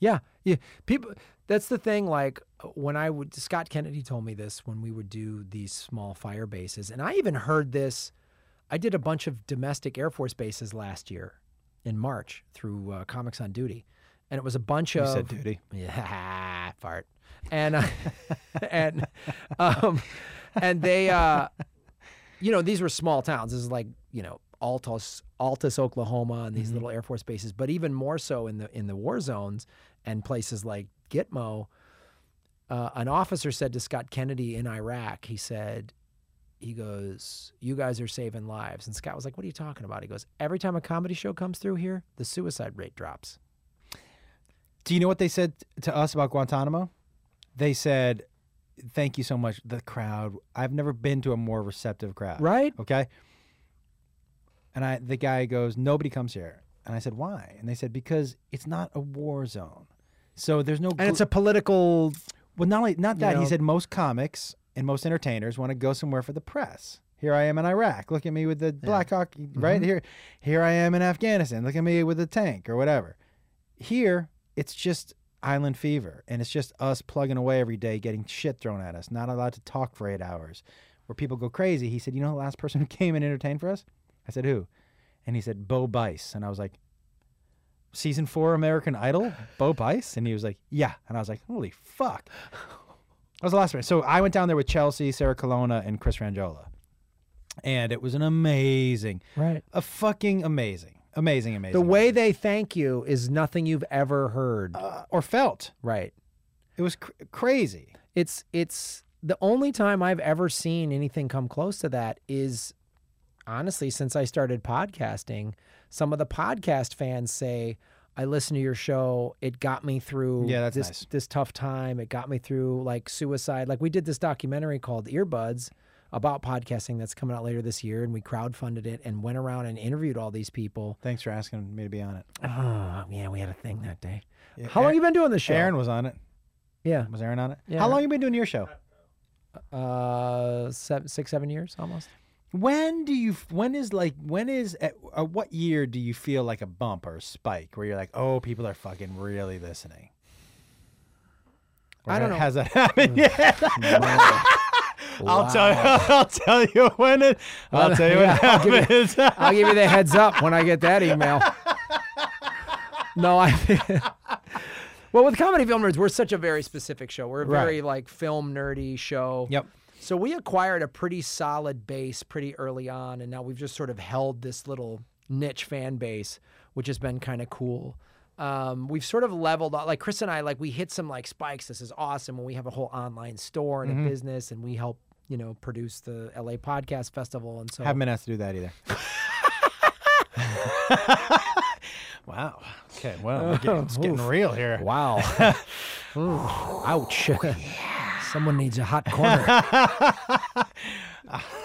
Yeah. Yeah. People that's the thing like uh, when I would Scott Kennedy told me this when we would do these small fire bases and I even heard this I did a bunch of domestic air force bases last year in March through uh, Comics on Duty and it was a bunch of
said duty.
Yeah, [laughs] fart. And [laughs] uh, and um and they uh you know, these were small towns. This is like, you know, Altus, Altus, Oklahoma, and these little air force bases. But even more so in the in the war zones and places like Gitmo, uh, an officer said to Scott Kennedy in Iraq, he said, he goes, "You guys are saving lives." And Scott was like, "What are you talking about?" He goes, "Every time a comedy show comes through here, the suicide rate drops."
Do you know what they said to us about Guantanamo? They said, "Thank you so much." The crowd. I've never been to a more receptive crowd.
Right?
Okay. And I, the guy goes, nobody comes here. And I said, why? And they said, because it's not a war zone. So there's no.
And it's a political
well, not only not
you
that he
know-
said most comics and most entertainers want to go somewhere for the press. Here I am in Iraq. Look at me with the Black Hawk right here. Here I am in Afghanistan. Look at me with a tank or whatever. Here it's just island fever, and it's just us plugging away every day, getting shit thrown at us, not allowed to talk for eight hours. where people go crazy. He said, You know the last person who came and entertained for us? I said, Who? And he said, Bo Bice. And I was like, Season four American Idol? Bo Bice? And he was like, Yeah. And I was like, Holy fuck. That was the last one. So I went down there with Chelsea, Sarah Colonna, and Chris Rangiola. And it was an amazing,
Right.
a fucking amazing, amazing, amazing.
The way they thank you is nothing you've ever heard.
uh, or felt.
right.
It was cr- crazy.
It's it's the only time I've ever seen anything come close to that is honestly since I started podcasting, some of the podcast fans say I listened to your show. It got me through
Yeah, that's
this
nice.
this tough time. It got me through like suicide. Like we did this documentary called Earbuds about podcasting that's coming out later this year and we crowdfunded it and went around and interviewed all these people.
Thanks for asking me to be on it.
Oh, yeah, we had a thing that day.
Yeah,
How long you been doing the show?
Aaron was on it.
Yeah.
Was Aaron on it?
Yeah.
How long you been doing your show?
Uh, seven, six, seven years almost.
When do you? When is like? When is? At, uh, what year do you feel like a bump or a spike where you're like, oh, people are fucking really listening?
I don't know.
Has that [laughs] happened yet? I'll tell you. I'll tell you when it. I'll
Well,
tell you
yeah,
what
I'll give you- [laughs]
happens.
I'll give you the heads up when I get that email. No, I. [laughs] well, with comedy film nerds, we're such a very specific show. We're a very like film nerdy show.
Yep.
So we acquired a pretty solid base pretty early on, and now we've just sort of held this little niche fan base, which has been kind of cool. Um, we've sort of leveled up. Like Chris and I, like we hit some like spikes. This is awesome when we have a whole online store and a business, and we help you know produce the LA Podcast Festival, and so
Haven't been asked to do that either. [laughs] wow. Okay. Well, we're getting, it's getting real here.
Wow. [laughs] Ooh, Ouch. Someone needs a [laughs] hot corner.
[laughs]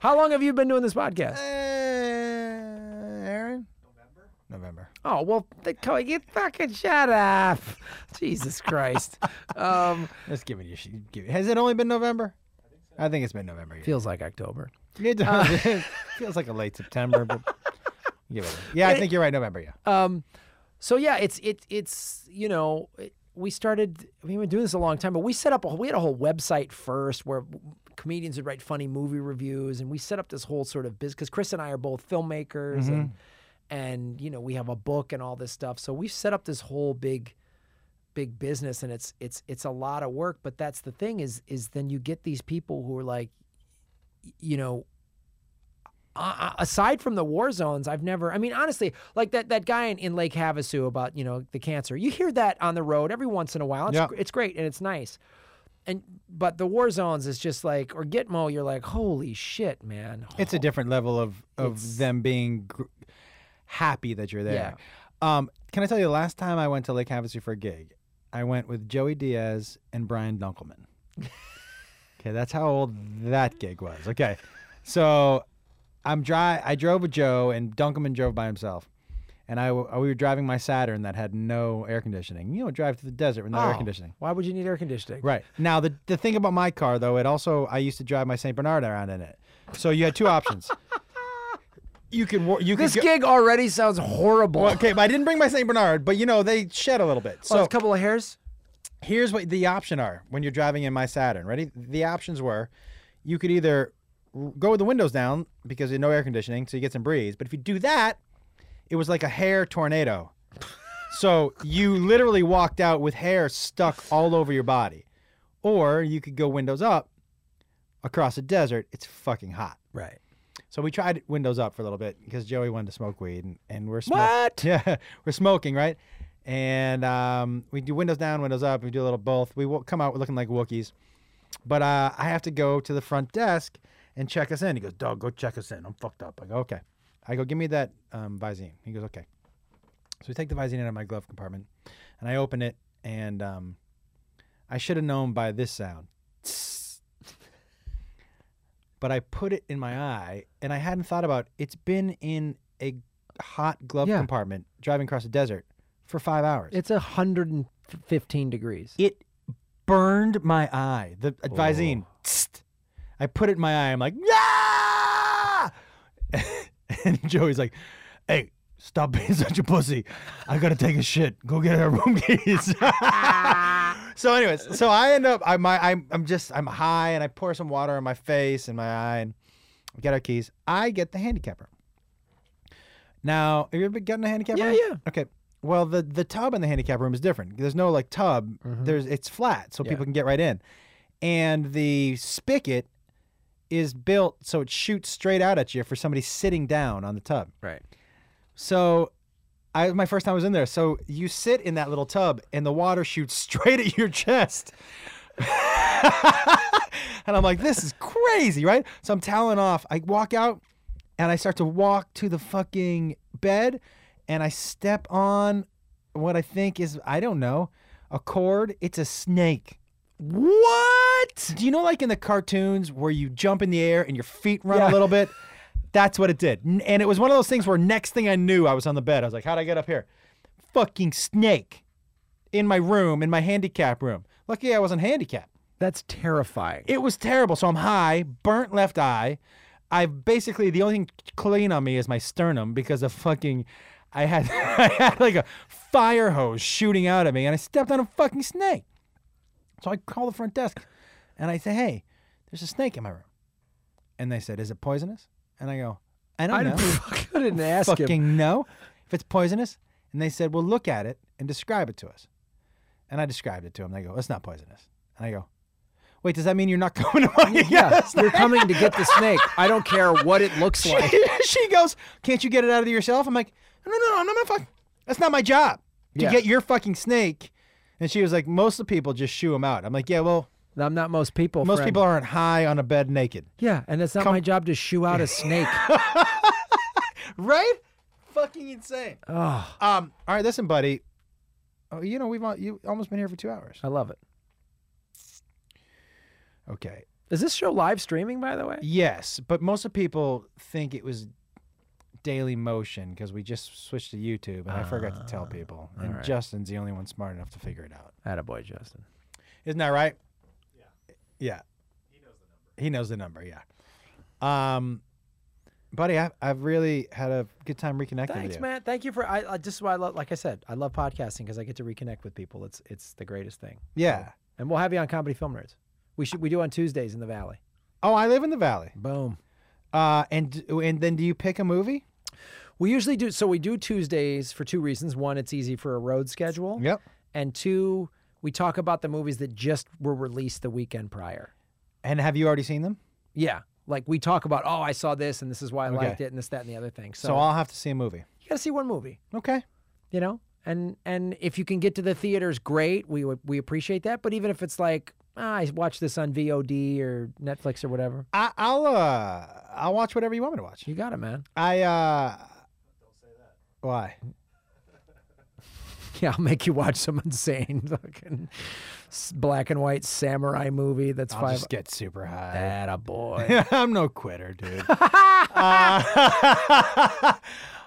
How long have you been doing this podcast?
Uh, Aaron? November. November.
Oh, well, they call you fucking shut up. Jesus [laughs] Christ. Um,
Let's give it. a sh- Give it. Has it only been November? I think it's been November. Yeah.
feels like October.
[laughs] It does. It feels like a late September, but give it. a- Yeah, I think you're right. November. Yeah.
Um, so yeah, it's it it's you know it, we started we've been doing this a long time, but we set up a we had a whole website first where comedians would write funny movie reviews, and we set up this whole sort of business because Chris and I are both filmmakers, and and you know we have a book and all this stuff, so we set up this whole big big business and it's it's it's a lot of work but that's the thing is is then you get these people who are like you know uh, aside from the war zones i've never i mean honestly like that that guy in, in lake havasu about you know the cancer you hear that on the road every once in a while it's,
Yeah.
gr- it's great and it's nice and but the war zones is just like or gitmo you're like holy shit man
It's a different level of of
It's-
them being gr- happy that you're there. Um, can I tell you? the Last time I went to Lake Havasu for a gig, I went with Joey Diaz and Brian
[laughs]
Dunkelman. okay, that's how old that gig was. Okay, so I'm dry. I drove with Joe, and Dunkelman drove by himself. And I, w- we were driving my Saturn that had no air conditioning. You don't drive to the desert with no air
Oh,
conditioning.
why would you need air conditioning
Right. Now the the thing about my car though, it also I used to drive my Saint Bernard around in it. So you had two
[laughs]
options. You could wor- you could
this
go-
gig already sounds horrible
Well, [laughs] okay, but I didn't bring my Saint Bernard, but you know they shed a little bit.
oh,
So
it's a couple of hairs
here's what the option are when you're driving in my Saturn. Ready? The options were, you could either r- go with the windows down because there's no air conditioning, so you get some breeze. But if you do that, it was like a hair tornado. so you literally walked out with hair stuck all over your body, or you could go windows up across a desert. It's fucking hot.
right
So we tried windows up for a little bit because Joey wanted to smoke weed, and, and we're smoking. [laughs]
What?
Yeah, we're smoking, right? And um, we do windows down, windows up. We do a little both. We will come out looking like Wookiees. But uh, I have to go to the front desk and check us in. He goes, "Dog, go check us in. I'm fucked up." I go, "Okay." I go, "Give me that um, Visine." He goes, "Okay." So we take the Visine out of my glove compartment, and I open it, and um, I should have known by this sound. But I put it in my eye, and I hadn't thought about it's been in a hot glove
Yeah.
compartment driving across the desert for five hours.
It's a 115 degrees.
it burned my eye. The uh, Visine. Tst. I put it in my eye. I'm like, yeah. [laughs] and Joey's like, hey, [laughs] stop being such a pussy. I gotta take a shit. Go get our room keys. [laughs] So, anyways, so I end up, I my, I'm, I'm just, I'm high, and I pour some water on my face and my eye, and we get our keys. I get the handicapper. Now, have you ever gotten a handicap
Yeah,
room?
yeah.
Okay. Well, the the tub in the handicap room is different. There's no like tub.
Mm-hmm.
There's it's flat, so people can get right in. And the spigot is built so it shoots straight out at you for somebody sitting down on the tub.
Right.
So I my first time I was in there. So you sit in that little tub and the water shoots [laughs] straight at your chest. [laughs] and I'm like, this is crazy, right? So I'm toweling off. I walk out and I start to walk to the fucking bed and I step on what I think is I don't know, a cord. It's a snake.
What?
Do you know, like in the cartoons where you jump in the air and your feet run
Yeah.
a little bit? That's what it did. N- And it was one of those things where next thing I knew, I was on the bed. I was like, how'd I get up here? Fucking snake in my room, in my handicap room. Lucky I wasn't handicapped.
That's terrifying.
It was terrible. So I'm high, burnt left eye. I basically, the only thing clean on me is my sternum because of fucking. I had, [laughs] I had like a fire hose shooting out at me and I stepped on a fucking snake. So I call the front desk and I say, hey, there's a snake in my room. And they said, is it poisonous? And I go, I don't
[laughs] I
know.
didn't ask him.
fucking know if it's poisonous. And they said, well, look at it and describe it to us. And I described it to them. They go, it's not poisonous. And I go, wait, does that mean you're not [laughs] coming to my
Yeah,
house? [laughs]
you're coming to get the snake. I don't care what it looks like.
she, she goes, "Can't you get it out of yourself?" I'm like, "No, no, no, I'm not gonna fuck. That's not my job to
Yeah.
get your fucking snake." And she was like, "Most of the people just shoo them out." I'm like, "Yeah, well,
I'm not most people.
most
friend.
people aren't high on a bed naked,
Yeah, and it's not my job to shoo out
[laughs]
a snake.
right?" Fucking insane.
oh,
Um, all right, listen, buddy. Oh, you know we've al- you almost been here for two hours.
I love it.
Okay.
Is this show live streaming, by the way?
Yes, but most of people think it was Daily Motion because we just switched to YouTube, and I forgot to tell people. And
Ah, right.
Justin's the only one smart enough to figure it out.
Attaboy, Justin.
Isn't that right? Yeah. Yeah. He knows the number. He knows the number. Yeah. Um, buddy, I, I've really had a good time reconnecting with
Thanks,
you.
man. Thank you for. I, I just why I love. Like I said, I love podcasting because I get to reconnect with people. It's it's the greatest thing.
Yeah.
And we'll have you on Comedy Film Nerds. We should we do on Tuesdays in the Valley.
Oh, I live in the valley.
Boom.
Uh, and and then do you pick a movie?
We usually do so. We do Tuesdays for two reasons. One, it's easy for a road schedule.
Yep.
And two, we talk about the movies that just were released the weekend prior.
And have you already seen them?
Yeah. Like we talk about, oh, I saw this and this is why I liked
Okay.
it and this, that, and the other thing. So,
So I'll have to see a movie.
you gotta see one movie,
Okay.
you know? And and if you can get to the theaters, great. We would- we appreciate that. But even if it's like, ah, I watched this on VOD or Netflix or whatever,
I, I'll uh I'll watch whatever you want me to watch.
you got it, man. [laughs]
I uh. Why?
Yeah, I'll make you watch some [laughs] insane fucking s- black and white samurai movie that's
I'll
five.
just get super high.
That a boy.
[laughs]
[laughs]
I'm no quitter, [laughs] dude. uh,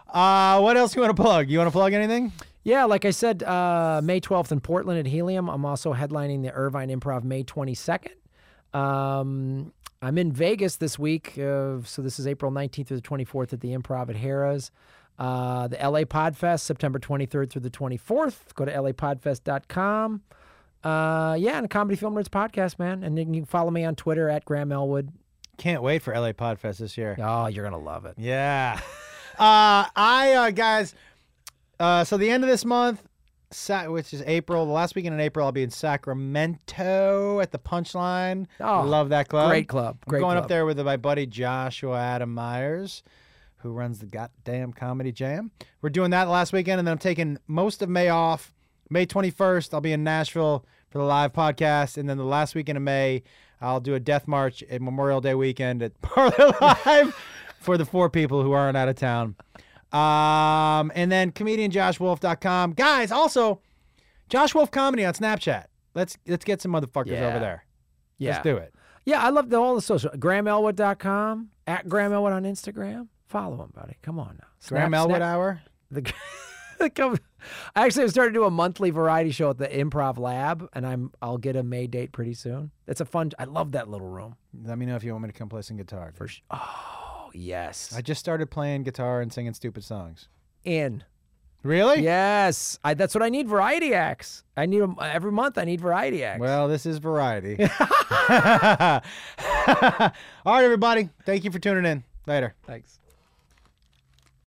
[laughs] uh, what else you want to plug? You want to plug anything?
Yeah, like I said, uh, May 12th in Portland at Helium. I'm also headlining the Irvine Improv May 22nd. Um, I'm in Vegas this week. Uh, so this is April 19th through the 24th at the Improv at Harrah's. Uh, the LA Podfest, September 23rd through the 24th. Go to lapodfest.com. Uh, yeah, and a Comedy Film Nerds podcast, man. And then you can follow me on Twitter at Graham Elwood.
Can't wait for LA Podfest this year.
Oh, you're going to love it.
Yeah. Uh, I, uh, guys, uh, so the end of this month, Sa- which is April, the last weekend in April, I'll be in Sacramento at the Punchline.
Oh,
Love that club.
Great club.
I'm
Great
going
club.
up there with my buddy Joshua Adam Myers, who runs the goddamn Comedy Jam. We're doing that last weekend, and then I'm taking most of May off. May 21st, I'll be in Nashville for the live podcast, and then the last weekend of May, I'll do a death march at Memorial Day weekend at [laughs] Parlor Live for the four people who aren't out of town. Um, and then comedianjoshwolf.com. Guys, also Josh Wolf Comedy on Snapchat. Let's let's get some motherfuckers
Yeah.
over there.
Yeah.
Let's do it.
Yeah, I love the, all the social. GrahamElwood.com, at Graham Elwood on Instagram. Follow him, buddy. Come on now. Snap-
Graham Elwood
snap-
Hour.
the- [laughs] the com- I actually am starting to do a monthly variety show at the Improv Lab, and I'm I'll get a May date pretty soon. It's a fun. I love that little room.
Let me know if you want me to come play some guitar. For sure.
Oh yes,
I just started playing guitar and singing stupid songs.
in
Really?
Yes, I, that's what I need. Variety acts. I need 'em- every month. I need variety acts.
Well, this is variety. [laughs] All right, everybody. Thank you for tuning in. Later.
Thanks.